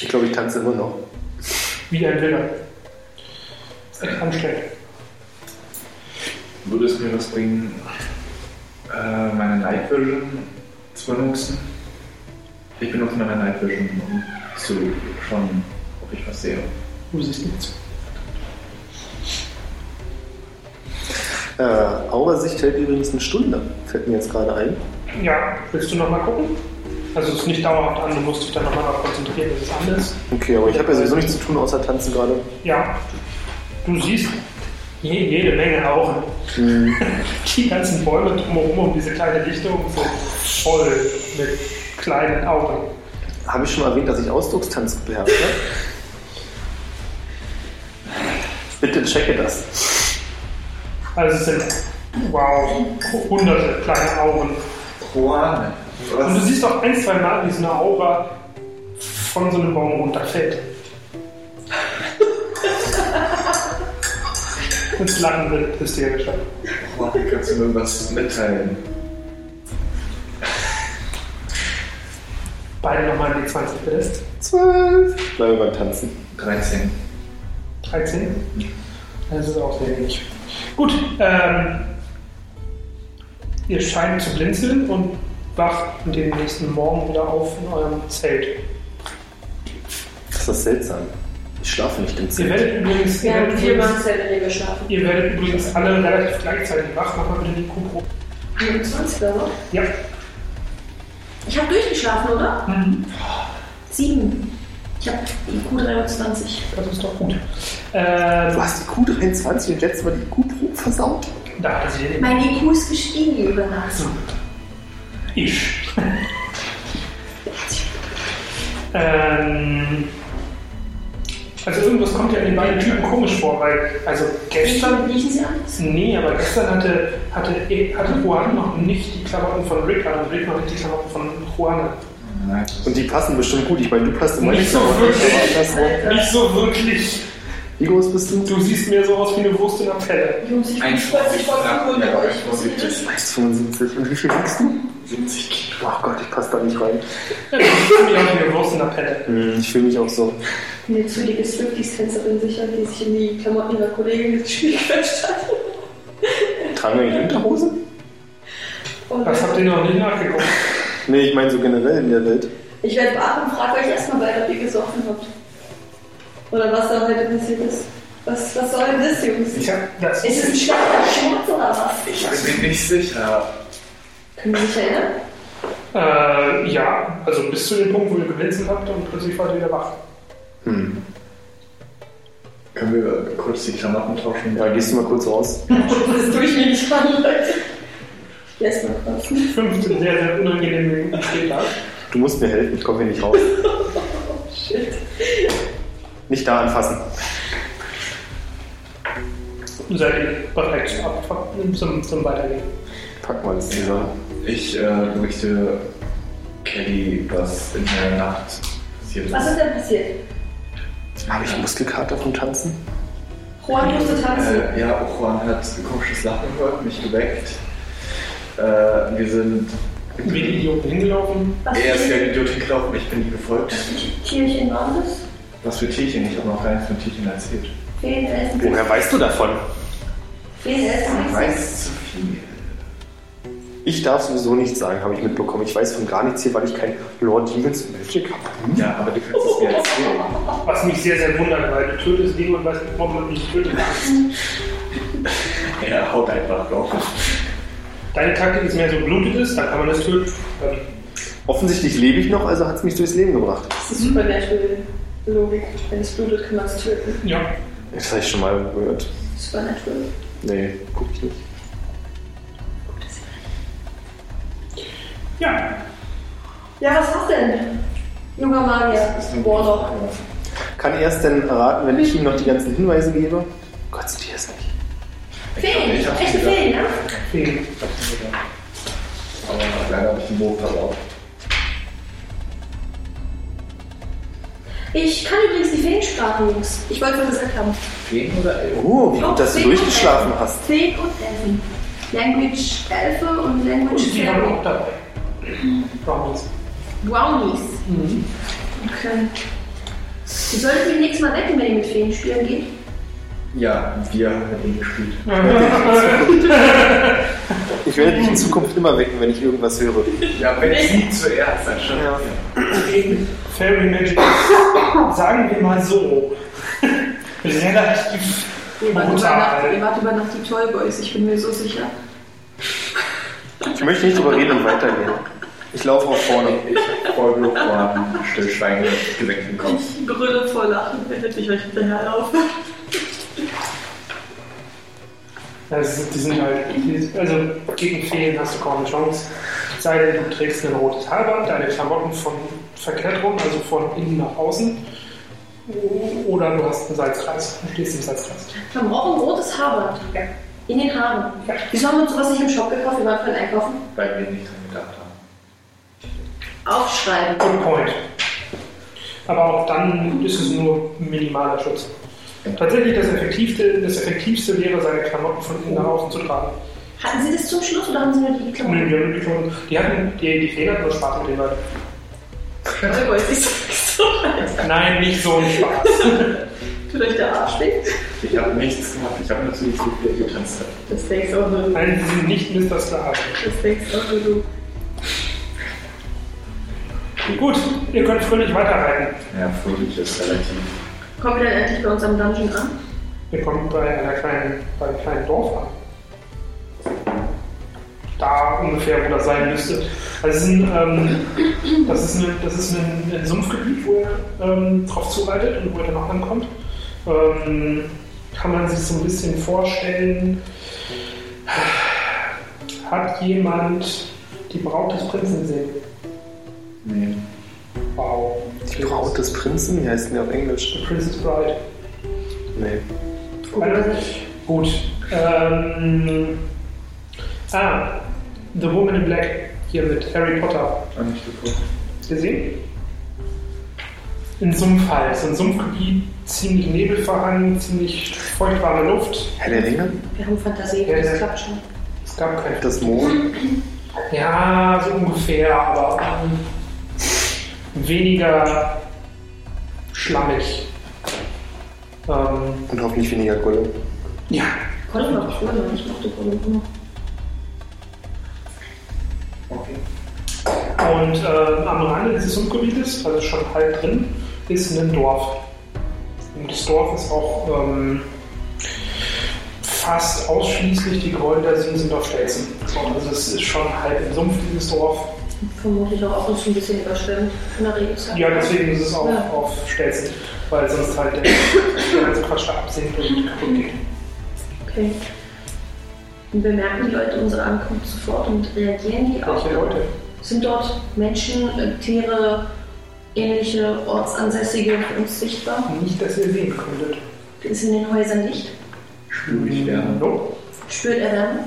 C: Ich glaube, ich tanze immer noch.
B: Wie ein Wilder. Ist echt anstrengend.
A: Würde es mir was bringen, äh, meine Night Vision zu benutzen? Ich benutze meine Night Vision, um zu schauen, ob ich was sehe.
B: Du siehst nichts.
C: Äh, Aurasicht hält übrigens eine Stunde. Fällt mir jetzt gerade ein.
B: Ja, willst du nochmal gucken? Also es ist nicht dauerhaft an, du musst dich dann nochmal darauf konzentrieren, dass es an ist.
C: Okay, aber ich habe ja sowieso nichts zu tun, außer tanzen gerade.
B: Ja, du siehst je, jede Menge Augen.
C: Hm.
B: Die ganzen Bäume drumherum um diese kleine Lichtung sind voll mit kleinen Augen.
C: Habe ich schon mal erwähnt, dass ich Ausdruckstanz beherrsche? Bitte checke das.
B: Also es sind, wow, hunderte kleine Augen.
A: Juan.
B: Und du
A: Was?
B: siehst auch ein, zwei Mal, wie so eine Aura von so einem Baum runterfällt. Ins Lachen wird hysterischer.
A: Juan, kannst du mir irgendwas mitteilen?
B: Beide nochmal in die 20 bitte.
C: Zwölf. Bleiben wir beim Tanzen.
A: 13.
B: 13. Das ist auch sehr wenig. Gut, ähm, ihr scheint zu blinzeln und wacht den nächsten Morgen wieder auf in eurem Zelt.
C: Das ist seltsam. Ich schlafe nicht im
B: Ihr
C: Zelt.
B: werdet übrigens,
D: Wir
B: ihr
D: haben
B: werdet
D: vier
B: übrigens,
D: Mannszeit in dem wir schlafen.
B: ihr werdet übrigens alle relativ gleichzeitig wach. Mach mal bitte die Kuhprobe.
D: 21, glaube ich.
B: Ja.
D: Ich habe durchgeschlafen, oder?
B: Mhm.
D: Sieben. Ich habe IQ 23.
B: Das ist doch gut. Ähm,
C: Du hast die Q23 und letztes Mal die Q-Probe versaut.
B: Da hat sie den
D: Mein IQ ist gestiegen über Nacht.
B: Ich. ähm, also irgendwas kommt ja den beiden Typen komisch vor, weil also gestern,
D: Riechen Sie an?
B: nee, aber gestern hatte, hatte, hatte Juan noch nicht die Klamotten von Rick an und Rick noch nicht die Klamotten von Juan. an.
A: Nein.
C: Und die passen bestimmt gut. Ich meine, du passt immer
B: Nicht so
C: aber
B: wirklich.
C: aber andersrum.
B: Nicht so wirklich.
C: Wie groß bist du?
B: Du siehst mehr so aus wie eine Wurst in der Pelle.
D: Jungs, ich bin
A: Ein-
D: stolz, ich
A: Ja,
D: wollte
A: ja,
D: nur
A: ich
D: euch.
A: muss
D: Wusstet ihr das?
C: 1,75. Und wie viel wiegst du?
A: 70 Kilo.
C: Oh Gott, ich passe da nicht rein.
B: Ja,
C: Hm,
B: du siehst mehr aus wie eine Wurst in der Pelle.
C: Ich fühle mich auch so.
D: Eine zügige Swifties-Tänzerin sicher, die sich in die Klamotten ihrer Kollegin gequetscht hat.
C: Tragen wir eigentlich Unterhose?
D: Und
B: Das habt ihr noch nicht nachgeguckt.
C: Nee, ich meine so generell in der Welt.
D: ich werde wach und frage euch erstmal beide, ob ihr gesoffen habt. Oder was da heute passiert ist. Was, was soll denn das, Jungs?
B: Ich
D: Ist
B: hab das.
D: es ein schwacher Scherz oder was?
A: Ich bin mir nicht sicher.
D: Können Sie sich erinnern?
B: Äh, ja, also bis zu dem Punkt, wo ihr geblinzelt habt und plötzlich wart ihr wieder wach.
C: Hm.
A: Können wir kurz die Klamotten tauschen?
C: Ja, gehst du mal kurz raus.
D: Das ist durch mich nicht an, Leute. Ich esse noch was.
B: 15 sehr, sehr unangenehm Minuten später.
C: Du musst mir helfen, ich komme hier nicht raus.
D: Shit.
C: Nicht da anfassen.
B: Seid ihr bereit zum, zum, zum Weitergehen?
C: Pack mal das zusammen.
A: Ich äh, berichte Kelly, was in der Nacht passiert ist.
D: Was ist denn passiert?
C: Habe ich Muskelkater vom Tanzen?
D: Juan musste tanzen.
A: Äh, ja, Juan hat ein komisches Lachen gehört, mich geweckt. Äh, wir sind.
B: Wie die Idioten hingelaufen?
D: Was
A: Er ist
D: für
A: ja ein Idiot hingelaufen, ich bin ihm gefolgt.
D: was für Tierchen waren das?
A: Was für Tierchen? Ich habe noch gar nichts von Tierchen erzählt.
D: Fehlen essen.
C: Woher weißt du davon?
D: Fehlen essen.
A: Weiß zu viel.
C: Ich darf sowieso nichts sagen, habe ich mitbekommen. Ich weiß von gar nichts hier, weil ich kein Lord Demons Magic habe.
A: Ja, aber du kannst es mir erzählen.
B: Was mich sehr, sehr wundert, weil du tötest Ding und weißt nicht, warum man nicht tötet.
A: Er haut einfach drauf.
B: Deine Taktik ist mehr so blutet ist, dann kann man das töten.
C: Offensichtlich lebe ich noch, also hat es mich durchs Leben gebracht.
D: Das ist Supernatural Logik. Wenn es blutet, kann man es töten.
B: Ja.
C: Das habe ich schon mal gehört.
D: Supernatural.
C: Nee, guck ich nicht.
B: Ja.
D: Ja, was hast denn? Junger Magier. Warlock.
C: Kann er es denn erraten, wenn ich ihm noch die ganzen Hinweise gebe? Gott, sieht er es nicht.
D: Feen.
A: Ich hab- ich hab's
D: Echte
A: gedacht.
D: Feen, ja?
B: Fehlen.
A: Aber leider habe ich den Bogen verloren.
D: Ich kann übrigens die Feensprachen, Jungs. Ich wollte nur gesagt haben.
A: Feen oder Elfen?
C: Oh, wie gut, dass du
D: Feen und
C: durchgeschlafen
D: Elfen.
C: hast.
D: Feen und Elfen. Language Elfe und Language
B: Und die haben
D: Fairy.
B: auch dabei. Warum nicht?
D: Brownies.
B: Mhm.
D: Okay. Ihr solltet ihn nächstes Mal wecken, wenn ihr mit Feen spielen geht.
A: Ja, wir haben mit ihm gespielt.
C: Ich werde dich in Zukunft immer wecken, wenn ich irgendwas höre.
A: Ja, wenn sie zuerst, dann schon.
C: Ja.
B: gegen Fairy Magic. Sagen wir mal so. Relativ
D: Ihr wart, über
B: brutal.
D: Nacht, ihr wart über Nacht die Toyboys, ich bin mir so sicher.
C: Ich möchte nicht drüber reden und weitergehen. Ich laufe auch vorne.
A: Ich habe voll Juan stillschweigend geweckt im Kopf.
D: Ich brülle vor Lachen, wenn ich euch hinterherlaufe.
B: Also, die sind halt, die- also gegen Feen hast du kaum eine Chance. Sei denn, du trägst ein rotes Haarband, deine Klamotten von verkehrt rum, also von innen nach außen. O- Oder du hast einen Salzkreis, du stehst im Salzkreis.
D: Wir brauchen ein rotes Haarband.
B: Ja.
D: In den Haaren.
B: Ja.
D: Wieso haben wir uns sowas nicht im Shop gekauft? Wir waren vorhin einkaufen.
A: weil wir nicht dran gedacht haben.
D: Aufschreiben.
B: Good point. Aber auch dann ist es nur minimaler Schutz. Tatsächlich das Effektivste, das Effektivste wäre, seine Klamotten von innen nach außen zu tragen. Um
D: Hatten Sie das zum Schluss oder haben Sie nur die
B: Nee,
D: Klamotten?
B: die haben die schon- Die hatten die, die Pfleger hatten nur Spaß mit den Leuten.
D: Also weiß ich so weiter.
B: Nein, nicht so ein Spaß.
D: Tut euch der Arsch weh?
A: Ich habe nichts gemacht, ich habe natürlich zu viel getanzt.
D: Das denkst auch nur du.
B: Nein, sie sind nicht Mr. Star.
D: Das denkst auch nur du.
B: Gut, ihr könnt fröhlich weiterreiten.
A: Ja, fröhlich ist relativ.
D: Kommen wir dann endlich bei uns am Dungeon an?
B: Wir kommen bei, einer kleinen, bei einem kleinen Dorf an. Da ungefähr, wo das sein müsste. Also es ist ein, ähm, das ist, ein, das ist ein, ein Sumpfgebiet, wo er ähm, drauf zureitet und wo er dann auch ankommt. Ähm, kann man sich so ein bisschen vorstellen, hat jemand die Braut des Prinzen gesehen?
A: Nee.
B: Wow.
C: Die Braut des Prinzen, wie heißt denn die auf Englisch?
B: The Princess Bride.
C: Nee.
D: Oh,
B: Also, Gut. Ähm, ah, The Woman in Black hier mit Harry Potter.
A: Auch nicht geguckt.
B: Gesehen? Ein Sumpf halt. So ein Sumpfgebiet, ziemlich Nebelverhang, ziemlich feuchtwarme Luft.
C: Herr der Ringe?
D: Wir haben Fantasie,
B: Ja, ja.
D: das klappt schon.
B: Es gab kein.
C: Das Mond?
B: Ja, so ungefähr, aber ähm, weniger schlammig. Ähm,
C: Und hoffentlich weniger Gulle.
B: ja,
D: Gollum war doch früher, ne? ich mochte Gollum immer.
A: Okay.
B: Und äh, am Rande dieses Sumpfgebietes, also schon halb drin, ist ein Dorf. Und das Dorf ist auch ähm, fast ausschließlich die Gräuel sind, sind auf Stelzen. Also es ist schon halb im Sumpf, dieses Dorf.
D: Vermutlich auch ab und zu ein bisschen überschwemmt von der Regenzeit.
B: Ja, deswegen ist es auf,
D: Ja.
B: auf Stelzen, weil sonst halt der, der ganze Quatsch da absinkt und kaputt geht.
D: Okay. Und bemerken die Leute unsere Ankunft sofort und reagieren die auch?
B: Welche Leute?
D: Sind dort Menschen, äh, Tiere, ähnliche Ortsansässige für uns sichtbar?
B: Nicht, dass ihr sehen könntet.
D: Ist in den Häusern nicht?
A: Spür ich Wärme.
B: Nope.
D: Spürt er Wärme?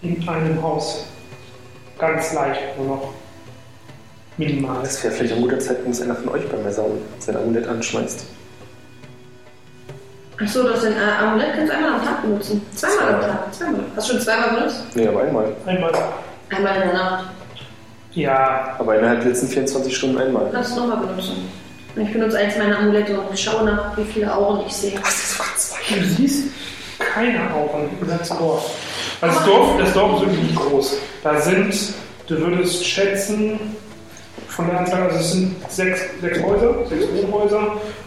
B: In einem Haus. Ganz leicht nur noch. Minimal.
C: Das wäre vielleicht ein guter Zeitpunkt, dass einer von euch bei mir saugen sein Amulett anschmeißt.
D: Achso, das sind äh, Amulett kannst du einmal am Tag benutzen. Zweimal am Tag. Zweimal. Hast du schon zweimal benutzt?
C: Nee, aber einmal.
B: Einmal.
D: Einmal in der Nacht.
B: Ja,
C: Aber innerhalb der letzten 24 Stunden einmal.
D: Kannst du nochmal benutzen. Ich benutze eins meiner Amulette und schaue nach, wie viele Auren ich sehe.
B: Du siehst keine Auren im ganzen Dorf. Also das Dorf, das Dorf ist wirklich nicht groß. Da sind, du würdest schätzen, von der Anzahl, also es sind sechs, sechs Häuser, sechs Wohnhäuser,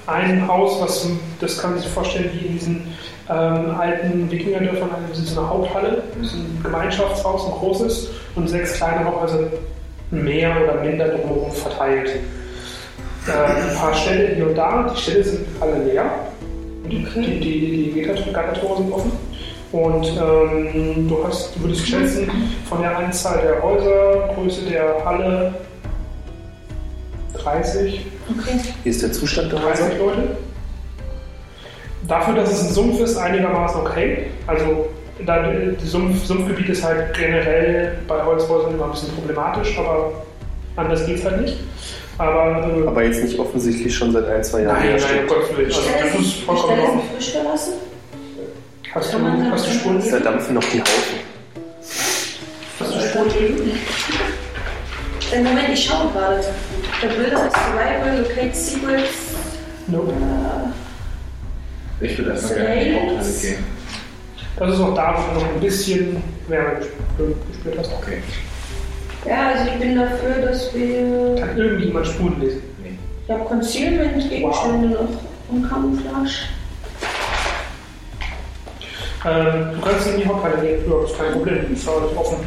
B: ein Haus, was, das kann man sich vorstellen wie in diesen ähm, alten Wikingerdörfern, also das ist eine Haupthalle, das ist ein Gemeinschaftshaus, ein großes, und sechs kleine Häuser mehr oder minder drumherum verteilt. Äh, ein paar Ställe hier und da, die Ställe sind alle leer. Die, die, die, die Gitter- Gattertore sind offen. Und ähm, du hast, du würdest schätzen, von der Anzahl der Häuser, Größe der Halle 30,
D: Okay.
C: Wie ist der Zustand der Häuser?
B: 30 Leute. Dafür, dass es ein Sumpf ist, einigermaßen okay. Also da, das Sumpf, Sumpfgebiet ist halt generell bei Holzhäusern immer ein bisschen problematisch, aber anders geht's halt nicht. Aber, äh,
C: Aber jetzt nicht offensichtlich schon seit ein, zwei Jahren.
B: nein, nein, um
C: herstellt.
B: Gottes Willen.
D: Ich
B: Also,
D: stelle
B: das ist
D: sie, ich
B: vollkommen in
D: stelle
B: Ordnung.
D: sie frisch gelassen.
B: Hast du, hast du Spuren?
C: Da dampfen noch die Haufen.
B: Hast du Spuren?
D: Äh, Moment, ich schaue gerade. Der Bilder heißt Survival, Locate Secrets,
B: Nope.
D: Äh,
A: Ich würde erstmal gerne in die Haupthalle gehen.
B: Das ist auch da, wo du noch ein bisschen Wärme gespürt, gespürt hast.
A: Okay.
D: Ja, also ich bin dafür, dass wir.
B: Kann irgendjemand Spuren lesen?
A: Nee.
D: Ich habe Concealment, Gegenstände noch und Camouflage.
B: Ähm, du kannst in die Haupthalle gehen. Ja, das ist kein Problem. Die ist auch nicht offen.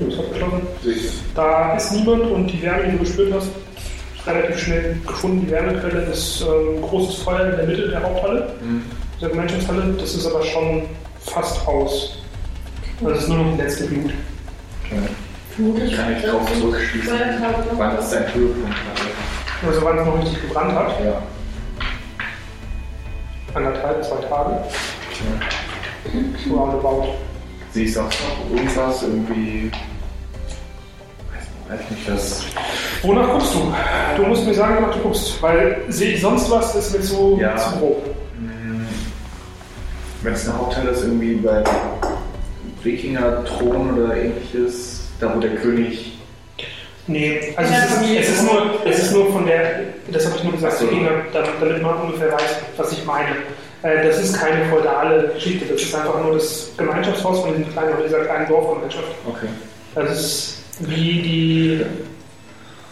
B: Die ist abgeschlossen.
A: Sicher.
B: Da ist niemand und die Wärme, die du gespürt hast, ist relativ schnell gefunden. Die Wärmequelle ist ähm, ein großes Feuer in der Mitte der Haupthalle,
A: Hm.
B: der Gemeinschaftshalle. Das ist aber schon fast aus. Also es ist nur noch die letzte Blut.
A: Okay.
D: Vermutlich
A: Kann ich
D: wird
A: drauf
D: das
A: zurückschließen,
D: Feuer haben wir noch.
A: wann es sein Höhepunkt hatte?
B: Also wann es noch richtig gebrannt hat,
A: Ja.
B: anderthalb, zwei Tage,
A: Okay.
B: roundabout.
A: Sehe ich sonst noch irgendwas, irgendwie. Weiß nicht, Weiß nicht, was.
B: Wonach guckst du? Du musst mir sagen, wonach du guckst, weil sehe ich sonst was, ist mir zu,
A: Ja.
B: zu grob.
A: Hm, Wenn es ein Hauptteil ist, irgendwie bei Wikinger, Thron oder ähnliches, da wo der König.
B: Nee, also
D: Ja,
B: es, ist,
D: Familie.
B: es, ist nur, es ist nur von der, das habe ich nur gesagt,
A: Ach so.
B: Dinge, damit, damit man ungefähr weiß, was ich meine. Äh, Das ist keine feudale Geschichte, das ist einfach nur das Gemeinschaftshaus von diesem kleinen, von dieser kleinen Dorfgemeinschaft.
A: Okay.
B: Das ist wie die,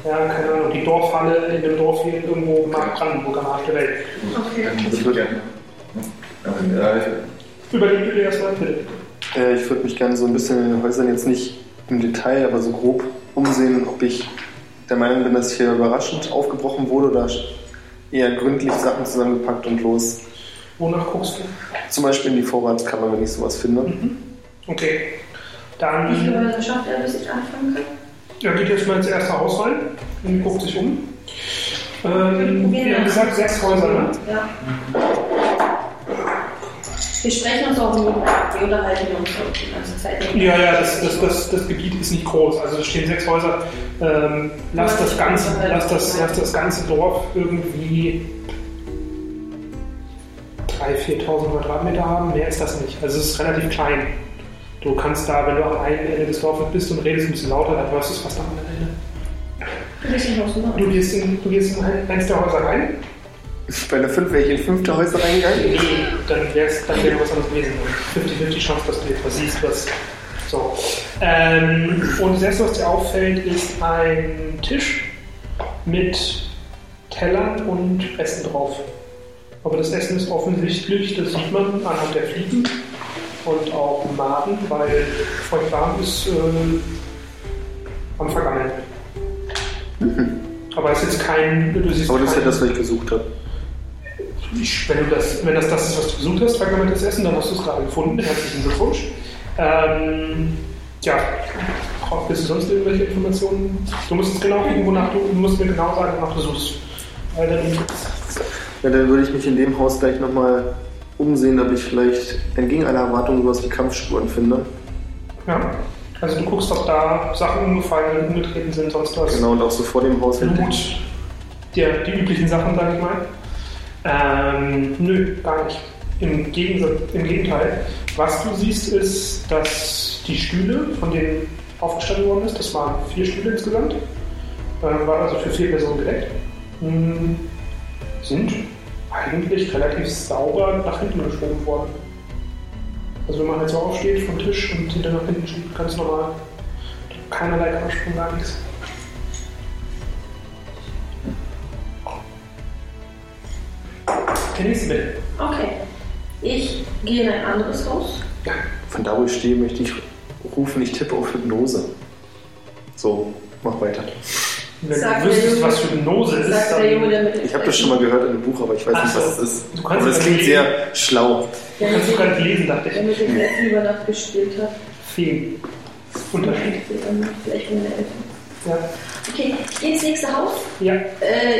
B: ja, keine Ahnung, die Dorfhalle in dem Dorf hier irgendwo im Markt Brandenburg am Arsch der Welt.
D: Okay.
A: Dann würde ich gerne. Okay, äh,
B: Überleg dir erstmal bitte.
C: Äh, ich würde mich gerne so ein bisschen in den Häusern jetzt nicht im Detail, aber so grob umsehen, ob ich der Meinung bin, dass hier überraschend aufgebrochen wurde oder eher gründlich Sachen zusammengepackt und los.
B: Wonach guckst du?
C: Zum Beispiel in die Vorratskammer, wenn ich sowas finde.
B: Okay.
D: Wie viel
B: Dann
D: Häuser schafft er, bis ich äh, anfangen kann?
B: ja, geht jetzt mal ins erste Haus rein und guckt sich um. Ähm, wir haben gesagt, sechs Häuser, ne?
D: Ja. Wir sprechen uns auch nie. Wir unterhalten uns auch die ganze Zeit.
B: Ja, ja, das, das, das, das Gebiet ist nicht groß. Also es stehen sechs Häuser. Ähm, lass, das ganze, lass, das, lass das ganze Dorf irgendwie 3.000, 4.000 Quadratmeter haben. Mehr ist das nicht. Also es ist relativ klein. Du kannst da, wenn du am einen Ende des Dorfes bist und redest ein bisschen lauter, dann hörst du es fast am anderen Ende.
D: Du bist nicht aus dem Haus.
B: Du gehst in, du gehst in ein- eins der Häuser rein.
C: Bei der 5 wäre ich in fünfte Häuser reingegangen.
B: Nee, dann wäre dann wär was anderes gewesen. 50-50 Chance, dass du jetzt was siehst, was. So. Ähm, und das erste, was dir auffällt, ist ein Tisch mit Tellern und Essen drauf. Aber das Essen ist offensichtlich, das sieht man anhand der Fliegen und auch Maden, weil feucht warm ist äh, am Vergangen. Aber es ist jetzt kein. Du siehst
C: Mhm. Aber das ist ja
B: kein-
C: das, was ich gesucht habe.
B: ich- Wenn, du das, wenn das das ist, was du gesucht hast, vergammeltes Essen, dann hast du es gerade gefunden. Herzlichen Glückwunsch. Ähm, ja, brauchst du sonst irgendwelche Informationen? Du musst jetzt genau irgendwo nach, du musst mir genau sagen, wonach du suchst. Weil dann,
C: Ja, dann würde ich mich in dem Haus gleich nochmal umsehen, ob ich vielleicht entgegen aller Erwartung sowas wie Kampfspuren finde.
B: ja, also du guckst, ob da Sachen umgefallen, umgetreten sind, sonst was.
C: Genau, und auch so vor dem Haus.
B: Blut, die, die üblichen Sachen, sage ich mal. Ähm, nö, gar nicht. Im, Gegensatz, Im Gegenteil. Was du siehst, ist, dass die Stühle, von denen aufgestanden worden ist, das waren vier Stühle insgesamt, ähm, waren also für vier Personen gedeckt, mh, sind eigentlich relativ sauber nach hinten geschoben worden. Also wenn man halt so aufsteht vom Tisch und hinter nach hinten schiebt, ganz normal. Keinerlei Kampfsprung, gar nichts. Der nächste bitte.
D: Okay. Ich gehe in ein anderes Haus.
C: Von da, wo ich stehe, möchte ich rufen, ich tippe auf Hypnose. So, mach weiter.
B: Wenn
D: Sagt
B: du
D: der
B: wüsstest,
D: Junge.
B: was für Hypnose ist,
D: Sagt
B: dann
D: der Junge, der mit dem
C: Ich habe das schon mal gehört in einem Buch, aber ich weiß
B: Ach
C: nicht,
B: so.
C: was es ist.
B: Du kannst
C: Aber das
B: es
C: klingt
B: überlegen.
C: sehr schlau.
D: der mit
B: kannst du
D: dem-
B: gar nicht lesen, dachte
D: Der
B: ich.
D: mit dem letzten über Nacht gespielt hat.
B: Feen. Unterschied.
D: Vielleicht meine Eltern.
B: Ja.
D: Okay, ich gehe ins nächste Haus.
B: ja.
D: Äh,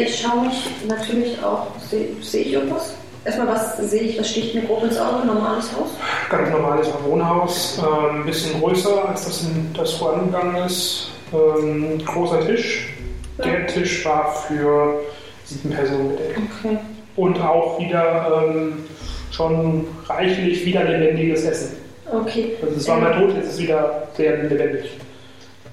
D: ich schaue mich natürlich auch. Sehe seh ich irgendwas? Erstmal, was sehe ich? Was sticht mir grob ins Auge? Normales Haus?
B: Ganz normales Wohnhaus. Ein ähm, bisschen größer, als das, in, das vorangegangen ist. Ähm, großer Tisch. Der Tisch war für sieben Personen gedeckt.
D: Okay.
B: Und auch wieder ähm, schon reichlich wieder lebendiges Essen.
D: Okay.
B: Also es war mal tot, jetzt ist es wieder sehr lebendig.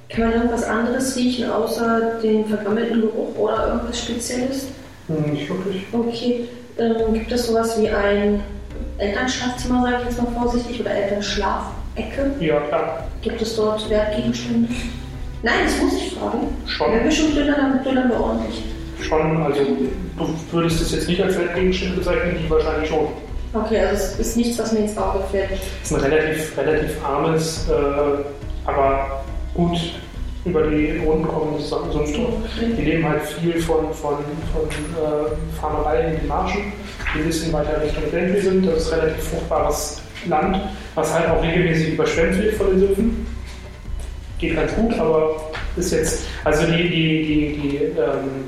D: Kann man irgendwas anderes riechen, außer den vergammelten Geruch oder irgendwas Spezielles?
B: Hm, Nicht wirklich.
D: Okay, ähm, gibt es sowas wie ein Elternschlafzimmer, sage ich jetzt mal vorsichtig, oder Elternschlafecke?
B: Ja, klar.
D: Gibt es dort Wertgegenstände? Nein, das muss ich fragen.
B: Schon.
D: Wenn wir schon plündern, dann plündern wir ordentlich.
B: Schon, also du würdest es jetzt nicht als Weltgegenstände bezeichnen, die wahrscheinlich schon.
D: Okay, also es ist nichts, was mir ins Auge fällt.
B: Es ist ein relativ, relativ armes, äh, aber gut über die Runden kommendes Sonnenstoff. Die leben halt viel von, von, von äh, Farmerei in den Marschen, die ein bisschen weiter Richtung Bentley sind. Das ist relativ fruchtbares Land, was halt auch regelmäßig überschwemmt wird von den Sümpfen. Geht ganz gut, aber ist jetzt, also die, die, die, die ähm,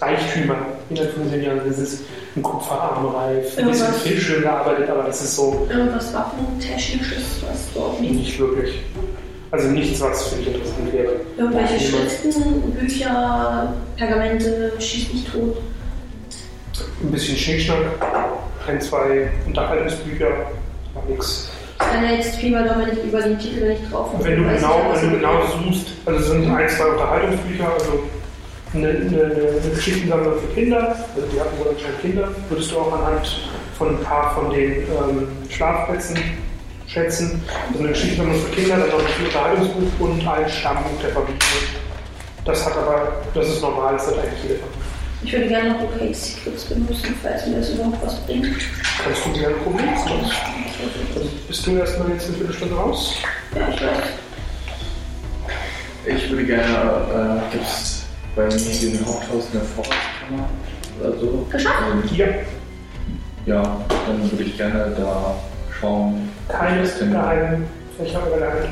B: Reichtümer innerhalb von zehn Jahren, das ist ein Kupferarm reif, ein bisschen
D: Irgendwas.
B: viel schön gearbeitet, aber das ist so
D: Irgendwas Waffentechnisches, was dort liegt.
B: nicht wirklich. Also nichts, was für dich interessant wäre.
D: Irgendwelche
C: Niemand.
D: Schriften, Bücher, Pergamente, schieß mich tot.
B: Ein bisschen Schickschnack, ein, zwei Unterhaltungsbücher, aber nichts.
D: Ich kann ja jetzt viel aber nicht über den Titel, wenn ich drauf
B: Wenn du
D: weiß ich
B: genau,
D: ja, was
B: wenn du
D: ich-
B: genau suchst, also es sind ein, zwei Unterhaltungsbücher, also eine, eine, eine Geschichtensammlung für Kinder, also die hatten wohl anscheinend Kinder, würdest du auch anhand von ein paar von den ähm, Schlafplätzen schätzen. Also eine Geschichtensammlung für Kinder, dann noch ein Unterhaltungsbuch und ein Stammbuch der Familie. Das hat aber, das ist normal, das hat eigentlich jeder.
D: Ich würde gerne noch OKX Secrets benutzen, falls mir das überhaupt was bringt.
B: Kannst du gerne probieren?
D: Ja,
B: Dann bist du erstmal jetzt eine Viertelstunde raus.
D: ich weiß.
A: äh, Ich würde gerne, äh, gibt's bei mir hier im Haupthaus eine Vorratskammer oder so?
D: Geschaffen.
A: Ähm,
B: Ja,
A: Ja, dann würde ich gerne da schauen.
B: keine
A: was denn-
B: geheimen Fächer oder Geheimnisse.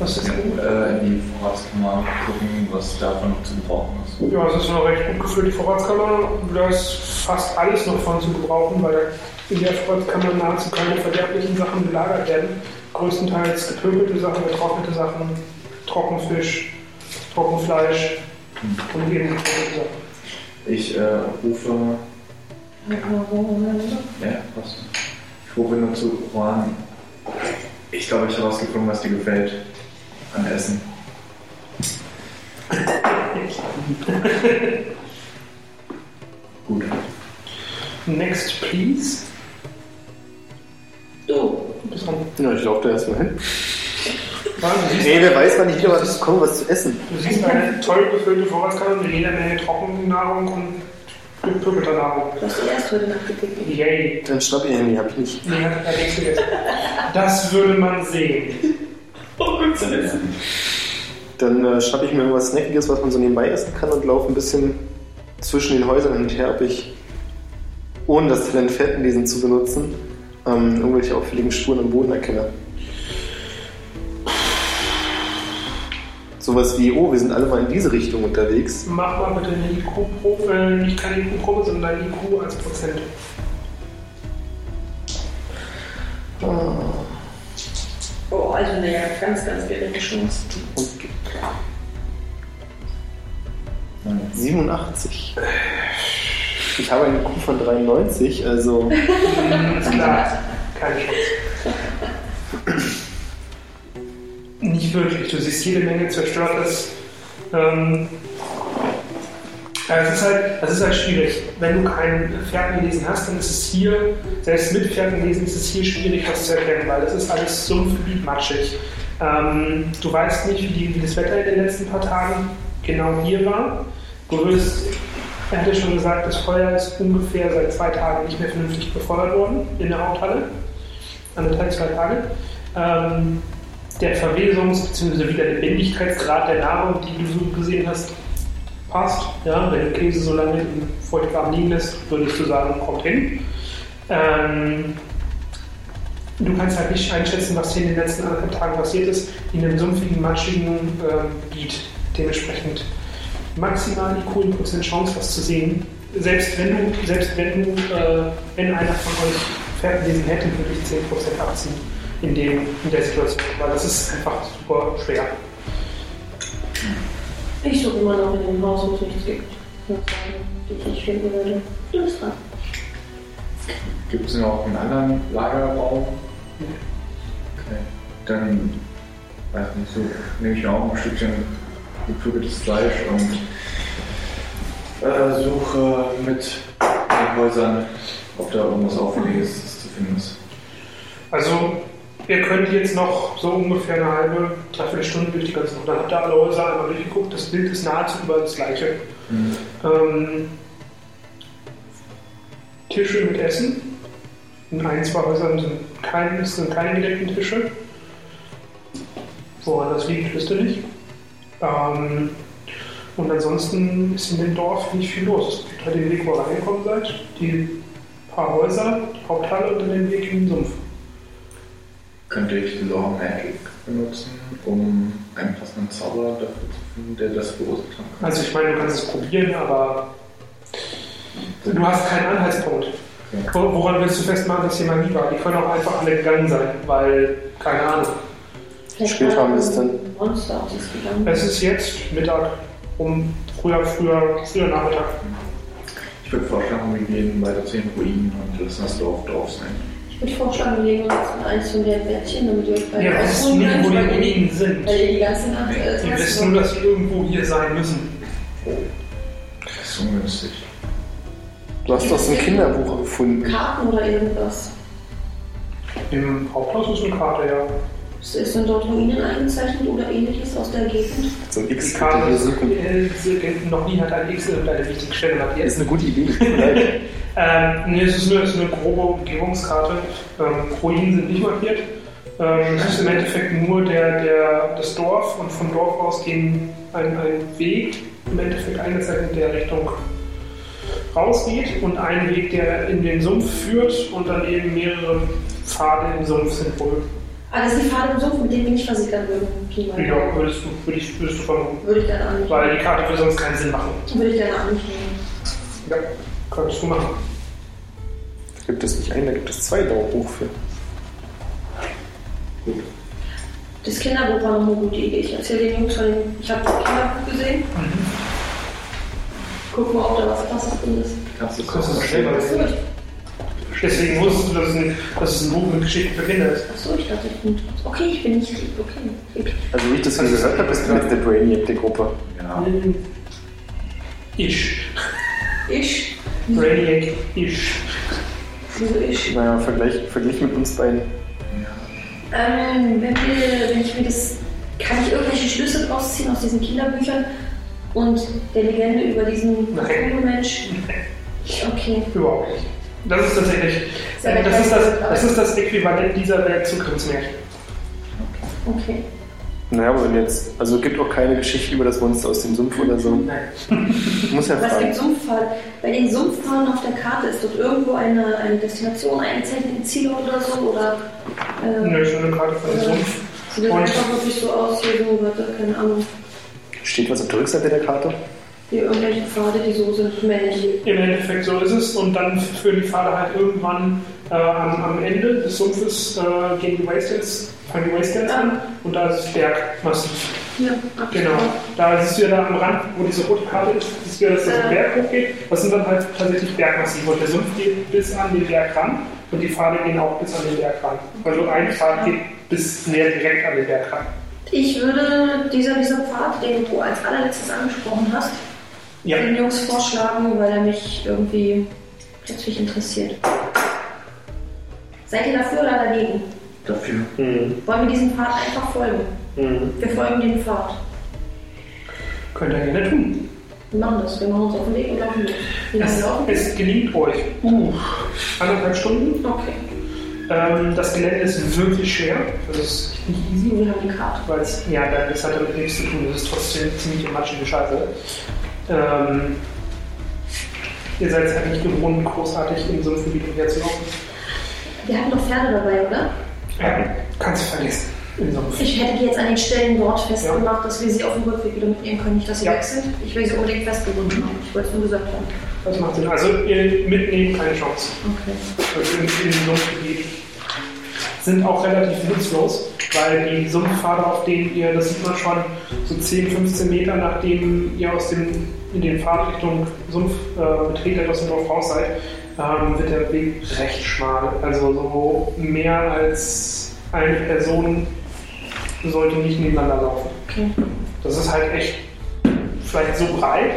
B: Was ist denn?
A: äh, in die Vorratskammer gucken, was davon noch zu gebrauchen ist.
B: Ja, es ist noch recht gut gefüllt, die Vorratskammer. Da ist fast alles noch von zu gebrauchen, weil in der Vorratskammer nahezu keine verderblichen Sachen gelagert werden. Größtenteils gepöbelte Sachen, getrocknete Sachen, Trockenfisch, Trockenfleisch und eben getrocknete Sachen.
A: Ich äh, rufe. Ja, passt. Ich rufe nur zu Juan. Ich glaube, ich habe rausgefunden, was dir gefällt an Essen. Gut.
B: Next, please.
D: Du.
B: Du bist dran.
C: Na, ich laufe da erstmal hin.
B: Ja, du siehst-
C: Nee, wer weiß, wann ich wieder was komme, was zu essen.
B: Du siehst eine toll gefüllte Vorratskammer mit jeder Menge Trockennahrung und gepöbelter Nahrung.
D: Du hast die erst heute Nacht gegessen.
B: Yay.
C: Dann schnapp ihr Handy, hab ich nicht.
B: Nee, hat er nichts gegessen. Das würde man sehen.
D: Oh Gott, so
C: Dann äh, schnapp ich mir irgendwas Snackiges, was man so nebenbei essen kann und laufe ein bisschen zwischen den Häusern hin und her, ob ich, ohne das Talent Fettenlesen zu benutzen, ähm, irgendwelche auffälligen Spuren am Boden erkenne. Sowas wie, oh, wir sind alle mal in diese Richtung unterwegs.
B: Mach mal bitte eine IQ-Probe, äh, nicht keine IQ-Probe, sondern eine IQ als Prozent.
C: Ah,
D: Oh, also eine ganz, ganz geringe Chance.
C: Und
A: Nein.
C: 87. Ich habe einen Q von 93, also
B: Ist klar, keine Chance. Nicht wirklich. Du siehst jede Menge zerstörtes. Ähm, ja, es, ist halt, es ist halt schwierig. Wenn du kein Fährtenlesen hast, dann ist es hier, selbst mit Fährtenlesen ist es hier schwierig, was zu erkennen, weil es ist alles Sumpfgebiet matschig. Ähm, du weißt nicht, wie, die, wie das Wetter in den letzten paar Tagen genau hier war. Du wirst, er hatte schon gesagt, das Feuer ist ungefähr seit zwei Tagen nicht mehr vernünftig befeuert worden in der Haupthalle. Anderthalb, zwei Tage. Ähm, der Verwesungs- bzw. wieder Lebendigkeitsgrad der Nahrung, die du so gesehen hast, passt. Ja, wenn du Käse so lange im Feuchtgraben liegen lässt, würdest du sagen, kommt hin. Ähm, du kannst halt nicht einschätzen, was hier in den letzten anderthalb Tagen passiert ist, in einem sumpfigen, matschigen ähm, Gebiet. Dementsprechend maximal die coolen Prozent Chance, was zu sehen. Selbst wenn du, selbst wenn du, äh, wenn einer von euch Fernlesen hätte, würde ich 10% abziehen in, dem, in der Situation, weil das ist einfach super schwer.
D: Ich suche immer noch in dem Haus, wo es nichts gibt. Die ich finden würde. Du bist dran.
A: Gibt es noch einen anderen Lagerraum?
B: Nee.
A: Okay. Dann weiß nicht, so nehme ich mir auch ein Stückchen geprügeltes Fleisch und äh, suche mit den Häusern, ob da irgendwas Auffälliges zu finden ist.
B: Also, ihr könnt jetzt noch so ungefähr eine halbe, dreiviertel Stunde durch die ganzen Dann habt ihr alle Häuser einmal durchgeguckt. Das Bild ist nahezu überall das gleiche.
A: Mhm.
B: Ähm, Tische mit Essen. In ein, zwei Häusern sind keine, sind keine gedeckten Tische. Woran das liegt, wüsste ich. Ähm, und ansonsten ist in dem Dorf nicht viel los. Es gibt halt den Weg, wo ihr reingekommen seid. Die paar Häuser, die Haupthalle und dann den Weg in den Sumpf.
A: Könnte ich Law Magic benutzen, um einen passenden Zauber dafür zu finden, der das beursachen kann?
B: Also ich meine, du kannst es probieren, aber du hast keinen Anhaltspunkt.
A: Okay.
B: Wo- Woran willst du festmachen, dass hier Magie war? Die können auch einfach alle gegangen sein, weil, keine Ahnung.
D: Vielleicht
C: Spät haben wir es dann.
D: ein Monster auf uns gegangen.
B: Es ist jetzt Mittag um früher, früher, früher Nachmittag.
A: Ich würde vorschlagen, wir gehen bei den zehn Ruinen und lassen das Dorf drauf sein.
D: Ich würde vorschlagen, wir legen uns in eins von den Bettchen, damit ihr euch
B: Ja,
D: beide
B: das ist
D: ausruhen
B: nie, wo
D: könnt,
B: die
D: weil ihr-
B: Ruinen sind.
D: weil ihr die ganze Nacht äh,
B: Ihr wisst
D: tasten
B: nur, dass sie irgendwo hier sein müssen.
A: Das ist ungünstig.
C: Du hast doch so ein Kinderbuch
D: wollt.
C: gefunden.
D: Karten oder irgendwas.
B: Im Haupthaus ist eine Karte, ja.
D: Ist denn dort Ruinen eingezeichnet oder ähnliches aus der Gegend?
C: So ein
B: Die
C: x könnt
B: Karte
C: ihr hier suchen.
B: ist, noch nie hat ein X irgendeine wichtige Stelle markiert.
C: Ist eine gute Idee. tut mir leid.
B: Ähm, nee, es ist nur, es ist eine grobe Umgebungskarte. Ähm, Ruinen sind nicht markiert. Ähm, es ist im Endeffekt nur der, der, das Dorf und vom Dorf aus gehen ein, ein Weg, im Endeffekt eingezeichnet, der Richtung rausgeht und ein Weg, der in den Sumpf führt und dann eben mehrere Pfade im Sumpf sind wohl.
D: Ah, das sind Pfade im Sumpf, mit denen wir nicht versickern würden. Pi mal
B: Ja,
D: Daumen.
B: würdest du, würde ich, würdest du vermuten.
D: Würde ich gerne annehmen.
B: Weil die Karte würde sonst keinen Sinn machen.
D: Würde ich gerne annehmen.
B: Ja, könntest du machen.
C: Da gibt es nicht einen, da gibt es zwei Daumen hoch für.
D: Das Kinderbuch war noch eine gute Idee. Ich erzähle den Jungs von dem, ich habe das Kinderbuch gesehen. Guck mal, ob da was passendes drin ist.
A: Kannst du das
B: Kannst du
A: auch
B: das selber
A: verstehen?
D: Achso, ich,
B: Deswegen wusstest du, dass es ein, dass es ein Buch mit Geschichten für Kinder ist.
D: achso, ich dachte, ich bin tot. Okay, ich bin nicht lieb. Okay. Ich,
C: Also wie ich das schon gesagt habe, bist du jetzt der Brainiac der Gruppe.
A: Ja.
B: Ich.
D: ich?
B: Brainiac, ich.
D: Wieso ich?
C: Naja, Vergleich, Vergleich mit uns beiden.
D: Ähm, wenn, wir, wenn ich mir das. Kann ich irgendwelche Schlüsse draus ziehen aus diesen Kinderbüchern und der Legende über diesen
B: Nein.
D: coolen Mensch? Okay.
B: Überhaupt nicht. Das ist tatsächlich.
D: Ist aber
B: Das ist
D: gleich-
B: das, das ist das Äquivalent dieser Welt zu Grimmsmärchen.
D: Okay.
C: Naja, aber wenn jetzt. Also es gibt auch keine Geschichte über das Monster aus dem Sumpf oder so.
B: Nein.
C: Muss ja
D: Was gibt
C: fragen.
D: Sumpfpfad? Bei den Sumpfpfaden auf der Karte ist dort irgendwo eine, eine Destination, eingezeichnet, ein Ziel oder so? Oder.
B: Nö,
D: Äh,
B: ist nur eine Karte von dem Sumpf.
D: sieht das
B: Und-
D: einfach wirklich so aus, hier so, Wörter, keine Ahnung.
C: Steht was auf der Rückseite der Karte?
D: Hier irgendwelche Pfade, die so sind, männlich.
B: Im Endeffekt so ist es. Und dann führen die Pfade halt irgendwann äh, am, am Ende des Sumpfes äh, gegen die Wastelands, fangen die Wastelands an. Und da ist das Bergmassiv.
D: Hier, ab.
B: Genau. Da ist es wieder da am Rand, wo diese rote Karte ist, ist wieder, dass das
D: Ja.
B: Berg hochgeht. Das sind dann halt tatsächlich Bergmassive. Und der Sumpf geht bis an den Berg ran und die Pfade gehen auch bis an den Berg ran. Also ein Pfad geht bis näher direkt an den Berg ran.
D: Ich würde dieser, dieser Pfad, den du als allerletztes angesprochen hast,
B: Ja.
D: den Jungs vorschlagen, weil er mich irgendwie plötzlich interessiert. Seid ihr dafür oder dagegen?
A: Dafür.
C: Mhm.
D: Wollen wir diesem Pfad einfach folgen?
C: Mhm.
D: Wir folgen dem Pfad.
B: Könnt ihr gerne tun.
D: Wir machen das. Wir machen uns auf den Weg und laufen los. Wie lange
B: Es,
D: laufen wir?
B: es gelingt euch. Uh, anderthalb Stunden.
D: Okay.
B: Ähm, das Gelände ist wirklich schwer. Das ist echt nicht easy.
D: Wir haben die Karte.
B: weil es, ja, dann- das hat damit nichts zu tun, das ist trotzdem ziemlich matschige Scheiße. Ähm, ihr seid es halt nicht gewohnt, großartig in so einem Gebiet umherzulaufen.
D: Wir hatten doch Pferde dabei, oder?
B: Ja, kannst du vergessen. In so einem
D: Ich hätte die jetzt an den Stellen dort festgemacht,
B: Ja.
D: dass wir sie auf dem Rückweg wieder mitnehmen können. Nicht, dass sie
B: Ja.
D: weg sind. Ich will sie unbedingt festgebunden haben. Ich wollte es nur gesagt haben.
B: Das macht Sinn. Also ihr mitnehmen keine Chance.
D: Okay.
B: Also in in dem Sumpfgebiet sind auch relativ nutzlos, weil die Sumpfpfade, auf denen ihr, das sieht man schon, so 10, 15 Meter nachdem ihr aus dem, in den Pfad Richtung Sumpf äh, betretet, aus dem Dorf raus seid, ähm, wird der Weg recht schmal. Also so mehr als eine Person sollte nicht nebeneinander laufen.
D: Okay.
B: Das ist halt echt vielleicht so breit,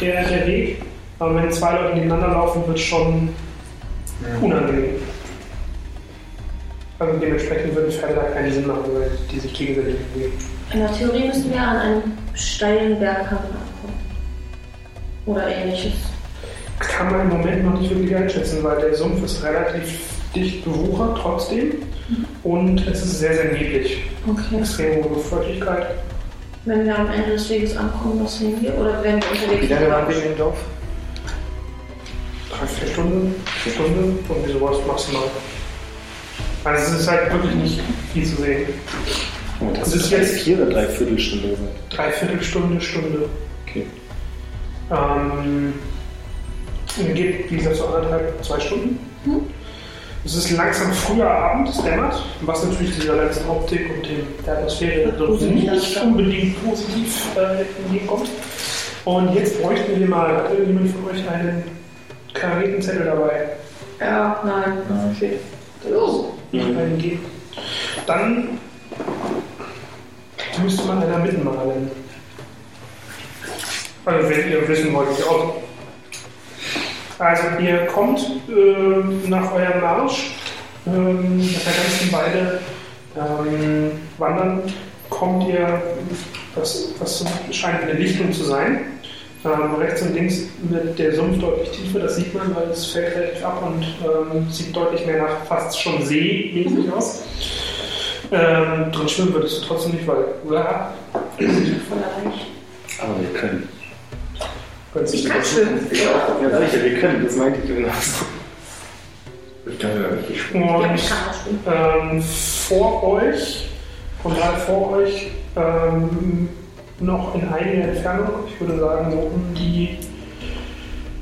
B: der, der Weg. Aber wenn zwei Leute nebeneinander laufen, wird es schon unangenehm. Also dementsprechend würden Pferde da keinen Sinn machen, weil die sich gegenseitig bewegen.
D: In der Theorie müssen wir an einem steilen Berghang ankommen. Oder ähnliches.
B: Kann man im Moment noch nicht wirklich einschätzen, weil der Sumpf ist relativ dicht bewuchert trotzdem. Und es ist sehr, sehr neblig.
D: Okay.
B: Extrem hohe Luftfeuchtigkeit.
D: Wenn wir am Ende des Weges ankommen, was sehen wir? Oder werden wir unterwegs
C: Wie lange waren wir in
D: überrascht?
C: dem Dorf?
B: Drei, vier Stunden, vier Stunden, irgendwie sowas maximal. Also es ist halt wirklich nicht viel zu sehen.
C: Oh,
B: Das ist jetzt-
C: vier oder drei Viertelstunde gesagt.
B: Dreiviertelstunde, Stunde.
C: Okay.
B: Ähm, geht, wie gesagt, so anderthalb, zwei Stunden.
D: Hm.
B: Es ist langsam früher Abend, es dämmert, was natürlich dieser ganzen Optik und dem, der Atmosphäre dort nicht unbedingt positiv äh, entgegenkommt. Und jetzt bräuchten wir mal, hat irgendjemand von euch einen Karetenzettel dabei?
D: Ja, nein.
A: Nein.
D: Steht. Los.
B: Einen geben? Dann müsste man einer mitmalen. Also wenn ihr wissen wollt, wie auch. Also ihr kommt äh, nach eurem Marsch, ähm, nach der ganzen Weile ähm, wandern, kommt ihr, das, das scheint eine Lichtung zu sein. Ähm, rechts und links wird der Sumpf deutlich tiefer, das sieht man, weil es fällt relativ ab und ähm, sieht deutlich mehr nach fast schon
D: Mhm.
B: seemäßig aus. Ähm, drin schwimmen würdest du trotzdem nicht, weil, oder?
D: Von der Reich.
C: Aber wir können.
B: Ganz
D: Ich kann schwimmen.
C: Ja, sicher, wir können, das meinte ich eben.
A: Ich kann ja nicht spielen.
D: Ja,
B: Und
D: ich kann auch schwimmen.
B: ähm, vor euch, von gerade vor euch, ähm, noch in einiger Entfernung, ich würde sagen so um die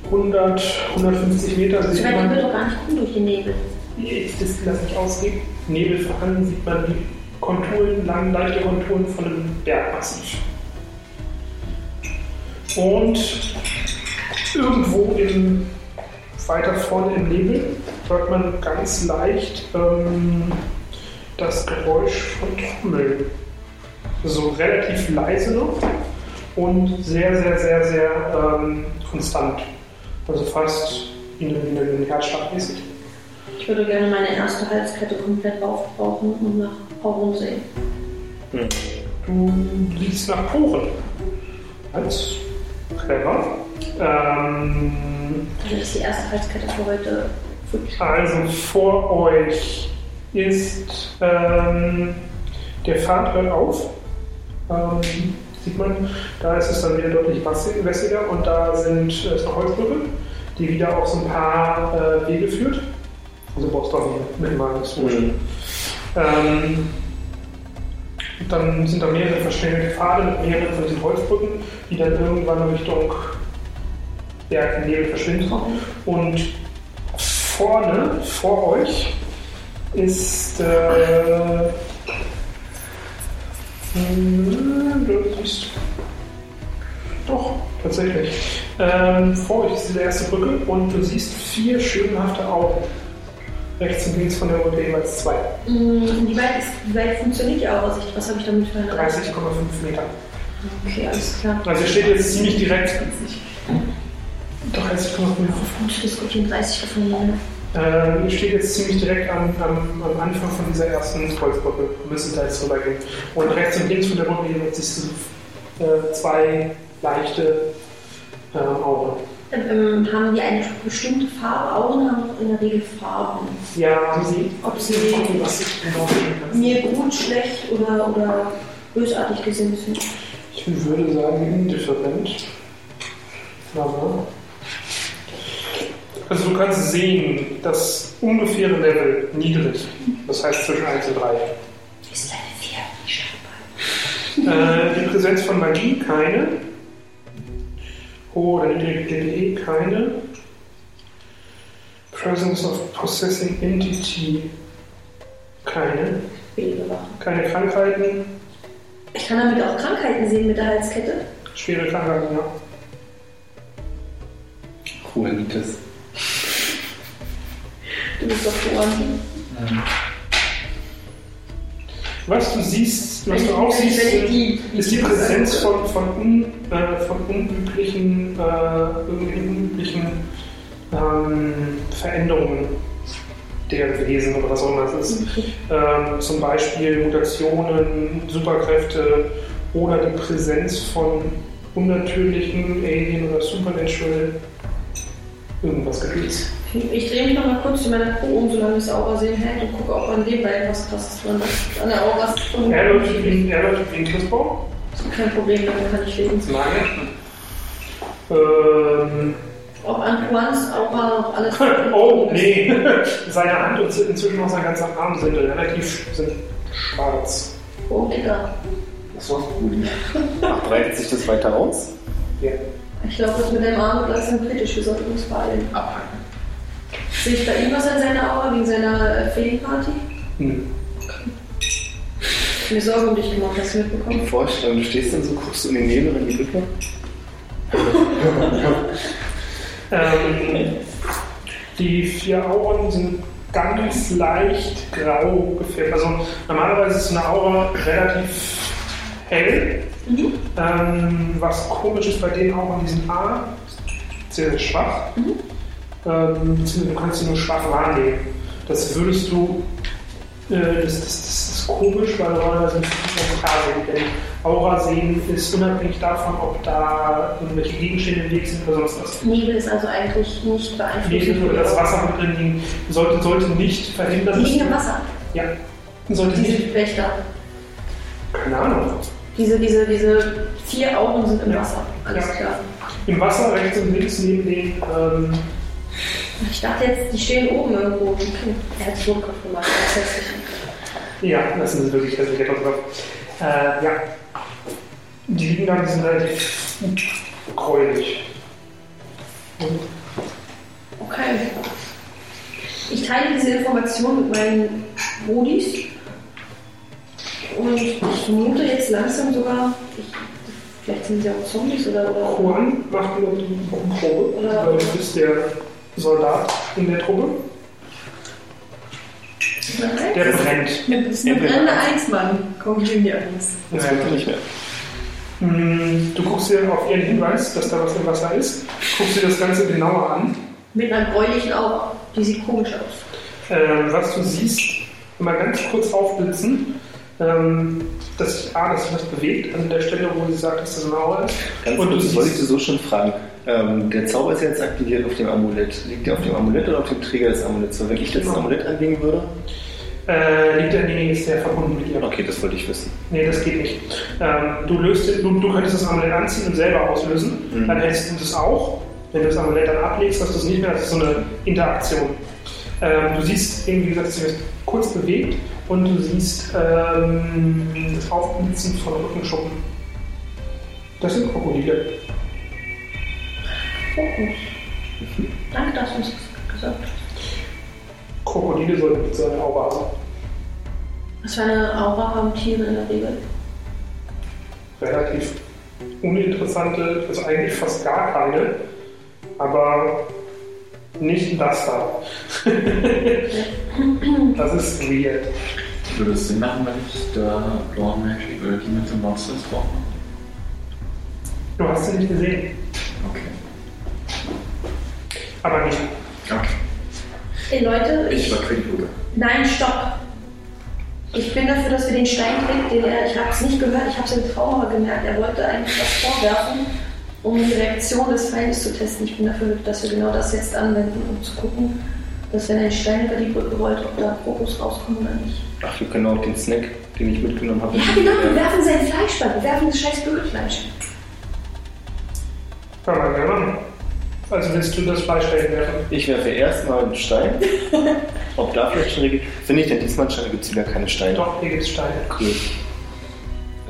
B: 100, 150 Meter,
D: Ich
B: sieht
D: meine, die
B: man,
D: wird doch gar nicht gut durch den Nebel.
B: Nee, das lasse ich ausgehen, Nebel vorhanden, sieht man die Konturen, lang, leichte Konturen von einem Bergmassiv. Und irgendwo im, weiter vorne im Nebel hört man ganz leicht ähm, das Geräusch von Trommeln. So relativ leise noch und sehr, sehr, sehr, sehr ähm, konstant. Also fast wie eine, wie eine Herzschlag mäßig.
D: Ich würde gerne meine erste Halskette komplett aufbrauchen und nach Aurum sehen.
B: Du liegst nach Poren. Als clever. Ähm,
D: Also das ist die erste Halskette für heute.
B: also vor euch ist ähm, der Pfad hört auf. Ähm, sieht man, da ist es dann wieder deutlich wassi- wässiger und da sind äh, ist eine Holzbrücke, die wieder auch so ein paar äh, Wege führt. Also brauchst du auch nicht mitmachen, das ist wurscht. Ähm, dann sind da mehrere verschlängelte Pfade mit mehreren von diesen Holzbrücken, die dann irgendwann Richtung Berg im Nebel verschwinden. Und vorne, vor euch, ist. Äh, hm, du siehst. Doch, tatsächlich. Ähm, vor euch ist diese erste Brücke und du siehst vier schönhafte Augen. Rechts und links von der Brücke jeweils zwei.
D: Mm, Wie weit, ist, wie weit funktioniert die Aurasicht? Was habe ich damit für eine
B: 30,5 Meter.
D: Okay, alles klar.
B: Also ihr steht jetzt ziemlich direkt. 30,5 Meter.
D: Auf Wunsch diskutieren 30 gefunden.
B: Äh, ihr steht jetzt ziemlich direkt am, am, am Anfang von dieser ersten Holzbrücke. Wir müssen da jetzt drüber gehen. Und rechts und links von der Brücke jeweils siehst du äh, zwei leichte äh, Augen.
D: Ähm, haben die eine bestimmte Farbe? Auren haben doch in der Regel Farben.
B: Ja, sie,
D: Ob sie
B: sie gucken, was ich genau sehen kann.
D: mir gut, schlecht oder, oder bösartig gesehen sind.
B: Ich würde sagen indifferent. Aber also du kannst sehen, das ungefähre Level niedrig, das heißt zwischen 1 und 3.
D: Ist eine 4, die Scheinbar.
B: Äh, die Präsenz von Magie keine. Hohe oder niedrige GDE E, keine. Presence of Possessing Entity keine.
D: Billige Wache.
B: Keine Krankheiten.
D: Ich kann damit auch Krankheiten sehen mit der Halskette.
B: Schwere Krankheiten, ja.
C: Juanitas.
D: Du bist doch Ohren.
B: Was du siehst, was du auch siehst,
D: Wenn ich die,
B: ist die Präsenz von, von, un, äh, von unüblichen, äh, irgendwelchen unüblichen ähm, Veränderungen der Wesen oder was auch immer es ist. Ähm, zum Beispiel Mutationen, Superkräfte oder die Präsenz von unnatürlichen Alien oder Supernatural irgendwas gewesen.
D: Ich drehe mich noch mal kurz zu meiner Crew um, solange das Aura sehen hält und gucke, ob an dem Bein was krasses dran ist. An der Aura ist drin.
B: Er läuft wie er läuft wie ein Christbaum.
D: Kein Problem, damit kann ich leben.
B: Ähm,
D: Ob an Juans Aura noch alles
B: oh, nee. Seine Hand und inzwischen auch sein ganzer Arm sind relativ sind schwarz.
D: Oh, Digga.
A: Das war's gut.
C: Breitet sich das weiter aus?
B: Ja.
D: Ich glaube, das mit dem Arm wird langsam kritisch. Wir sollten uns beeilen.
A: Abhaken.
D: Sehe ich da irgendwas an seiner Aura wegen seiner äh, Feenparty?
B: Hm.
D: Ich hab Mir Sorge um dich gemacht, hast du mitbekommen?
C: Die Vorstellung, du stehst dann so, guckst in den Nebel in die Lücke.
B: Ähm, die vier Auren sind ganz leicht grau gefärbt. Also normalerweise ist eine Aura relativ hell.
D: Mhm.
B: Ähm, was komisch ist bei den Auren, die sind A, sehr, sehr schwach.
D: Mhm.
B: Ähm, beziehungsweise du kannst sie nur schwach wahrnehmen. Das würdest du, äh, das, das, das ist komisch, weil normalerweise müsstest du das klar sehen. Denn Aura sehen ist unabhängig davon, ob da irgendwelche Gegenstände im Weg sind oder sonst was.
D: Nebel ist also eigentlich nicht beeinflusst.
B: Nebel oder das Wasser mit drin liegen, sollte, sollte nicht verhindern,
D: Die
B: dass
D: liegen im Wasser,
B: ja, sollte
D: diese
B: nicht,
D: Geflechter.
B: keine Ahnung,
D: Diese, diese, diese vier Augen sind im
B: Ja.
D: Wasser. Alles
B: Ja.
D: klar.
B: im Wasser rechts und links neben den, ähm,
D: Ich dachte jetzt, die stehen oben irgendwo. Okay. Er hat Schluckkopf gemacht. Das ist hässlich.
B: ja, das sind wirklich hässliche Topfkopf. Äh, ja, die liegen da, die sind relativ gräulich. Und
D: Okay. Ich teile diese Information mit meinen Modis. Und ich vermute jetzt langsam sogar, ich, vielleicht sind sie auch Zombies oder, oder
B: Juan macht eine Probe,
D: Ja.
B: weil du bist der Soldat in der Truppe,
D: Nein.
B: der brennt.
E: Das ist eine brennende Eismann. Komm, ich nehme die alles.
C: Das
B: Ja.
C: wird nicht mehr.
B: Mm, Du guckst dir auf ihren Hinweis, dass da was im Wasser ist, guckst dir das Ganze genauer an
D: Mit einer bräulichen Aura. Die sieht komisch aus.
B: Ähm, was du siehst, mal ganz kurz aufblitzen, ähm, dass sich A, dass sich was bewegt, an der Stelle, wo sie sagt, dass das eine Aura ist.
C: Ganz
B: Und du
C: kurz, das wollte ich
B: siehst,
C: so schon fragen. Ähm, der Zauber ist jetzt aktiviert auf dem Amulett. Liegt der auf dem Amulett oder auf dem Träger des Amuletts? So, wenn ich jetzt das Amulett anlegen würde?
B: äh, liegt derjenige, ist der verbunden mit ihr.
C: Okay, das wollte ich wissen.
B: Nee, das geht nicht. Ähm, du, löst, du, du könntest das Amulett anziehen und selber auslösen,
C: Mhm.
B: dann hättest du das auch. Wenn du das Amulett dann ablegst, hast du es nicht mehr, das ist so eine Interaktion. Ähm, du siehst, eben, wie gesagt, dass sich das kurz bewegt und du siehst ähm, das Aufblitzen von Rückenschuppen. Das sind Krokodile.
D: Fokus. Oh, Danke, dass du uns das gesagt hast.
B: Krokodile sollten so eine Aura haben.
D: Was für eine Aura haben Tiere in der Regel?
B: Relativ uninteressante, also eigentlich fast gar keine, aber nicht das da. das ist weird.
A: Würde es Sinn machen, wenn ich da Law Magic oder Demons and Monsters brauche?
B: Du hast sie nicht gesehen,
A: Okay.
B: aber nicht.
A: Okay.
D: Hey Leute,
A: Ich war Quidbude.
D: Nein, stopp. Ich bin dafür, dass wir den Stein kriegt, den er, ich habe es nicht gehört, ich habe es im Trauma gemerkt. Er wollte eigentlich was vorwerfen, um die Reaktion des Feindes zu testen. Ich bin dafür, dass wir genau das jetzt anwenden, um zu gucken, dass wenn ein Stein über die Brücke rollt, ob da Fokus rauskommt oder nicht.
C: Ach, wir können auch den Snack, den ich mitgenommen habe. äh,
D: Ja genau, wir werfen sein Fleisch weg, wir werfen das scheiß Bügelfleisch.
B: Kann man gerne machen. Also willst du das Fleisch wegwerfen?
C: Ich werfe erstmal einen Stein. Ob da vielleicht Steine gibt? Finde ich denn diesmal Steine? Gibt es wieder keine Steine?
B: Doch, hier gibt es Steine.
C: Cool.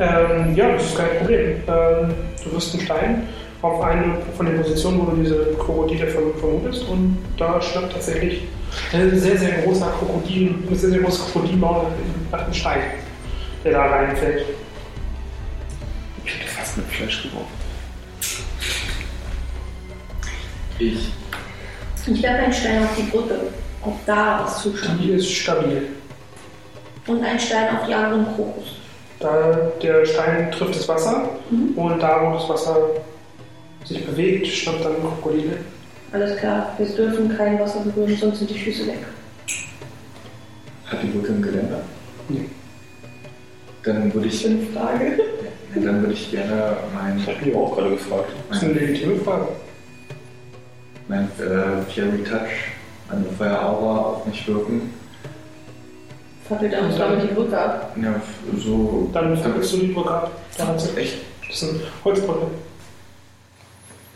B: Ähm, ja, das ist kein Problem. Ähm, du wirst einen Stein auf eine von den Positionen, wo du diese Krokodile verm- vermutest und da schnappt tatsächlich ein sehr, sehr großer Krokodil, eine sehr, sehr große Krokodilmaul hat einen Stein, der da reinfällt.
C: Ich hätte fast mit Fleisch geworfen.
A: Ich.
D: Ich werfe einen Stein auf die Brücke, ob da was zuschaut.
B: Die ist stabil.
D: Und einen Stein auf die anderen Fokus.
B: Da der Stein trifft das Wasser
D: Mhm.
B: und da, wo das Wasser sich bewegt, schnappt dann ein Krokodil.
D: Alles klar, wir dürfen kein Wasser berühren, sonst sind die Füße weg.
A: Hat die Brücke ein Geländer?
B: Nee.
A: Dann würde ich,
D: Schöne Frage.
A: dann würde ich gerne mein,
C: Ich habe mich aber auch gerade gefragt.
B: Das ist eine
A: mein,
B: legitime Frage.
A: mein äh, Fiery Touch, meine Feueraura auf mich wirken.
D: Fackelt uns damit die Brücke ab.
A: Ja, f- so.
B: Dann verkürzt du die Brücke ab. Da hat sie-
A: Echt?
B: Das ist ein Holzbrücke.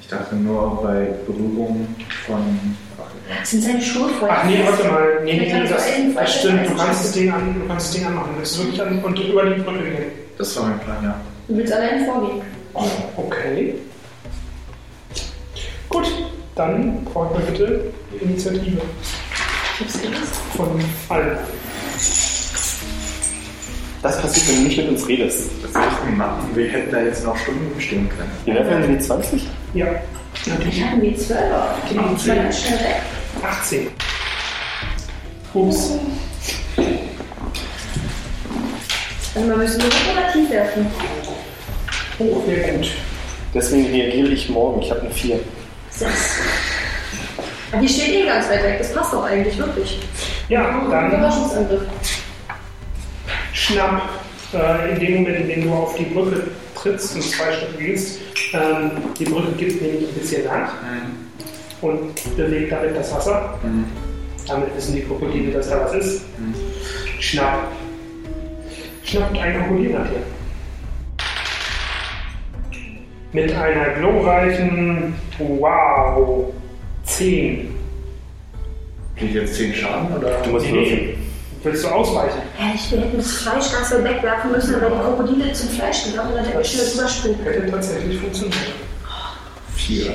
A: Ich dachte nur bei Berührung von. Ach, egal.
D: Sind seine Schuhe voll?
B: Ach nee, warte mal. Nee, nee,
D: Vielleicht
B: nee,
D: kannst du
B: das,
D: einen
B: das stimmt. Du
D: Fallschirm
B: kannst das Ding, an, du kannst das Ding anmachen. Das ist wirklich an und über die Brücke gehen.
A: das war mein Plan, ja. Oh,
D: Du willst allein vorgehen.
B: Okay. Gut, dann braucht man bitte die Initiative.
D: hab's gelesen.
B: Von allen.
C: Das passiert, wenn du nicht mit uns redest.
A: Das ist machen. Wir hätten da jetzt noch Stunden bestehen können.
C: Wir werfen in die 20?
B: Ja,
D: Ich hatte mir 12 aufgegeben. Ich war ganz schnell weg.
B: 18. Ups.
D: Also man müsste nur dekorativ werfen.
B: Oh, sehr gut.
C: Deswegen reagiere ich morgen. Ich habe eine 4.
D: Sechs. Die steht eh ganz weit weg. Das passt doch eigentlich wirklich.
B: Ja, dann
D: Überraschungsangriff.
B: schnapp. Äh, in dem Moment, in dem du auf die Brücke trittst und zwei Schritte gehst, ähm, die Brücke gibt nämlich ein bisschen nach und bewegt damit das Wasser.
A: Hm.
B: Damit wissen die Krokodile, dass da was ist.
A: Mhm.
B: Schnapp. Schnappt ein Krokodil nach dir. Mit einer glorreichen Wow 10.
A: Krieg ich jetzt 10 Schaden oder?
C: Du musst
B: Nee,
C: würfeln.
B: nee. Willst du ausweichen?
D: Ja, ich hätte das Fleisch ganz weit wegwerfen müssen, aber die Krokodile zum Fleisch gegangen und dann hätte ich schnell drüber springen können.
B: Hätte tatsächlich funktioniert.
A: 4.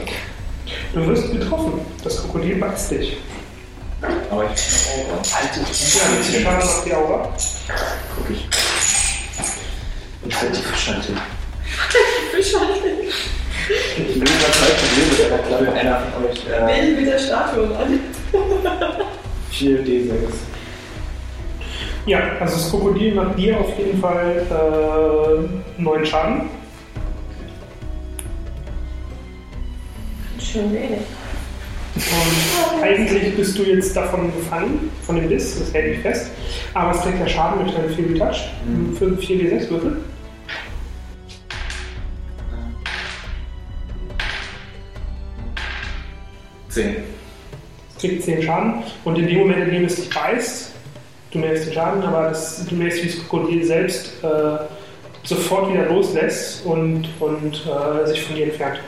B: Du wirst getroffen. Das Krokodil beißt dich.
A: Aber ich bin sauber.
B: Ja, mit viel Schaden macht die Aura.
A: Guck ich.
C: Ich halte die Fischhalte.
E: Fischhalte.
C: Ich will immer zwei Probleme mit einer
A: Für
C: Klappe.
A: einer von euch äh,
E: Wähle mit der Statue an.
C: 4 D6.
B: Ja, also das Krokodil macht dir auf jeden Fall äh, neuen Schaden.
D: Schön wenig.
B: Und eigentlich bist du jetzt davon gefangen, von dem Biss, das hält dich fest. Aber es trägt der Schaden durch deine 4 Touch.
A: Mhm.
B: 5, 4, d 6 Würfel.
A: zehn.
B: Es kriegt 10 Schaden. Und in dem Moment, in dem es dich beißt, du merkst den Schaden, aber das, du merkst, wie das Krokodil selbst äh, sofort wieder loslässt und, und äh, sich von dir entfernt.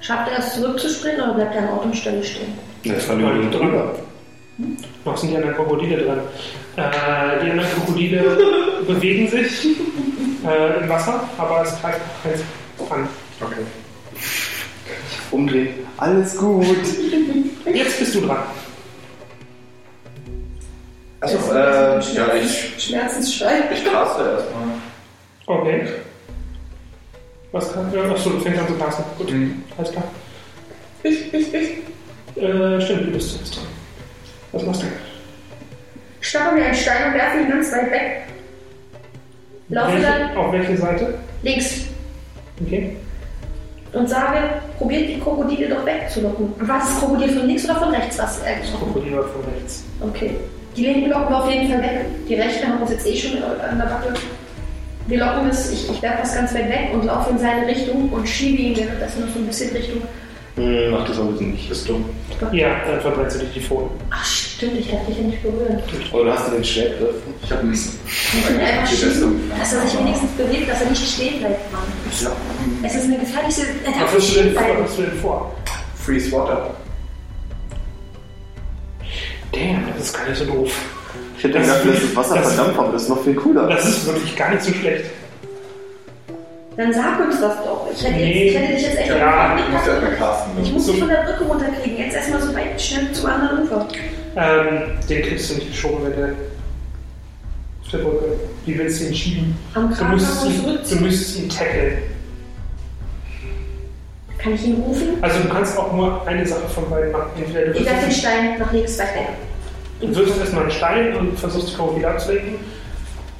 D: Schafft er es zurückzuspringen oder bleibt er an Ort und Stelle stehen?
C: Das verlieren wir drüber.
B: Noch sind die anderen Krokodile dran. Äh, die anderen Krokodile bewegen sich äh, im Wasser, aber es greift keins an.
A: Okay.
C: Umdrehen. Alles gut.
B: Jetzt bist du dran.
A: Achso,
E: Das
A: äh,
E: ist ein
A: ja,
E: Schmerzens-
A: ich,
E: Schmerzensschrei.
A: ich caste erstmal.
B: Okay. Was kann. Äh, achso, du fängst an zu passen. Gut, alles klar.
E: Ich, ich, ich.
B: Äh, stimmt, du bist jetzt dran. Was machst du?
D: Ich schnappe mir einen Stein und werfe ihn ganz weit weg. Laufe dann
B: Welche, auf welche Seite?
D: links
B: Okay.
D: und sage, probiert die Krokodile doch wegzulocken. Was ist Krokodil von links oder von rechts? Was ist eigentlich?
B: Krokodil war von rechts.
D: Okay. Die linken locken wir auf jeden Fall weg. Die rechte haben uns jetzt eh schon an der Backe. Wir locken es, ich, ich werfe das ganz weit weg und laufe in seine Richtung und schiebe ihn währenddessen noch so ein bisschen Richtung.
C: Hm, mach das aber bitte nicht.
A: Bist du?
B: Ja, dann verbrennst du dich die Pfoten.
D: Ach stimmt, ich darf dich ja nicht berühren.
C: Oder hast Oh, du den Schwertgriff?
A: Ich hab einen.
D: Ich will einfach schieben, dass er
A: wenigstens.
D: sich wenigstens bewegt, dass er nicht stehen bleibt, Mann.
A: Ja.
D: Es ist eine gefährliche. Er darf
B: Was hast
D: nicht
B: du
D: stehen
B: denn vor?
D: bleiben.
B: Was hast du denn vor?
A: Freeze Water.
B: Damn, das ist gar nicht so doof.
C: Ich hätte gedacht, dass das Wasser
B: Das-
C: verdampft, aber das ist noch viel cooler.
B: Das ist wirklich gar nicht so schlecht.
D: Dann sag uns das doch. Ich hätte,
B: Nee.
D: jetzt, ich hätte dich jetzt echt.
B: Ja,
A: Ich muss erstmal casten.
D: ich
A: ne?
D: muss
B: so-
D: dich von der Brücke runterkriegen. Jetzt erstmal so weit schnell zum anderen Ufer.
B: Ähm, den kriegst du nicht geschoben, wenn der auf der Brücke. Wie willst du ihn schieben?
D: Am
B: Du
D: Kragen
B: müsstest
D: zurück.
B: ihn, du müsstest ihn tackeln.
D: Kann ich ihn rufen?
B: Also du kannst auch nur eine Sache von beiden machen. Entweder du
D: Ich werfe den
B: wirfst,
D: Stein nach links weit weg.
B: du wirfst erstmal einen Stein und versuchst die Krokodile abzulenken.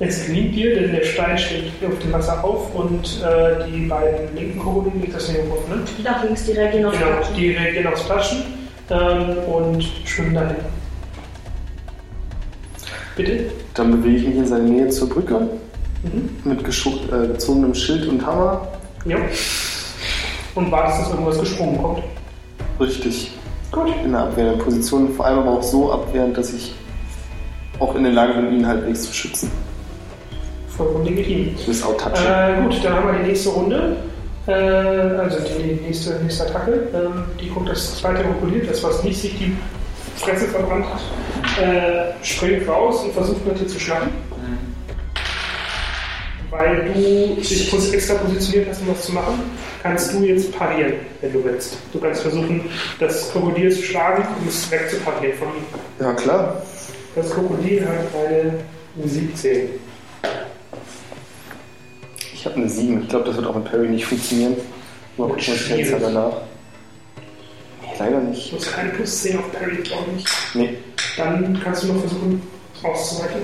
B: Es gelingt dir, denn der Stein steht auf dem Wasser auf und äh, die beiden linken Krokodile, das sind die Rufen, ne?
D: Nach links, die reagieren auf
B: Genau,
D: die
B: die reagieren aufs Platschen ähm, und schwimmen dahin. Bitte?
C: Dann bewege ich mich in seine Nähe zur Brücke
B: Mhm.
C: mit geschu- äh, gezogenem Schild und Hammer.
B: Ja. Und wartest, dass irgendwas gesprungen kommt.
C: Richtig.
B: Gut.
C: In einer abwehrenden Position. Vor allem aber auch so abwehrend, dass ich auch in der Lage bin, ihn halbwegs zu schützen.
B: Vollkommen legitim.
C: Ich muss outtouchen.
B: Äh, gut, dann haben wir die nächste Runde. Äh, also die nächste, nächste Attacke. Ähm, die guckt das zweite Krokodil, das was nicht sich die Fresse verbrannt
C: Mhm.
B: hat, äh, springt raus und versucht mit dir zu schlagen. weil du dich pos- extra positioniert hast, um was zu machen, kannst du jetzt parieren, wenn du willst. Du kannst versuchen, das Krokodil zu schlagen, um es wegzuparieren von ihm.
C: Ja, klar.
B: Das Krokodil hat eine 17.
C: Ich habe eine 7. Ich glaube, das wird auch mit Perry nicht funktionieren. Mal gucken, was ich
B: Schwierig.
C: jetzt danach. Nee, leider nicht.
B: Du hast keine plus 10 auf Parry, glaube ich.
C: Nee.
B: Dann kannst du noch versuchen, auszuweichen.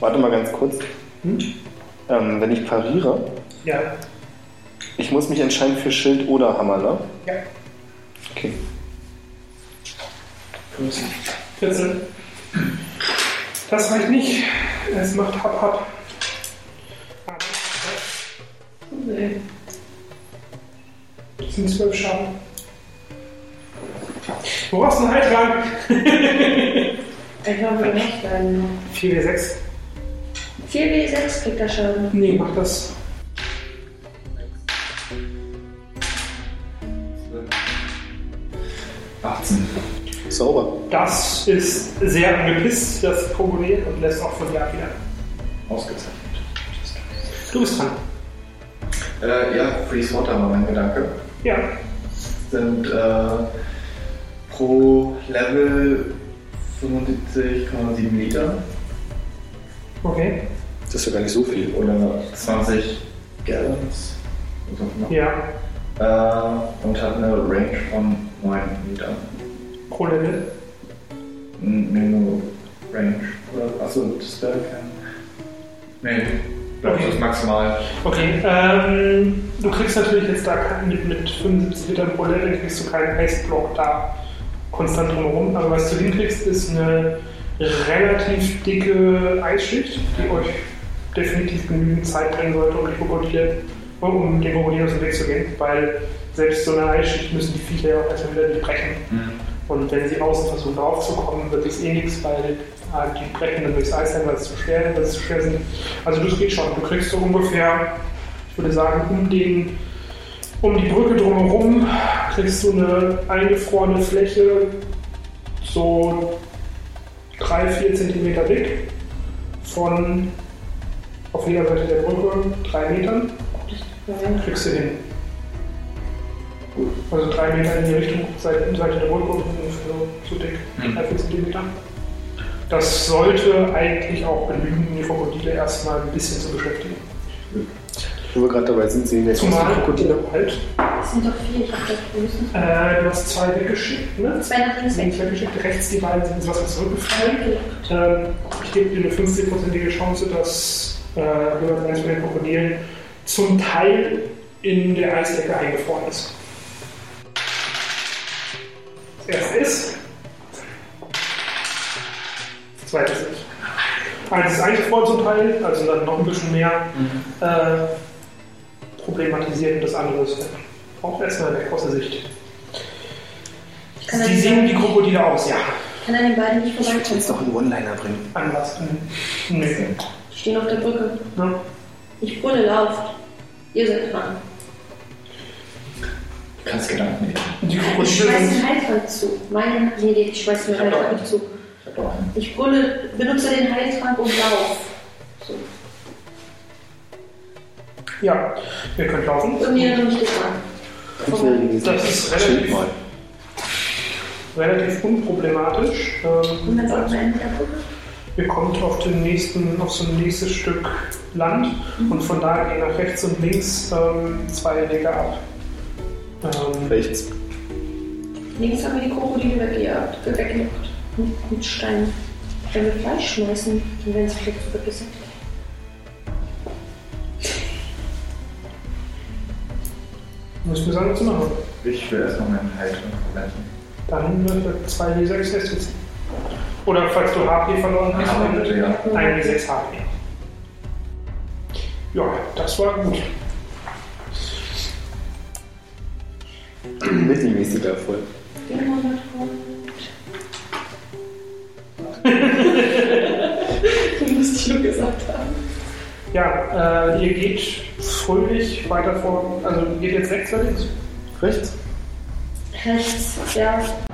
C: Warte mal ganz kurz.
B: Hm?
C: Ähm, wenn ich pariere,
B: Ja.
C: ich muss mich entscheiden für Schild oder Hammer, ne?
B: Ja.
C: Okay.
B: 14. Das reicht nicht. Es macht hab hab. Ah,
D: Nee.
B: Das sind 12 Schaden. Wo brauchst du einen Heiltrank?
D: Ich glaube, er macht einen noch.
B: 4W6.
D: 4W6 kriegt er Schaden.
B: Nee, mach das.
A: Zwölf. 18.
C: Sauber.
B: Das ist sehr angepisst, das Krokodil, und lässt auch von dir ab wieder.
A: Ausgezeichnet.
B: Du bist dran.
A: Äh, ja, Freeze Water war mein Gedanke.
B: Ja.
A: sind äh, pro Level 75,7 Liter
B: Okay.
C: Das ist ja gar nicht so viel.
A: oder 20 Gallons. was auch immer.
B: Ja.
A: Äh, und hat eine Range von 9 Metern.
B: Pro Level.
A: N- Nee, nur Range. Oder, achso, das wäre kein. Nee, glaub ich, das ist maximal.
B: Okay. Ähm, du kriegst natürlich jetzt da kein- mit, mit 75 Litern pro Level kriegst du keinen Eisblock da konstant drumherum. Aber was du hinkriegst, ist eine relativ dicke Eisschicht, die euch definitiv genügend Zeit bringen sollte, um die Krokodile, um den Krokodilen aus dem Weg zu gehen, weil selbst so eine Eisschicht müssen die Viecher ja auch erstmal wieder durchbrechen. Und wenn sie außen versuchen draufzukommen, wird es eh nichts, weil halt die brechen dann durchs Eis, sein, weil es zu schwer, weil es zu schwer sind. Also das geht schon. Du kriegst so ungefähr, ich würde sagen, um den, um die Brücke drumherum kriegst du eine eingefrorene Fläche, so 3-4 Zentimeter dick, von auf jeder Seite der Brücke 3 Metern, kriegst du hin. Also 3 Meter in die Richtung, Seite, Seite der Brücke und ungefähr so dick,
A: Mhm.
B: 3-4 Zentimeter. Das sollte eigentlich auch genügen, die Krokodile erstmal ein bisschen zu beschäftigen.
C: Wo wir gerade dabei sind, sehen wir jetzt
B: Zumal
C: die Krokodile.
B: halt.
D: Das sind doch vier, ich hab das gewusst.
B: Äh, du hast zwei weggeschickt, ne?
D: Zwei nach links
B: Zwei
D: weg.
B: weggeschickt, rechts die beiden sind ins Wasser zurückgefallen.
D: Okay.
B: Ähm, ich gebe dir eine 50-prozentige Chance, dass äh, Hörer eins von den Krokodilen zum Teil in der Eisdecke eingefroren ist. Das erste ist. Das zweite ist nicht. Eins ist eingefroren zum Teil, also dann noch ein bisschen mehr äh, problematisiert und das andere ist auch erstmal weg aus der Sicht.
D: Ich kann an
B: Die
D: den
B: sehen die Krokodile aus, ja.
D: kann an den beiden nicht vorbeikommen.
C: noch einen One-Liner bringen.
B: Anders. Nee.
D: Die stehen auf der Brücke.
B: Ne?
D: Ich brülle, lauft. Ihr seid dran.
A: Kannst Gedanken nehmen.
B: Die
D: Ich
B: Krokodile
D: schmeiß
B: sind.
D: den Heiltrank zu. Meine, nee, nee, ich schmeiß den
A: Ich hab doch
D: Heiltrank
A: einen.
D: nicht zu.
A: Ich hab doch einen.
D: Ich brülle, benutze den Heiltrank um und lauf. So.
B: Ja, ihr könnt laufen.
D: Irgendwie erinnere mich das an.
C: Ganz schnell in
B: Das ist relativ-
C: Schild mal.
B: Relativ unproblematisch.
D: Und
B: Ähm,
D: dann sagt man Ende der Brücke.
B: ihr kommt auf den nächsten, auf so ein nächstes Stück Land und von da gehen nach rechts und links ähm, zwei Wege ab. Ähm,
C: Rechts.
D: Links haben wir die Krokodile weggejagt, äh, weggemacht. Mit, mit Steinen. Wenn wir Fleisch schmeißen, dann werden sie vielleicht vergessen.
B: muss mir sagen, was zu machen.
A: Ich will erstmal meinen Heiltrank verwenden.
B: Dann wird 2 D6 festsetzen. Oder falls du HP verloren hast,
A: Aber
B: dann
A: bitte, ja.
B: 1 D6 HP. Ja, das war gut.
C: Mittelmäßiger Erfolg.
D: 400
E: Du musst dich nur gesagt haben.
B: Ja, äh, ihr geht fröhlich weiter vor, also geht jetzt rechts oder links?
C: Rechts?
D: Rechts, ja.